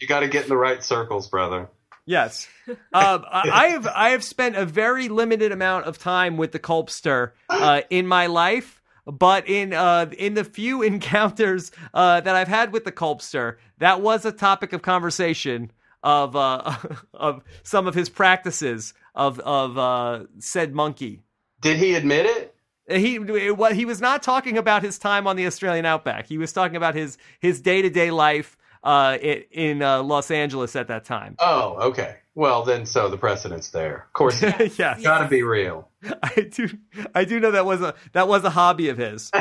Speaker 4: you got to get in the right circles, brother.
Speaker 1: Yes, um, I I have I have spent a very limited amount of time with the Culpster uh, in my life, but in uh, in the few encounters uh, that I've had with the Culpster, that was a topic of conversation of uh, of some of his practices of of uh, said monkey.
Speaker 4: Did he admit it?
Speaker 1: Uh, He what he was not talking about his time on the Australian outback. He was talking about his his day to day life uh, i- in uh, Los Angeles at that time.
Speaker 4: Oh, okay. Well, then, so the precedent's there. Of course, it's
Speaker 1: yes,
Speaker 4: got to be real.
Speaker 1: I do. I do know that was a that was a hobby of his.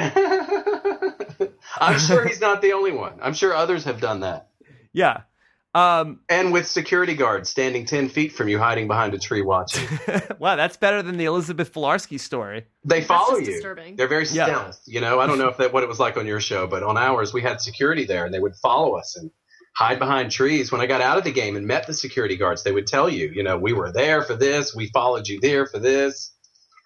Speaker 4: I'm sure he's not the only one. I'm sure others have done that.
Speaker 1: Yeah. Um,
Speaker 4: And with security guards standing 10 feet from you, hiding behind a tree watching.
Speaker 1: wow, that's better than the Elizabeth Filarski story.
Speaker 4: They follow
Speaker 2: just
Speaker 4: you.
Speaker 2: disturbing.
Speaker 4: They're very
Speaker 1: Yeah.
Speaker 4: stealth. You know, I don't know if that what it was like on your show, but on ours we had security there, and they would follow us and hide behind trees. When I got out of the game and met the security guards, they would tell you, you know, we were there for this, we followed you there for this.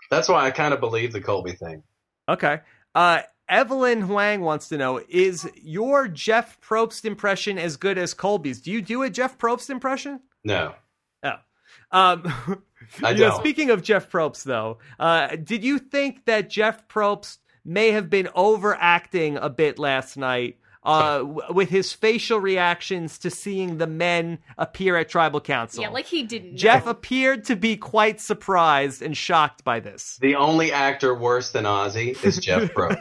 Speaker 4: That's why I kind of believe the Colby thing.
Speaker 1: Okay. Uh, Evelyn Huang wants to know: Is your Jeff Probst impression as good as Colby's? Do you do a Jeff Probst impression?
Speaker 4: No,
Speaker 1: Um, you
Speaker 4: I
Speaker 1: know,
Speaker 4: don't.
Speaker 1: speaking of Jeff Probst, though, uh, did you think that Jeff Probst may have been overacting a bit last night uh, w- with his facial reactions to seeing the men appear at tribal council?
Speaker 2: Yeah, like he didn't.
Speaker 1: Jeff
Speaker 2: know.
Speaker 1: appeared to be quite surprised and shocked by this.
Speaker 4: the only actor worse than Ozzy is Jeff Bro.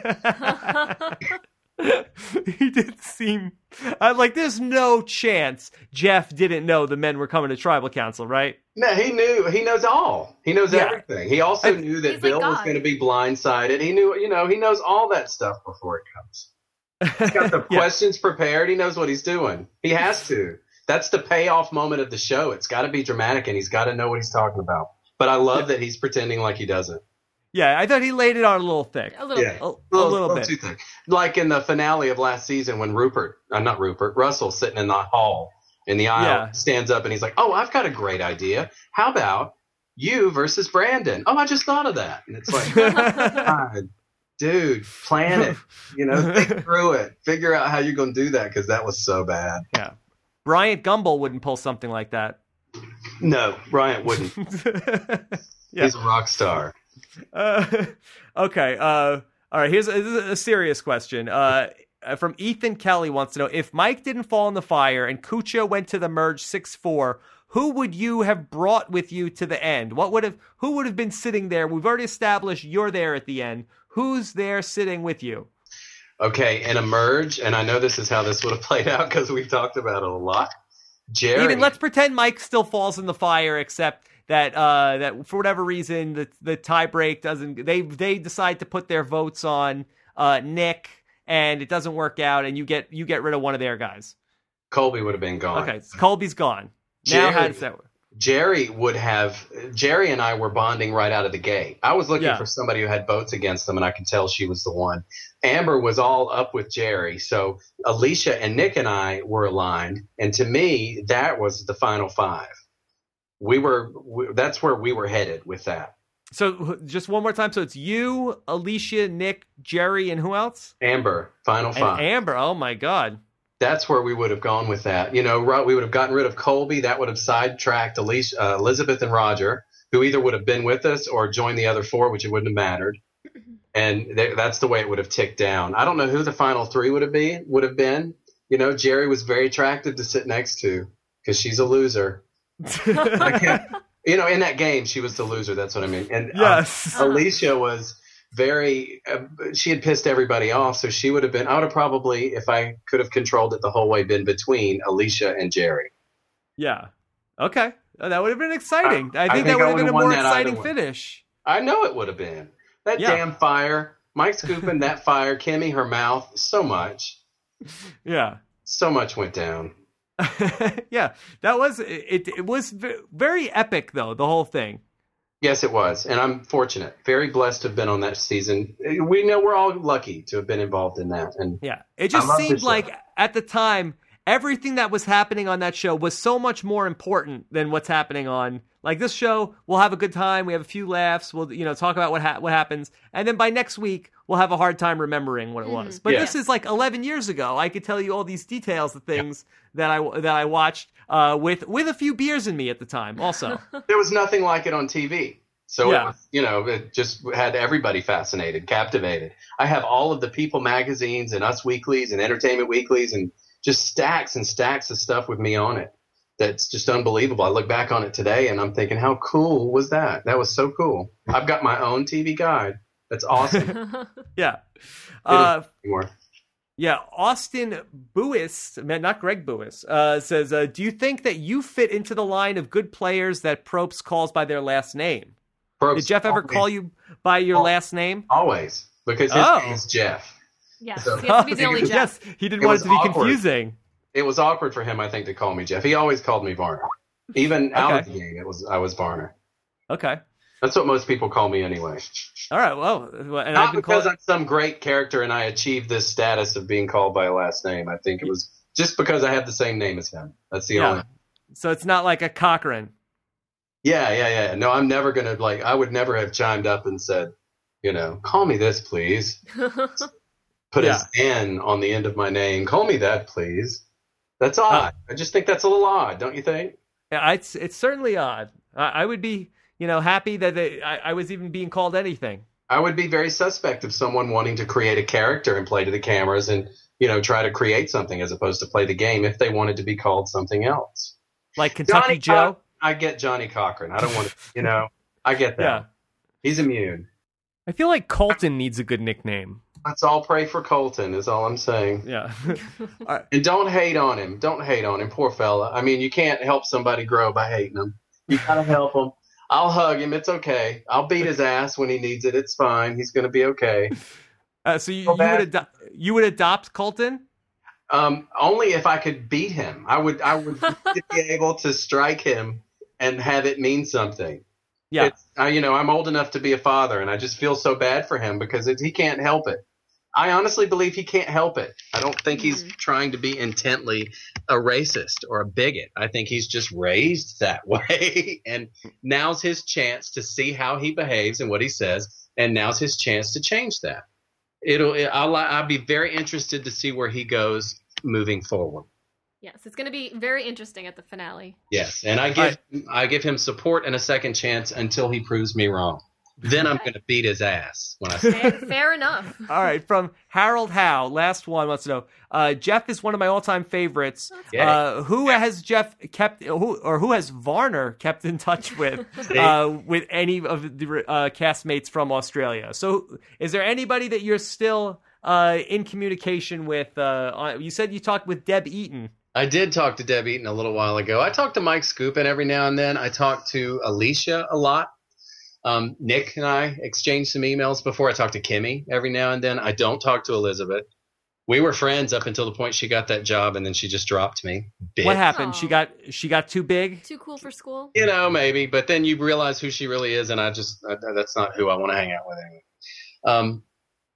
Speaker 1: he did seem I, like there's no chance Jeff didn't know the men were coming to tribal council, right?
Speaker 4: no, he knew. He knows all. He knows
Speaker 1: Yeah.
Speaker 4: everything. He also
Speaker 1: And-
Speaker 4: knew that
Speaker 2: He's like
Speaker 4: Bill was
Speaker 2: God.
Speaker 4: going to be blindsided. He knew. You know, he knows all that stuff before it comes. He's got the
Speaker 1: Yeah.
Speaker 4: questions prepared. He knows what he's doing. He has to. That's the payoff moment of the show. It's got to be dramatic, and he's got to know what he's talking about. But I love that he's pretending like he doesn't.
Speaker 1: Yeah, I thought he laid it on a little thick.
Speaker 2: a little
Speaker 4: Yeah.
Speaker 2: bit.
Speaker 1: A, a little bit.
Speaker 4: too thick. Like in the finale of last season when Rupert, uh, not Rupert, Russell sitting in the hall in the aisle
Speaker 1: Yeah.
Speaker 4: stands up and he's like, "Oh, I've got a great idea. How about you versus Brandon? Oh, I just thought of that." And it's like, God, dude, plan it. You know, think through it. Figure out how you're going to do that because that was so bad.
Speaker 1: Bryant Gumbel wouldn't pull something like that.
Speaker 4: No, Bryant wouldn't.
Speaker 1: Yeah.
Speaker 4: He's a rock star.
Speaker 1: Uh, okay. Uh, all right. Here's a, this is a serious question. Uh, from Ethan Kelly wants to know if Mike didn't fall in the fire and Cucho went to the merge six four. Who would you have brought with you to the end? What would have? Who would have been sitting there? We've already established you're there at the end. Who's there sitting with you?
Speaker 4: Okay, and emerge, and I know this is how this would have played out because we've talked about it a lot. Jerry,
Speaker 1: Even let's pretend Mike still falls in the fire, except that uh, that for whatever reason the the tie break doesn't. They they decide to put their votes on uh, Nick, and it doesn't work out, and you get you get rid of one of their guys.
Speaker 4: Colby would have been gone.
Speaker 1: Okay, so Colby's gone. Now how
Speaker 4: Jared.
Speaker 1: does that work?
Speaker 4: Jerry would have. Jerry and I were bonding right out of the gate. I was looking
Speaker 1: Yeah.
Speaker 4: for somebody who had votes against them, and I could tell she was the one. Amber was all up with Jerry, so Alicia and Nick and I were aligned, and to me, that was the final five. We were. We, that's where we were headed with that.
Speaker 1: So wh- just one more time. So it's you, Alicia, Nick, Jerry, and who else?
Speaker 4: Amber, final
Speaker 1: And
Speaker 4: five.
Speaker 1: Amber. Oh my God.
Speaker 4: that's where we would have gone with that. You know, Ro- we would have gotten rid of Colby. That would have sidetracked Elise, uh, Elizabeth and Roger, who either would have been with us or joined the other four, which it wouldn't have mattered. And th- that's the way it would have ticked down. I don't know who the final three would have been. Would have been. You know, Jerry was very attractive to sit next to because she's a loser. I can't, you know, in that game, she was the loser. That's what I mean. And uh,
Speaker 1: yes.
Speaker 4: Alicia was very uh, she had pissed everybody off so she would have been i would have probably if i could have controlled it the whole way been between alicia and jerry
Speaker 1: yeah. Okay. Oh, that would have been exciting. I,
Speaker 4: I
Speaker 1: think
Speaker 4: think
Speaker 1: that
Speaker 4: I
Speaker 1: would have
Speaker 4: would
Speaker 1: been a
Speaker 4: have won
Speaker 1: more
Speaker 4: that either
Speaker 1: exciting
Speaker 4: way.
Speaker 1: finish.
Speaker 4: i know it would have been that
Speaker 1: Yeah.
Speaker 4: damn fire mike scooping that fire kimmy her mouth so much
Speaker 1: Yeah.
Speaker 4: so much went down
Speaker 1: yeah, that was it. It was ve- very epic, though the whole thing.
Speaker 4: yes it was and i'm fortunate very blessed to have been on that season we know we're all lucky to have been involved in that and
Speaker 1: Yeah, it
Speaker 4: I
Speaker 1: just
Speaker 4: love
Speaker 1: seemed
Speaker 4: this show.
Speaker 1: like at the time everything that was happening on that show was so much more important than what's happening on like this show we'll have a good time we have a few laughs we'll you know talk about what ha- what happens and then by next week we'll have a hard time remembering what it was but
Speaker 4: Mm-hmm. Yeah.
Speaker 1: this is like 11 years ago i could tell you all these details of things that i that i watched uh, with with a few beers in me at the time also
Speaker 5: there was nothing like it on TV. So
Speaker 1: Yeah.
Speaker 5: it was, you know, it just had everybody fascinated, captivated. I have all of the People magazines and Us Weeklies and Entertainment Weeklies and just stacks and stacks of stuff with me on it. That's just unbelievable. I look back on it today and I'm thinking, how cool was that? That was so cool. I've got my own TV guide. That's awesome.
Speaker 1: yeah uh,
Speaker 5: Anymore.
Speaker 1: Yeah, Austin Buist, man, not Greg Buist, uh, says, uh, "Do you think that you fit into the line of good players that Probst calls by their last name? Did Jeff ever call you by your
Speaker 5: Oh.
Speaker 1: last name?"
Speaker 5: Always, because his
Speaker 1: Oh.
Speaker 5: name is Jeff.
Speaker 2: Yes,
Speaker 5: So-
Speaker 2: he has to be the only Jeff.
Speaker 1: yes, he didn't
Speaker 5: It
Speaker 1: want
Speaker 5: was
Speaker 1: it to be
Speaker 5: awkward.
Speaker 1: confusing.
Speaker 5: It was awkward for him, I think, to call me Jeff. He always called me Varner. Even out of
Speaker 1: Okay.
Speaker 5: the game, it was I was Varner.
Speaker 1: Okay,
Speaker 5: That's what most people call me anyway.
Speaker 1: all right. Well, well, and I've
Speaker 5: Not
Speaker 1: been called.
Speaker 5: because I'm some great character and I achieved this status of being called by a last name. I think it was just because I have the same name as him. That's the
Speaker 1: Yeah.
Speaker 5: only.
Speaker 1: so it's not like a Cochran.
Speaker 5: Yeah, yeah, yeah. No, I'm never gonna like. I would never have chimed up and said, you know, call me this, please. Put his N on the end of my name. Call me that, please. That's odd.
Speaker 1: Uh,
Speaker 5: I just think that's a little odd, don't you think?
Speaker 1: Yeah, I- it's it's certainly odd. I, I would be, you know, happy that they, I, I was even being called anything.
Speaker 5: I would be very suspect of someone wanting to create a character and play to the cameras and you know try to create something as opposed to play the game if they wanted to be called something else.
Speaker 1: Like
Speaker 5: Johnny
Speaker 1: Kentucky Joe.
Speaker 5: Coch- I get Johnny Cochran. I don't want to, you know, I get that.
Speaker 1: Yeah,
Speaker 5: He's immune.
Speaker 1: I feel like Colton needs a good nickname.
Speaker 5: Let's all pray for Colton. Is all I'm saying.
Speaker 1: Yeah.
Speaker 5: And don't hate on him. Don't hate on him, poor fella. I mean, you can't help somebody grow by hating him. You gotta help him. I'll hug him. It's okay. I'll beat his ass when he needs it. It's fine. He's gonna be okay.
Speaker 1: Uh, so you,
Speaker 5: So
Speaker 1: you would
Speaker 5: bad.
Speaker 1: ado- you would adopt Colton?
Speaker 5: Um, only if I could beat him. I would I would be able to strike him and have it mean something.
Speaker 1: Yeah.
Speaker 5: It's, I, you know, I'm old enough to be a father, and I just feel so bad for him because it, he can't help it. I honestly believe he can't help it. I don't think he's
Speaker 4: trying to be intently a racist or a bigot. I think he's just raised that way. and now's his chance to see how he behaves and what he says. And now's his chance to change that. It'll, it, I'll, I'll be very interested to see where he goes moving forward.
Speaker 2: Yes, it's going to be very interesting at the finale.
Speaker 4: Yes. And I give, I give him support and a second chance until he proves me wrong. Then I'm going to beat his ass when I see
Speaker 2: Fair, fair enough.
Speaker 1: All right, from Harold Howe, last one wants to know. Uh, Jeff is one of my all-time favorites.
Speaker 4: Yay.
Speaker 1: Uh, who has Jeff kept, who, or who has Varner kept in touch with,
Speaker 4: See?
Speaker 1: uh, with any of the uh, castmates from Australia? So, is there anybody that you're still uh, in communication with? Uh, on- you said you talked with Deb Eaton.
Speaker 4: I did talk to Deb Eaton a little while ago. I talk to Mike Scoopin every now and then. I talk to Alicia a lot. Um, Nick and I exchanged some emails before. I talk to Kimmy every now and then. I don't talk to Elizabeth. We were friends up until the point she got that job, and then she just dropped me. Bitch.
Speaker 1: What happened? She
Speaker 2: Aw.
Speaker 1: got she got too big.
Speaker 2: Too cool for school.
Speaker 4: You know, maybe, but then you realize who she really is, and I just I, that's not who I want to hang out with anyway. Um,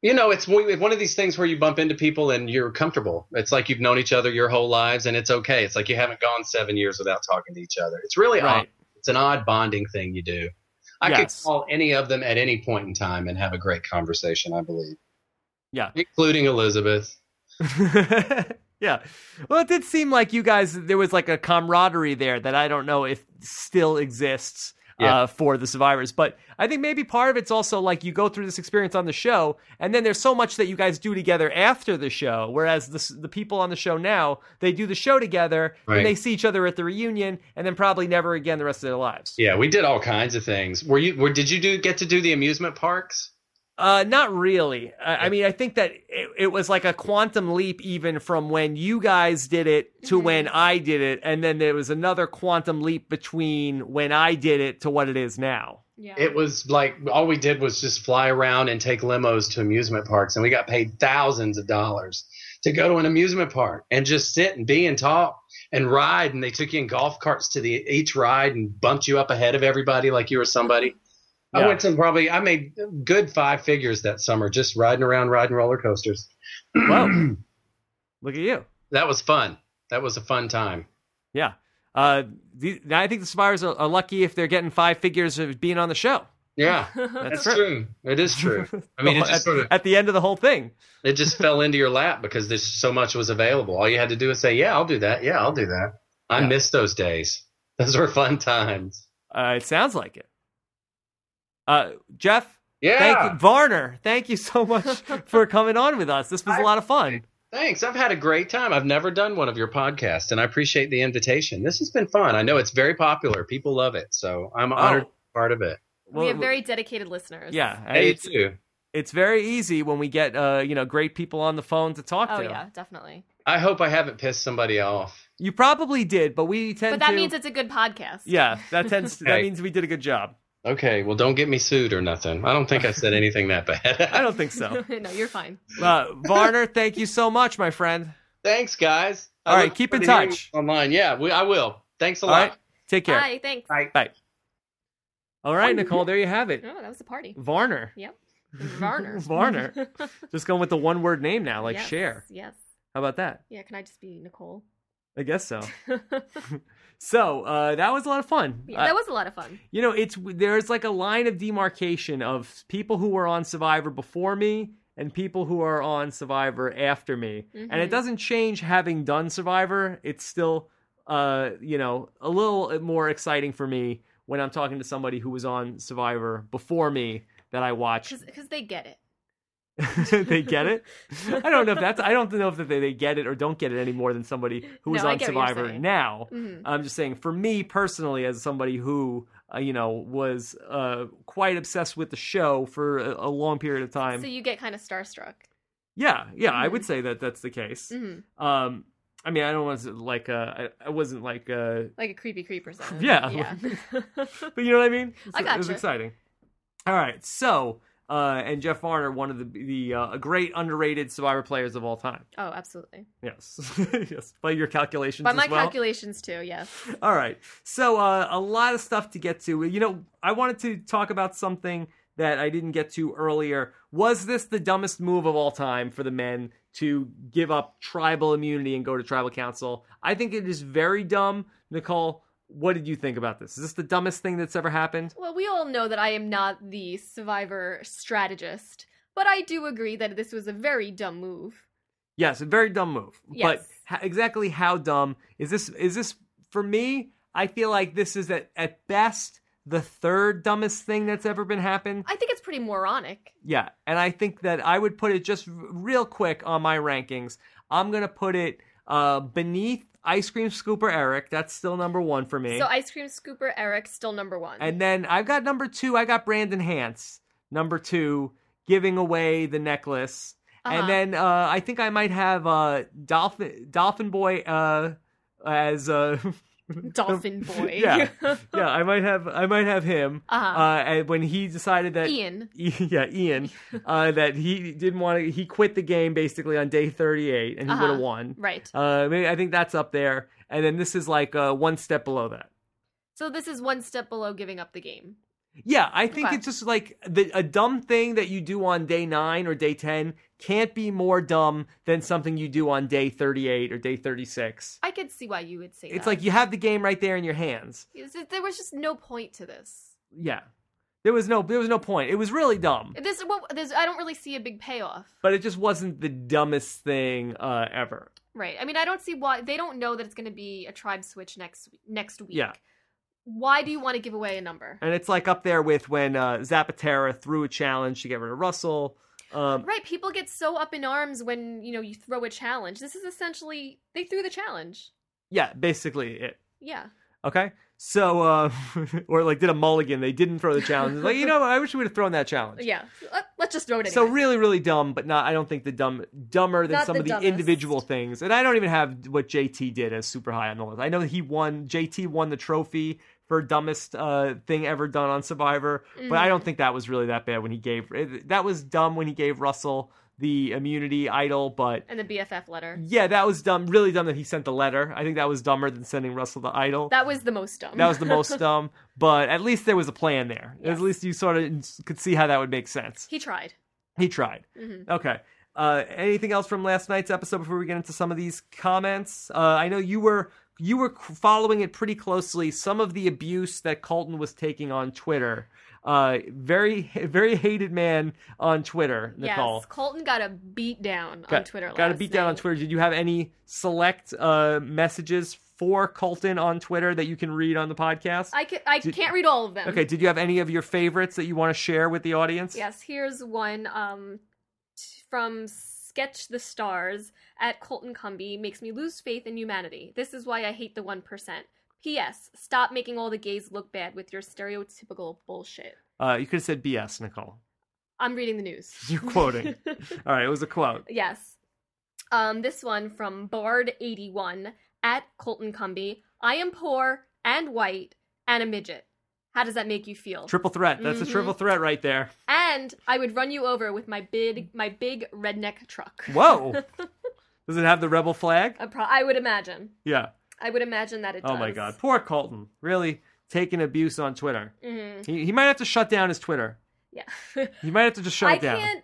Speaker 4: you know, it's one one of these things where you bump into people and you're comfortable. It's like you've known each other your whole lives, and it's okay. It's like you haven't gone seven years without talking to each other. It's really odd.
Speaker 1: Right.
Speaker 4: It's an odd bonding thing you do. I
Speaker 1: Yes.
Speaker 4: could call any of them at any point in time and have a great conversation. I believe.
Speaker 1: Yeah.
Speaker 4: including Elizabeth.
Speaker 1: yeah. Well, it did seem like you guys there was like a camaraderie there that I don't know if still exists uh,
Speaker 4: Yeah.
Speaker 1: for the survivors. But I think maybe part of it's also like you go through this experience on the show, and then there's so much that you guys do together after the show. Whereas the s- the people on the show now they do the show together
Speaker 4: Right.
Speaker 1: and they see each other at the reunion, and then probably never again the rest of their lives.
Speaker 4: Yeah, we did all kinds of things. Were you? Were, did you do get to do the amusement parks?
Speaker 1: Uh, not really. I, I mean, I think that it, it was like a quantum leap, even from when you guys did it to
Speaker 2: Mhm.
Speaker 1: when I did it, and then there was another quantum leap between when I did it to what it is now.
Speaker 2: Yeah.
Speaker 4: It was like all we did was just fly around and take limos to amusement parks, and we got paid thousands of dollars to go to an amusement park and just sit and be and talk and ride. And they took you in golf carts to the each ride and bumped you up ahead of everybody like you were somebody.
Speaker 1: Yeah.
Speaker 4: I went to probably I made good five figures that summer just riding around riding roller coasters.
Speaker 1: Whoa! Look at you.
Speaker 4: That was fun. That was a fun time.
Speaker 1: Yeah. Uh, the, I think the survivors are, are lucky if they're getting five figures of being on the show.
Speaker 4: Yeah,
Speaker 1: That's
Speaker 4: that's
Speaker 1: true.
Speaker 4: true. It is true. I mean, it
Speaker 1: at,
Speaker 4: just sort of
Speaker 1: at the end of the whole thing.
Speaker 4: it just fell into your lap because there's so much was available. All you had to do was say, "Yeah, I'll do that. Yeah, I'll do that." I
Speaker 1: Yeah.
Speaker 4: miss those days. Those were fun times.
Speaker 1: Uh, it sounds like it. Uh, Jeff,
Speaker 4: Yeah.
Speaker 1: thank you, Varner. Thank you so much for coming on with us. This was a lot of fun.
Speaker 4: Thanks. I've had a great time. I've never done one of your podcasts, and I appreciate the invitation. This has been fun. I know it's very popular. People love it, so I'm
Speaker 1: Oh.
Speaker 4: honored to be part of it.
Speaker 1: Well,
Speaker 2: we have very dedicated listeners.
Speaker 1: yeah.
Speaker 4: Hey,
Speaker 1: It's,
Speaker 4: too.
Speaker 1: it's very easy when we get uh, you know great people on the phone to talk
Speaker 2: Oh
Speaker 1: to.
Speaker 2: yeah, definitely.
Speaker 4: I hope I haven't pissed somebody off.
Speaker 1: You probably did, but we tend
Speaker 2: But that
Speaker 1: to.
Speaker 2: means it's a good podcast.
Speaker 1: yeah, that tends to, that
Speaker 4: Hey.
Speaker 1: means we did a good job.
Speaker 4: Okay, well, don't get me sued or nothing. I don't think I said anything that
Speaker 1: I
Speaker 4: bad.
Speaker 1: don't think so.
Speaker 2: no, you're fine.
Speaker 1: Uh, Varner, thank you so much, my friend.
Speaker 4: Thanks, guys. I
Speaker 1: All right,
Speaker 4: look
Speaker 1: keep
Speaker 4: forward
Speaker 1: in
Speaker 4: to hearing
Speaker 1: touch.
Speaker 4: Online, yeah, we, I will. Thanks a
Speaker 1: All
Speaker 4: lot.
Speaker 1: right, take care.
Speaker 2: Bye. Thanks.
Speaker 1: All right, Nicole, there you have it.
Speaker 2: Oh, that was a party.
Speaker 1: Varner,
Speaker 2: Varner.
Speaker 1: Varner. just going with the one word name now, like
Speaker 2: Yes,
Speaker 1: share.
Speaker 2: Yes.
Speaker 1: How about that?
Speaker 2: Yeah. Can I just be Nicole?
Speaker 1: I guess so.
Speaker 2: Yeah,
Speaker 1: So uh, that was a lot of fun. Uh,
Speaker 2: that was a lot of fun.
Speaker 1: you know, it's there's like a line of demarcation of people who were on Survivor before me and people who are on Survivor after me, and it
Speaker 2: Mhm.
Speaker 1: doesn't change having done Survivor. It's still, uh, you know, a little more exciting for me when I'm talking to somebody who was on Survivor before me that I watched.
Speaker 2: Because they get it.
Speaker 1: they get it. I don't know if that's. I don't know if that they, they get it or don't get it any more than somebody who was
Speaker 2: No, I
Speaker 1: on
Speaker 2: get what you're
Speaker 1: Survivor
Speaker 2: saying.
Speaker 1: now.
Speaker 2: Mhm.
Speaker 1: I'm just saying, for me personally, as somebody who uh, you know was uh, quite obsessed with the show for a, a long period of time,
Speaker 2: So you get kind of starstruck.
Speaker 1: yeah, yeah, I would
Speaker 2: Mhm.
Speaker 1: say that that's the case.
Speaker 2: hmm
Speaker 1: Um, I mean, I don't was like, uh, I, I wasn't like, uh,
Speaker 2: Like a creepy creep or something.
Speaker 1: Yeah.
Speaker 2: Yeah.
Speaker 1: but you know what I mean.
Speaker 2: I
Speaker 1: It was
Speaker 2: gotcha.
Speaker 1: exciting. All right, so uh, and Jeff Varner, one of the the uh, great underrated Survivor players of all time.
Speaker 2: oh, absolutely.
Speaker 1: Yes, yes, by your calculations.
Speaker 2: By my
Speaker 1: as well.
Speaker 2: calculations too. Yes.
Speaker 1: All right. So uh, a lot of stuff to get to. You know, I wanted to talk about something that I didn't get to earlier. Was this the dumbest move of all time for the men to give up tribal immunity and go to tribal council? I think it is very dumb. Nicole, what did you think about this? Is this the dumbest thing that's ever happened?
Speaker 2: Well, we all know that I am not the survivor strategist, but I do agree that this was a very dumb move.
Speaker 1: Yes, a very dumb move.
Speaker 2: Yes.
Speaker 1: But ho- exactly how dumb is this? Is this for me? I feel like this is at, at best the third dumbest thing that's ever been happened.
Speaker 2: I think it's pretty moronic.
Speaker 1: Yeah, and I think that I would put it just r- real quick on my rankings. I'm gonna put it uh, beneath Ice Cream Scooper Eric. That's still number one for me.
Speaker 2: So ice cream scooper Eric still number one.
Speaker 1: and then I've got number two. I got Brandon Hance. Number two, giving away the necklace.
Speaker 2: Uh-huh.
Speaker 1: And then uh, I think I might have uh, Dolphin Dolphin Boy uh, as uh,
Speaker 2: dolphin boy.
Speaker 1: Yeah. yeah. I might have I might have him.
Speaker 2: Uh-huh.
Speaker 1: Uh, and when he decided that
Speaker 2: Ian.
Speaker 1: yeah, Ian, uh, that he didn't want to. He quit the game basically on day 38, and he
Speaker 2: Uh-huh.
Speaker 1: would have won.
Speaker 2: Right.
Speaker 1: Uh, maybe I think that's up there, and then this is like uh, one step below that.
Speaker 2: So this is one step below giving up the game.
Speaker 1: Yeah, I think
Speaker 2: Okay.
Speaker 1: it's just like the, a dumb thing that you do on day nine or day 10 can't be more dumb than something you do on day 38 or day 36.
Speaker 2: I could see why you would say
Speaker 1: It's
Speaker 2: that.
Speaker 1: like you have the game right there in your hands.
Speaker 2: It's just- there was just no point to this.
Speaker 1: Yeah, there was no there was no point. It was really dumb,
Speaker 2: This, what, this I don't really see a big payoff.
Speaker 1: but it just wasn't the dumbest thing uh, ever.
Speaker 2: Right. I mean, I don't see why they don't know that it's going to be a tribe switch next next week.
Speaker 1: Yeah.
Speaker 2: Why do you want to give away a number?
Speaker 1: And it's like up there with when uh, Zapatera threw a challenge to get rid of Russell. Um,
Speaker 2: Right, people get so up in arms when, you know, you throw a challenge. This is essentially they threw the challenge.
Speaker 1: yeah, basically it.
Speaker 2: Yeah.
Speaker 1: Okay. So, uh, or like did a mulligan. They didn't throw the challenge. It's Like, you know, I wish we would have thrown that challenge.
Speaker 2: Yeah. Let, let's just throw it
Speaker 1: So
Speaker 2: anyway.
Speaker 1: really, really dumb, but not. I don't think the dumb, dumber than
Speaker 2: Not
Speaker 1: some
Speaker 2: the
Speaker 1: of the
Speaker 2: dumbest.
Speaker 1: individual things. And I don't even have what JT did as super high on the list. I know he won. JT won the trophy for dumbest uh, thing ever done on Survivor, but I
Speaker 2: Mm-hmm.
Speaker 1: don't think that was really that bad when he gave. It, that was dumb when he gave Russell the immunity idol, but.
Speaker 2: and the BFF letter.
Speaker 1: Yeah, that was dumb. Really dumb that he sent the letter. I think that was dumber than sending Russell the idol.
Speaker 2: That was the most dumb.
Speaker 1: That was the most dumb. But at least there was a plan there. At least you sort of could see how that would make sense.
Speaker 2: He tried.
Speaker 1: He tried. Okay. Uh, anything else from last night's episode before we get into some of these comments? Uh, I know you were you were c- following it pretty closely. Some of the abuse that Colton was taking on Twitter. Uh, very very hated man on Twitter. Nicole
Speaker 2: Yes, Colton got a beat down on Twitter.
Speaker 1: got a
Speaker 2: last
Speaker 1: beat down on
Speaker 2: night.
Speaker 1: Twitter. Did you have any select uh, messages for Colton on Twitter that you can read on the podcast?
Speaker 2: I can I
Speaker 1: Did-
Speaker 2: can't read all of them.
Speaker 1: okay. Did you have any of your favorites that you want to share with the audience?
Speaker 2: Yes, here's one um, t- from Sketch the Stars at Colton Cumby makes me lose faith in humanity. This is why I hate the 1%. P.S. Stop making all the gays look bad with your stereotypical bullshit.
Speaker 1: Uh, you could have said BS, Nicole.
Speaker 2: I'm reading the news.
Speaker 1: You're quoting. All right, it was a quote.
Speaker 2: yes. Um, this one from Bard81 at Colton Cumby. I am poor and white and a midget. How does that make you feel?
Speaker 1: Triple threat. That's
Speaker 2: Mhm.
Speaker 1: a triple threat right there.
Speaker 2: and I would run you over with my big my big redneck truck.
Speaker 1: Whoa. Does it have the rebel flag?
Speaker 2: A pro- I would imagine.
Speaker 1: Yeah.
Speaker 2: I would imagine that it does.
Speaker 1: Oh my God. Poor Colton. Really taking abuse on Twitter.
Speaker 2: hmm
Speaker 1: He, he might have to shut down his Twitter.
Speaker 2: Yeah.
Speaker 1: He might have to just shut
Speaker 2: I
Speaker 1: it down.
Speaker 2: can't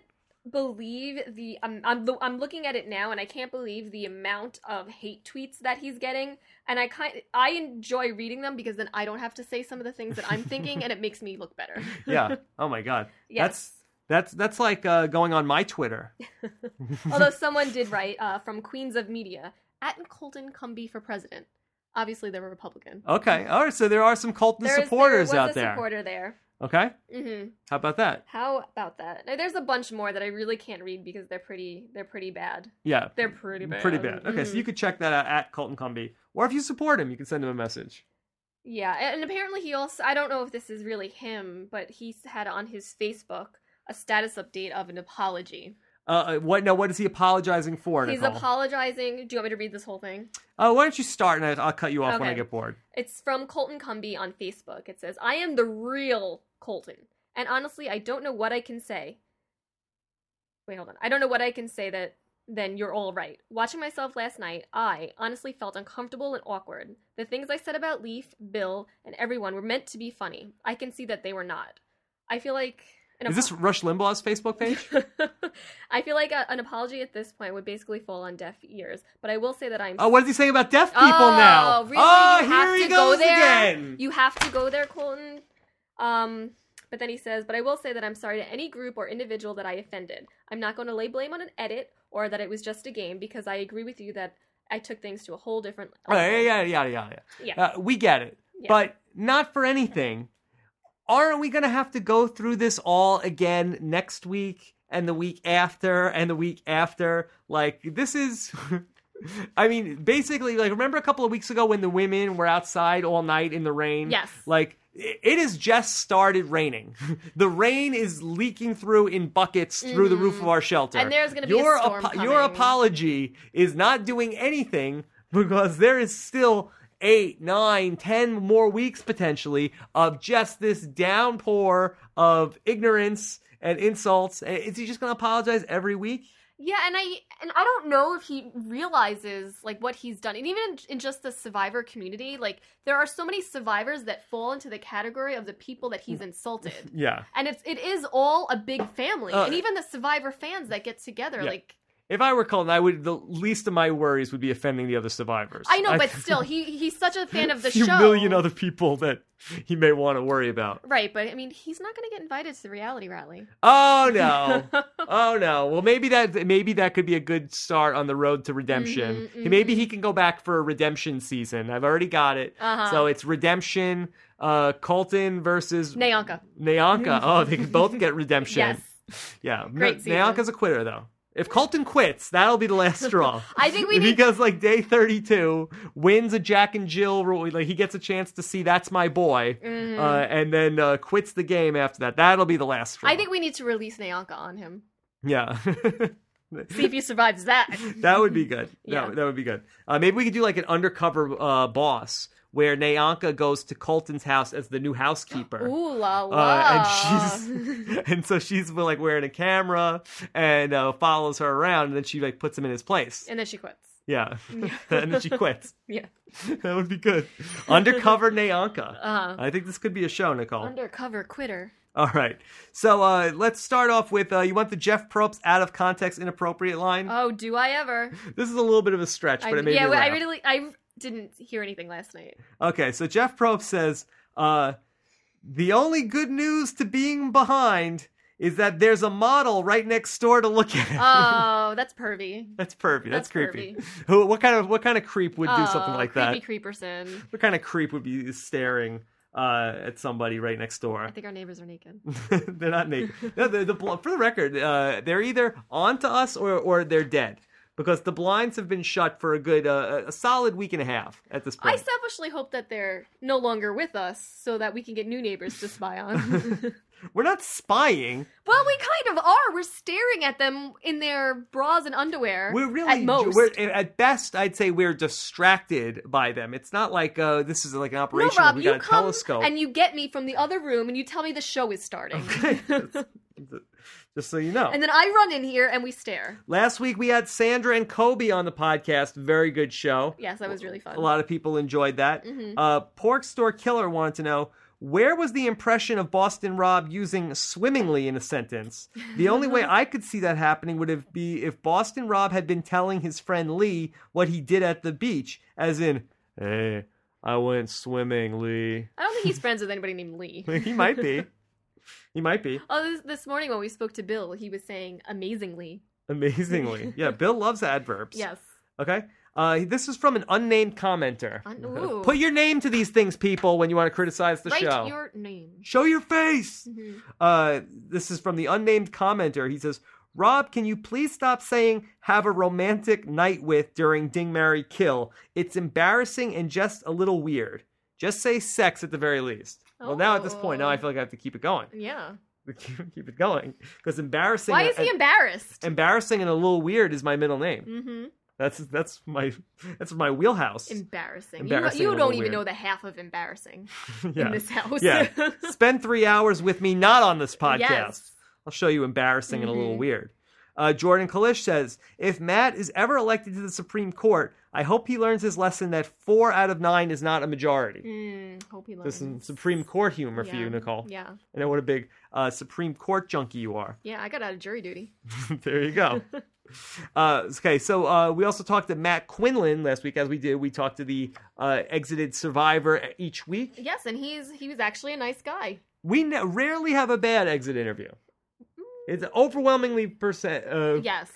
Speaker 2: believe the um, I'm lo- I'm looking at it now and I can't believe the amount of hate tweets that he's getting and I kind I enjoy reading them because then I don't have to say some of the things that I'm thinking and it makes me look better.
Speaker 1: Yeah. Oh my God.
Speaker 2: Yes.
Speaker 1: That's that's like uh, going on my Twitter.
Speaker 2: Although someone did write uh, from Queens of Media at Colton Cumby for president. Obviously they're a Republican.
Speaker 1: Okay. All right. So there are some Colton
Speaker 2: There is-
Speaker 1: supporters
Speaker 2: there
Speaker 1: out
Speaker 2: was a
Speaker 1: there.
Speaker 2: supporter there.
Speaker 1: Okay.
Speaker 2: hmm
Speaker 1: How about that?
Speaker 2: How about that? Now, there's a bunch more that I really can't read because they're pretty they're pretty bad.
Speaker 1: Yeah.
Speaker 2: They're pretty bad.
Speaker 1: Pretty bad. Okay. So
Speaker 2: Mhm.
Speaker 1: you could check that out at Colton Cumby, or if you support him, you can send him a message.
Speaker 2: Yeah, a- and apparently he also I don't know if this is really him, but he's had on his Facebook a status update of an apology.
Speaker 1: Uh, uh, what? No. What is he apologizing for?
Speaker 2: He's
Speaker 1: Nicole?
Speaker 2: apologizing. Do you want me to read this whole thing?
Speaker 1: Uh, why don't you start and I, I'll cut you off when I
Speaker 2: Okay.
Speaker 1: get bored.
Speaker 2: It's from Colton Cumby on Facebook. It says, "I am the real Colton, and honestly, I don't know what I can say." Wait, hold on. I don't know what I can say that then you're all right. Watching myself last night, I honestly felt uncomfortable and awkward. The things I said about Leaf, Bill, and everyone were meant to be funny. I can see that they were not. I feel like an
Speaker 1: Is this Rush Limbaugh's Facebook page?
Speaker 2: I feel like a, an apology at this point would basically fall on deaf ears, but I will say that I'm
Speaker 1: oh, what is he saying about deaf people
Speaker 2: oh,
Speaker 1: now?
Speaker 2: Really?
Speaker 1: Oh,
Speaker 2: you
Speaker 1: here
Speaker 2: have
Speaker 1: he
Speaker 2: to
Speaker 1: goes
Speaker 2: go there.
Speaker 1: again.
Speaker 2: You have to go there, Colton. Um, but then he says, "But I will say that I'm sorry to any group or individual that I offended. I'm not going to lay blame on an edit or that it was just a game because I agree with you that I took things to a whole different
Speaker 1: Oh, yeah,
Speaker 2: level."
Speaker 1: yeah, yeah, yeah, yeah.
Speaker 2: Yeah.
Speaker 1: Uh, we get it,
Speaker 2: Yeah.
Speaker 1: but not for anything. Aren't we going to have to go through this all again next week and the week after and the week after? Like this is. I mean, basically, like remember a couple of weeks ago when the women were outside all night in the rain.
Speaker 2: Yes.
Speaker 1: Like i- it has just started raining. the rain is leaking through in buckets through the roof of our shelter.
Speaker 2: Mm-hmm. And there's gonna be a
Speaker 1: your
Speaker 2: storm
Speaker 1: apo- your
Speaker 2: coming.
Speaker 1: apology is not doing anything because there is still eight, nine, ten more weeks potentially of just this downpour of ignorance and insults. And Is he just going to apologize every week?
Speaker 2: Yeah, and I and I don't know if he realizes like what he's done, and even in, in just the survivor community, like there are so many survivors that fall into the category of the people that he's insulted,
Speaker 1: Yeah.
Speaker 2: and it's it is all a big family,
Speaker 1: Uh,
Speaker 2: and even the survivor fans that get together,
Speaker 1: Yeah.
Speaker 2: like
Speaker 1: If I were Colton, I would the least of my worries would be offending the other survivors.
Speaker 2: I know, but still, he he's such a fan of the
Speaker 1: few
Speaker 2: show.
Speaker 1: million other people that he may want to worry about.
Speaker 2: right, but I mean, he's not going to get invited to the reality rally.
Speaker 1: Oh no. oh no. Well maybe that maybe that could be a good start on the road to redemption.
Speaker 2: Mhm, mhm.
Speaker 1: Maybe he can go back for a redemption season. I've already got it.
Speaker 2: Uh-huh.
Speaker 1: So it's redemption uh Colton versus
Speaker 2: Nayanka,
Speaker 1: Nayanka. oh, they could both get redemption.
Speaker 2: yes,
Speaker 1: Yeah.
Speaker 2: Great
Speaker 1: Na-
Speaker 2: season.
Speaker 1: Nayanka's a quitter though. If Colton quits, that'll be the last straw.
Speaker 2: I think we need.
Speaker 1: because like day 32 wins a Jack and Jill ro- like he gets a chance to see that's my boy
Speaker 2: Mhm.
Speaker 1: uh, and then uh, quits the game after that. That'll be the last straw.
Speaker 2: I think we need to release Nayanka on him.
Speaker 1: Yeah.
Speaker 2: See if he survives that.
Speaker 1: that would be good.
Speaker 2: Yeah.
Speaker 1: That, that would be good. Uh, maybe we could do like an undercover uh, boss where Nayanka goes to Colton's house as the new housekeeper.
Speaker 2: Ooh la la.
Speaker 1: Uh, and she's and so she's like wearing a camera and uh, follows her around and then she like puts him in his place.
Speaker 2: and then she quits.
Speaker 1: Yeah. and then she quits.
Speaker 2: Yeah.
Speaker 1: that would be good. Undercover Nayanka.
Speaker 2: Uh,
Speaker 1: I think this could be a show, Nicole.
Speaker 2: undercover quitter.
Speaker 1: All right. So uh, let's start off with uh, you want the Jeff Probst out of context inappropriate line.
Speaker 2: Oh, do I ever?
Speaker 1: this is a little bit of a stretch,
Speaker 2: I,
Speaker 1: but it made
Speaker 2: yeah,
Speaker 1: me
Speaker 2: well,
Speaker 1: laugh.
Speaker 2: I really I didn't hear anything last night.
Speaker 1: Okay, so Jeff Probst says, uh, the only good news to being behind is that there's a model right next door to look at.
Speaker 2: Oh, that's pervy.
Speaker 1: that's pervy. That's,
Speaker 2: that's
Speaker 1: creepy. Who? What kind of what kind of creep would do something
Speaker 2: Oh,
Speaker 1: like
Speaker 2: creepy
Speaker 1: that?
Speaker 2: Creeperson.
Speaker 1: What kind of creep would be staring uh, at somebody right next
Speaker 2: I
Speaker 1: door?
Speaker 2: think our neighbors are naked.
Speaker 1: they're not naked. No, the, the, bl- for the record, uh, they're either on to us or or they're dead because the blinds have been shut for a good uh, a solid week and a half at this
Speaker 2: I
Speaker 1: point.
Speaker 2: selfishly hope that they're no longer with us so that we can get new neighbors to spy on.
Speaker 1: We're not spying.
Speaker 2: well, we kind of are. We're staring at them in their bras and underwear.
Speaker 1: We're really
Speaker 2: at most.
Speaker 1: We're, eh, at best, I'd say we're distracted by them. It's not like uh, this is like an
Speaker 2: no,
Speaker 1: operation. where
Speaker 2: Rob,
Speaker 1: we
Speaker 2: you
Speaker 1: got a
Speaker 2: come
Speaker 1: telescope.
Speaker 2: and you get me from the other room and you tell me the show is starting.
Speaker 1: Just so you know.
Speaker 2: and then I run in here and we stare.
Speaker 1: Last week we had Sandra and Kobe on the podcast. Very good show.
Speaker 2: Yes, that was really fun.
Speaker 1: A lot of people enjoyed that.
Speaker 2: Mhm.
Speaker 1: Uh, Pork Store Killer wanted to know where was the impression of Boston Rob using swimmingly in a sentence? The only way I could see that happening would have be if Boston Rob had been telling his friend Lee what he did at the beach, as in, "Hey, I went swimming, Lee."
Speaker 2: I don't think he's friends with anybody named Lee.
Speaker 1: he might be. He might be.
Speaker 2: Oh, this, this morning when we spoke to Bill, he was saying amazingly.
Speaker 1: Amazingly, yeah. Bill loves adverbs.
Speaker 2: Yes.
Speaker 1: Okay. Uh, this is from an unnamed commenter.
Speaker 2: Un- ooh.
Speaker 1: Put your name to these things, people, when you want to criticize the
Speaker 2: Write
Speaker 1: show.
Speaker 2: your name.
Speaker 1: Show your face.
Speaker 2: Mhm.
Speaker 1: Uh, this is from the unnamed commenter. He says, Rob, can you please stop saying have a romantic night with during Ding Mary Kill? It's embarrassing and just a little weird. Just say sex at the very least. Well, now at this point, now I
Speaker 2: Oh.
Speaker 1: feel like I have to keep it going.
Speaker 2: Yeah.
Speaker 1: Keep keep it going. Because embarrassing.
Speaker 2: Why is he
Speaker 1: and-
Speaker 2: embarrassed?
Speaker 1: embarrassing and a little weird is my middle name.
Speaker 2: hmm
Speaker 1: That's that's my that's my wheelhouse.
Speaker 2: Embarrassing.
Speaker 1: Embarrassing
Speaker 2: You,
Speaker 1: and
Speaker 2: you
Speaker 1: a
Speaker 2: don't
Speaker 1: little
Speaker 2: even
Speaker 1: weird.
Speaker 2: know the half of embarrassing in
Speaker 1: yeah.
Speaker 2: this house.
Speaker 1: Yeah. Spend three hours with me, not on this podcast.
Speaker 2: Yes.
Speaker 1: I'll show you embarrassing and a little
Speaker 2: Mhm.
Speaker 1: weird. Uh, Jordan Kalish says, if Matt is ever elected to the Supreme Court, I hope he learns his lesson that four out of nine is not a majority.
Speaker 2: Mm, hope he
Speaker 1: This
Speaker 2: learns.
Speaker 1: is Supreme Court humor for
Speaker 2: Yeah.
Speaker 1: you, Nicole.
Speaker 2: Yeah.
Speaker 1: I know what a big uh, Supreme Court junkie you are.
Speaker 2: Yeah, I got out of jury duty.
Speaker 1: there you go. Uh, okay, so uh, we also talked to Matt Quinlan last week, as we did. We talked to the uh, exited survivor each week.
Speaker 2: Yes, and he's he was actually a nice guy.
Speaker 1: We ne- rarely have a bad exit interview.
Speaker 2: Mm.
Speaker 1: It's overwhelmingly percent. Uh,
Speaker 2: Yes.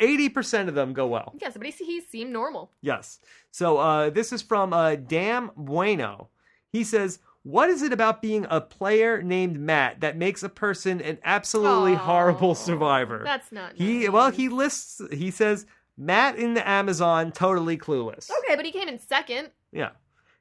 Speaker 1: Eighty percent of them go well.
Speaker 2: Yes, but he, he seemed normal.
Speaker 1: Yes. So uh, this is from uh, Damn Bueno. He says, "What is it about being a player named Matt that makes a person an absolutely
Speaker 2: Aw,
Speaker 1: horrible survivor?"
Speaker 2: That's not.
Speaker 1: He
Speaker 2: nice.
Speaker 1: well, he lists. He says Matt in the Amazon, totally clueless.
Speaker 2: Okay, but he came in second.
Speaker 1: Yeah.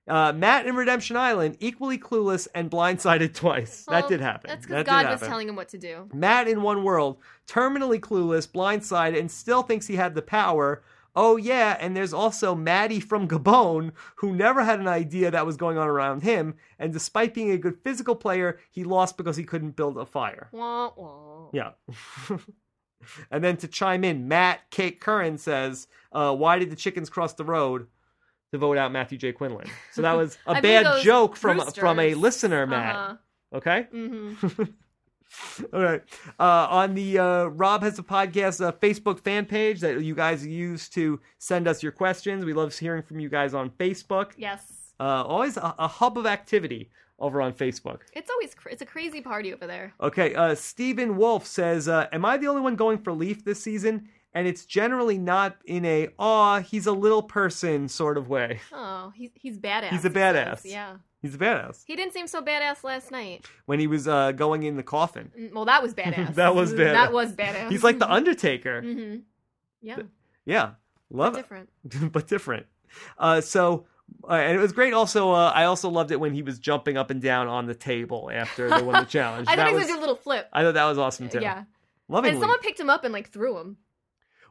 Speaker 1: Uh, Matt in Redemption Island, equally clueless and blindsided twice. that
Speaker 2: Well,
Speaker 1: did happen.
Speaker 2: That's
Speaker 1: That
Speaker 2: because
Speaker 1: did
Speaker 2: God was
Speaker 1: happen.
Speaker 2: telling him what to do.
Speaker 1: Matt in One World, terminally clueless, blindsided, and still thinks he had the power. Oh, yeah, and there's also Maddie from Gabon, who never had an idea that was going on around him, and despite being a good physical player, he lost because he couldn't build a fire.
Speaker 2: Wah, wah.
Speaker 1: Yeah. and then to chime in, Matt Kate Curran says, uh, "Why did the chickens cross the road to vote out Matthew J. Quinlan?" So that was
Speaker 2: I
Speaker 1: a
Speaker 2: believe
Speaker 1: bad
Speaker 2: those
Speaker 1: joke from from a
Speaker 2: roosters. Uh-huh.
Speaker 1: listener, Matt. Okay.
Speaker 2: hmm
Speaker 1: All right. Uh, on the uh, Rob has a podcast uh, Facebook fan page that you guys use to send us your questions. We love hearing from you guys on Facebook.
Speaker 2: Yes.
Speaker 1: Uh, always a, a hub of activity over on Facebook.
Speaker 2: It's always cr- it's a crazy party over there.
Speaker 1: Okay, uh, Stephen Wolf says, uh, "Am I the only one going for Leaf this season?" And it's generally not in a "aw, he's a little person" sort of way.
Speaker 2: Oh, he's he's badass.
Speaker 1: He's a
Speaker 2: he says.
Speaker 1: badass.
Speaker 2: Yeah.
Speaker 1: He's a badass.
Speaker 2: He didn't seem so badass last night.
Speaker 1: When he was uh, going in the coffin,
Speaker 2: Mm, Well, that was badass.
Speaker 1: That was badass.
Speaker 2: That was badass.
Speaker 1: he's like the Undertaker.
Speaker 2: hmm Yeah.
Speaker 1: Yeah, love it,
Speaker 2: Different.
Speaker 1: but different. Uh, so. Uh, and it was great. Also, uh, I also loved it when he was jumping up and down on the table after they won the challenge.
Speaker 2: I thought
Speaker 1: that
Speaker 2: he was
Speaker 1: was,
Speaker 2: gonna do a little flip.
Speaker 1: I thought that was awesome too.
Speaker 2: Yeah.
Speaker 1: loving.
Speaker 2: And someone picked him up and like threw him.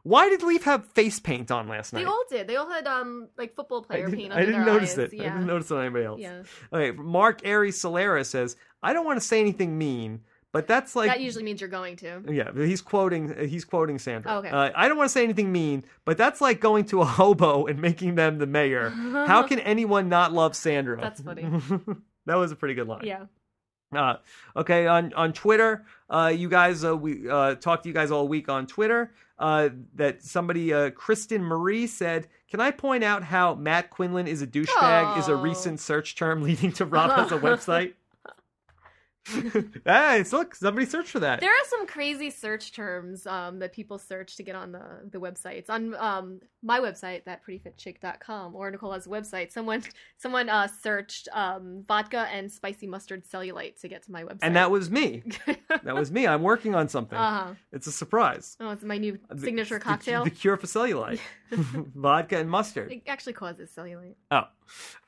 Speaker 1: Why did Leaf have face paint on last night?
Speaker 2: They all did. They all had um like football
Speaker 1: I
Speaker 2: player
Speaker 1: didn't,
Speaker 2: paint.
Speaker 1: I
Speaker 2: under
Speaker 1: didn't
Speaker 2: their
Speaker 1: notice
Speaker 2: eyes.
Speaker 1: it.
Speaker 2: Yeah.
Speaker 1: I didn't notice it on anybody else.
Speaker 2: Yeah.
Speaker 1: Okay, Mark Aries Solera says, I don't want to say anything mean, but that's like.
Speaker 2: that usually means you're going to.
Speaker 1: yeah, he's quoting uh, he's quoting Sandra.
Speaker 2: Oh, Okay.
Speaker 1: Uh, I don't want to say anything mean, but that's like going to a hobo and making them the mayor. How can anyone not love Sandra?
Speaker 2: Uh-huh. That's funny.
Speaker 1: that was a pretty good line.
Speaker 2: Yeah.
Speaker 1: Uh, okay, on on Twitter, uh, you guys, uh, we uh, talked to you guys all week on Twitter. Uh, that somebody, uh, Kristen Marie, said, "Can I point out how Matt Quinlan is a douchebag is a
Speaker 2: Oh.
Speaker 1: recent search term leading to Rob has a website." hey, so look, somebody searched for that.
Speaker 2: There are some crazy search terms um, that people search to get on the, the websites. On um, my website, thatprettyfitchick.com, or Nicola's website, someone someone uh, searched um, vodka and spicy mustard cellulite to get to my website.
Speaker 1: and that was me.
Speaker 2: uh
Speaker 1: That was me. I'm working on something.
Speaker 2: huh.
Speaker 1: It's a surprise.
Speaker 2: Uh-huh. Oh, it's my new
Speaker 1: The-
Speaker 2: Uh. signature
Speaker 1: the-
Speaker 2: cocktail.
Speaker 1: The, cure for cellulite, vodka and mustard.
Speaker 2: It actually causes cellulite.
Speaker 1: Oh,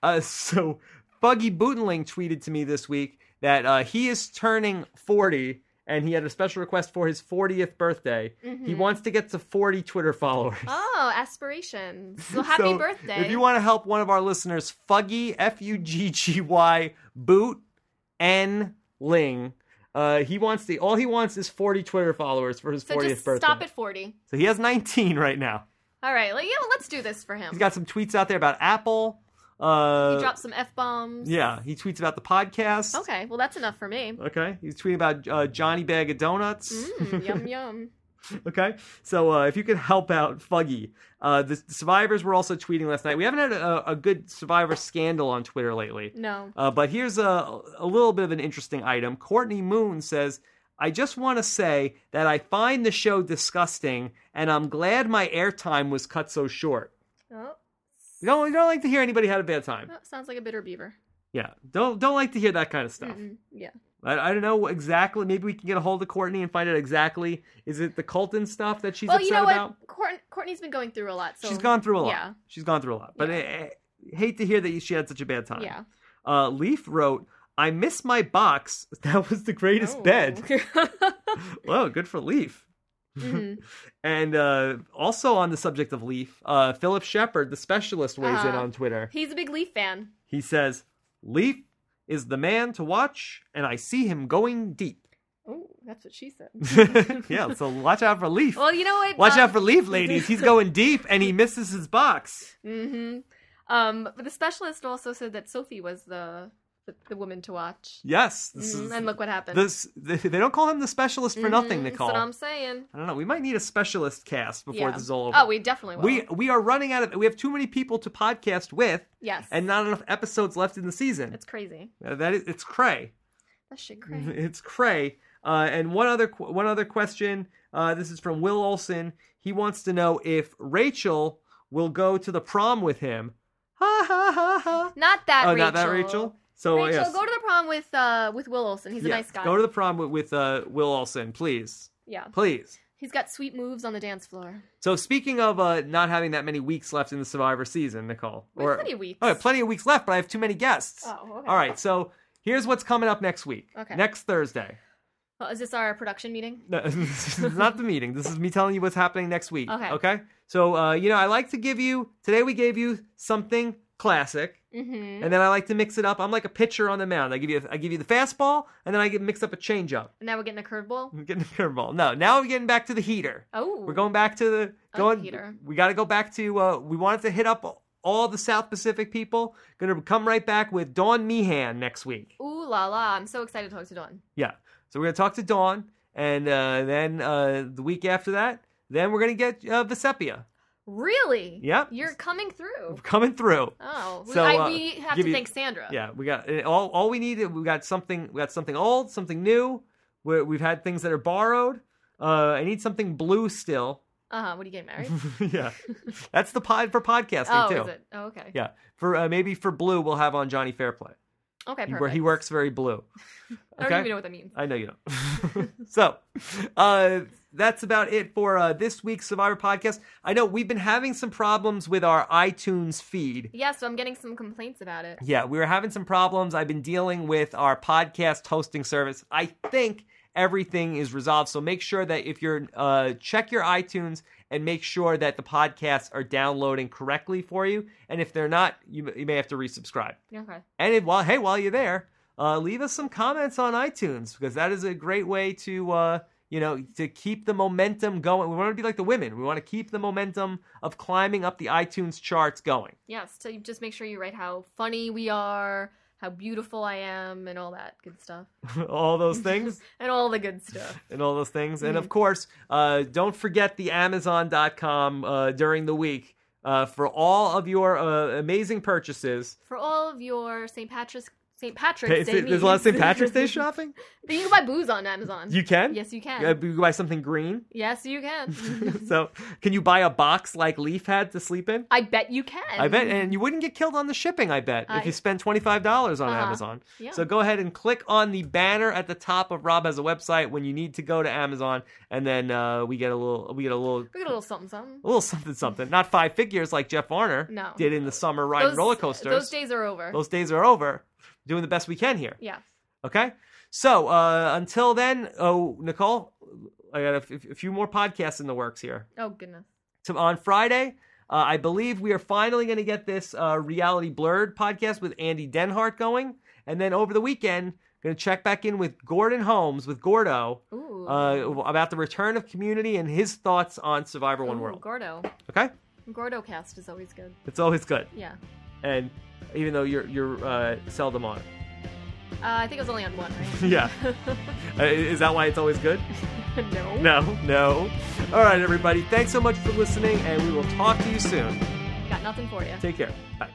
Speaker 1: uh, so Buggy Bootenling tweeted to me this week that uh, he is turning 40, and he had a special request for his 40th birthday. He
Speaker 2: Mhm.
Speaker 1: wants to get to 40 Twitter followers.
Speaker 2: Oh, aspirations. So happy
Speaker 1: So,
Speaker 2: birthday.
Speaker 1: If you want to help one of our listeners, Fuggy F U G G Y Boot N Ling. Uh, he wants the all he wants is 40 Twitter followers for his
Speaker 2: so
Speaker 1: 40th
Speaker 2: just
Speaker 1: birthday.
Speaker 2: stop at 40.
Speaker 1: So he has 19 right now.
Speaker 2: All right, like, yeah, let's do this for him.
Speaker 1: He's got some tweets out there about Apple. Uh,
Speaker 2: he dropped some f bombs.
Speaker 1: yeah, he tweets about the podcast.
Speaker 2: Okay, well that's enough for me.
Speaker 1: Okay. He's tweeting about uh, Johnny Bag of Donuts.
Speaker 2: Mm, yum yum.
Speaker 1: Okay. So uh, if you could help out Fuggy. Uh, the survivors were also tweeting last night. We haven't had a, a good survivor scandal on Twitter lately.
Speaker 2: No.
Speaker 1: Uh, but here's a, a little bit of an interesting item. Courtney Moon says, I just want to say that I find the show disgusting, and I'm glad my airtime was cut so short.
Speaker 2: Oh,
Speaker 1: You don't, you don't like to hear anybody had a bad time.
Speaker 2: that oh, sounds like a bitter beaver.
Speaker 1: Yeah, don't don't like to hear that kind of stuff.
Speaker 2: Mm-mm, yeah.
Speaker 1: I, I don't know exactly. Maybe we can get a hold of Courtney and find out exactly. Is it the Colton stuff that she's
Speaker 2: well,
Speaker 1: upset
Speaker 2: you know
Speaker 1: about?
Speaker 2: what? Court- Courtney's been going through a lot. So
Speaker 1: she's gone through a lot.
Speaker 2: Yeah.
Speaker 1: She's gone through a lot. But
Speaker 2: Yeah.
Speaker 1: I, I hate to hear that she had such a bad time.
Speaker 2: Yeah.
Speaker 1: Uh, Leaf wrote, "I miss my box. That was the greatest
Speaker 2: Oh.
Speaker 1: bed." Well, good for Leaf.
Speaker 2: Mhm.
Speaker 1: And uh, also on the subject of Leaf, uh, Philip Shepard, the specialist, weighs in
Speaker 2: Uh-huh.
Speaker 1: on Twitter.
Speaker 2: He's a big Leaf fan.
Speaker 1: He says, "Leaf is the man to watch, and I see him going deep."
Speaker 2: Oh, that's what she said.
Speaker 1: yeah, so watch out for Leaf.
Speaker 2: Well, you know what?
Speaker 1: Watch
Speaker 2: um,
Speaker 1: out for Leaf, ladies. He's going deep and he misses his box.
Speaker 2: hmm Um, but the specialist also said that Sophie was the the, the woman to watch.
Speaker 1: Yes, this
Speaker 2: Mm,
Speaker 1: is
Speaker 2: and look what happened.
Speaker 1: this. They don't call him the specialist for nothing,
Speaker 2: Mhm,
Speaker 1: Nicole.
Speaker 2: That's what
Speaker 1: I
Speaker 2: I'm saying.
Speaker 1: don't know. We might need a specialist cast before
Speaker 2: Yeah.
Speaker 1: this is all over.
Speaker 2: Oh, we definitely will.
Speaker 1: we we are running out of. We have too many people to podcast with,
Speaker 2: yes,
Speaker 1: and not enough episodes left in the season.
Speaker 2: it's crazy.
Speaker 1: Uh, that is, it's cray.
Speaker 2: That shit crazy.
Speaker 1: It's cray. Uh, and one other qu- one other question. Uh, this is from Will Olson. He wants to know if Rachel will go to the prom with him. Ha ha ha ha.
Speaker 2: Not that.
Speaker 1: oh,
Speaker 2: Rachel.
Speaker 1: not that Rachel. So
Speaker 2: Rachel,
Speaker 1: Oh, yes.
Speaker 2: go to the prom with uh with Will Olson. He's a
Speaker 1: Yeah,
Speaker 2: nice guy.
Speaker 1: Go to the prom with, with uh, Will Olson, please,
Speaker 2: yeah,
Speaker 1: please.
Speaker 2: he's got sweet moves on the dance floor.
Speaker 1: So speaking of uh, not having that many weeks left in the Survivor season, Nicole.
Speaker 2: We have plenty of weeks.
Speaker 1: Oh, yeah, plenty of weeks left, but I have too many guests.
Speaker 2: Oh, okay.
Speaker 1: All right. So here's what's coming up next week.
Speaker 2: Okay.
Speaker 1: Next Thursday.
Speaker 2: Well, is this our production meeting?
Speaker 1: No, this is not the meeting. This is me telling you what's happening next week.
Speaker 2: Okay.
Speaker 1: Okay. So uh, you know, I like to give you today. We gave you something classic,
Speaker 2: Mm-hmm.
Speaker 1: and then I like to mix it up. I'm like a pitcher on the mound. I give you, I give you the fastball, and then I get mix up a changeup.
Speaker 2: And now we're getting a curveball.
Speaker 1: I'm getting a curveball. No, now we're getting back to the heater.
Speaker 2: Oh,
Speaker 1: Mm-hmm. We're going back to the
Speaker 2: Oh,
Speaker 1: going.
Speaker 2: heater.
Speaker 1: We got to go back to. Uh, we wanted to hit up all the South Pacific people. Going to come right back with Dawn Meehan next week.
Speaker 2: Ooh la la! I'm so excited to talk to Dawn.
Speaker 1: Yeah. So we're going to talk to Dawn, and uh, then uh, the week after that, then we're going to get uh, Vesepia
Speaker 2: Really?
Speaker 1: Yep.
Speaker 2: You're coming through.
Speaker 1: coming through.
Speaker 2: Oh, we-
Speaker 1: So,
Speaker 2: I,
Speaker 1: uh,
Speaker 2: we have
Speaker 1: give
Speaker 2: to
Speaker 1: you-
Speaker 2: thank Sandra.
Speaker 1: Yeah, we got uh, all. All we need. We got something. We got something old, something new. We're, we've had things that are borrowed. Uh, I need something blue still.
Speaker 2: Uh huh. What are you getting married?
Speaker 1: yeah, that's the pod for podcasting
Speaker 2: oh,
Speaker 1: too.
Speaker 2: is it? Oh, okay.
Speaker 1: Yeah, for uh, maybe for Blue, we'll have on Johnny Fairplay,
Speaker 2: Okay,
Speaker 1: He-
Speaker 2: perfect.
Speaker 1: where he works very blue.
Speaker 2: I don't even know what that means.
Speaker 1: I know you don't. so, uh, that's about it for uh, this week's Survivor podcast. I know we've been having some problems with our iTunes feed.
Speaker 2: Yeah, so I'm getting some complaints about it.
Speaker 1: Yeah, we were having some problems. I've been dealing with our podcast hosting service. I think everything is resolved. So make sure that if you're uh, check your iTunes and make sure that the podcasts are downloading correctly for you. And if they're not, you, you may have to resubscribe.
Speaker 2: Okay.
Speaker 1: And if, while hey, while you're there, uh, leave us some comments on iTunes because that is a great way to uh, you know to keep the momentum going. We want to be like the women. We want to keep the momentum of climbing up the iTunes charts going.
Speaker 2: Yes, so you just make sure you write how funny we are, how beautiful I am and all that good stuff
Speaker 1: all those things
Speaker 2: and all the good stuff.
Speaker 1: and all those things. And of course, uh, don't forget the Amazon.com uh, during the week uh, for all of your uh, amazing purchases.
Speaker 2: For all of your St. Patrick's St. Patrick's Day
Speaker 1: There's a lot of
Speaker 2: needs.
Speaker 1: St. Patrick's Day shopping.
Speaker 2: Then you can buy booze on Amazon.
Speaker 1: You can.
Speaker 2: yes, you
Speaker 1: Uh,
Speaker 2: can.
Speaker 1: you can buy something green.
Speaker 2: Yes, you can.
Speaker 1: so, can you buy a box like Leaf had to sleep in?
Speaker 2: I bet you can.
Speaker 1: I bet, and you wouldn't get killed on the shipping. I bet if
Speaker 2: I-
Speaker 1: you spend twenty five dollars on
Speaker 2: Uh-huh.
Speaker 1: Amazon.
Speaker 2: Yeah.
Speaker 1: So go ahead and click on the banner at the top of Rob has a website when you need to go to Amazon, and then uh, we get a little we get a little
Speaker 2: we got a little something, something.
Speaker 1: a little something something. Not five figures like Jeff Varner
Speaker 2: No.
Speaker 1: did in the summer riding
Speaker 2: Those-
Speaker 1: roller coasters.
Speaker 2: Those days are over.
Speaker 1: Those days are over. Doing the best we can here.
Speaker 2: yeah.
Speaker 1: Okay. So uh, until then, oh Nicole, I got a, f- a few more podcasts in the works here.
Speaker 2: Oh goodness.
Speaker 1: So on Friday, uh, I believe we are finally going to get this uh, Reality Blurred podcast with Andy Denhart going, and then over the weekend, going to check back in with Gordon Holmes with Gordo
Speaker 2: Ooh.
Speaker 1: uh, about the return of Community and his thoughts on Survivor One
Speaker 2: Ooh,
Speaker 1: World.
Speaker 2: Gordo.
Speaker 1: Okay,
Speaker 2: Gordo cast is always good.
Speaker 1: it's always good,
Speaker 2: Yeah.
Speaker 1: and even though you're you're uh, seldom on it.
Speaker 2: Uh, I think it was only on one, right?
Speaker 1: Yeah. Uh, Is that why it's always good?
Speaker 2: no.
Speaker 1: No, no. All right, everybody. Thanks so much for listening, and we will talk to you soon.
Speaker 2: Got nothing for you.
Speaker 1: Take care. Bye.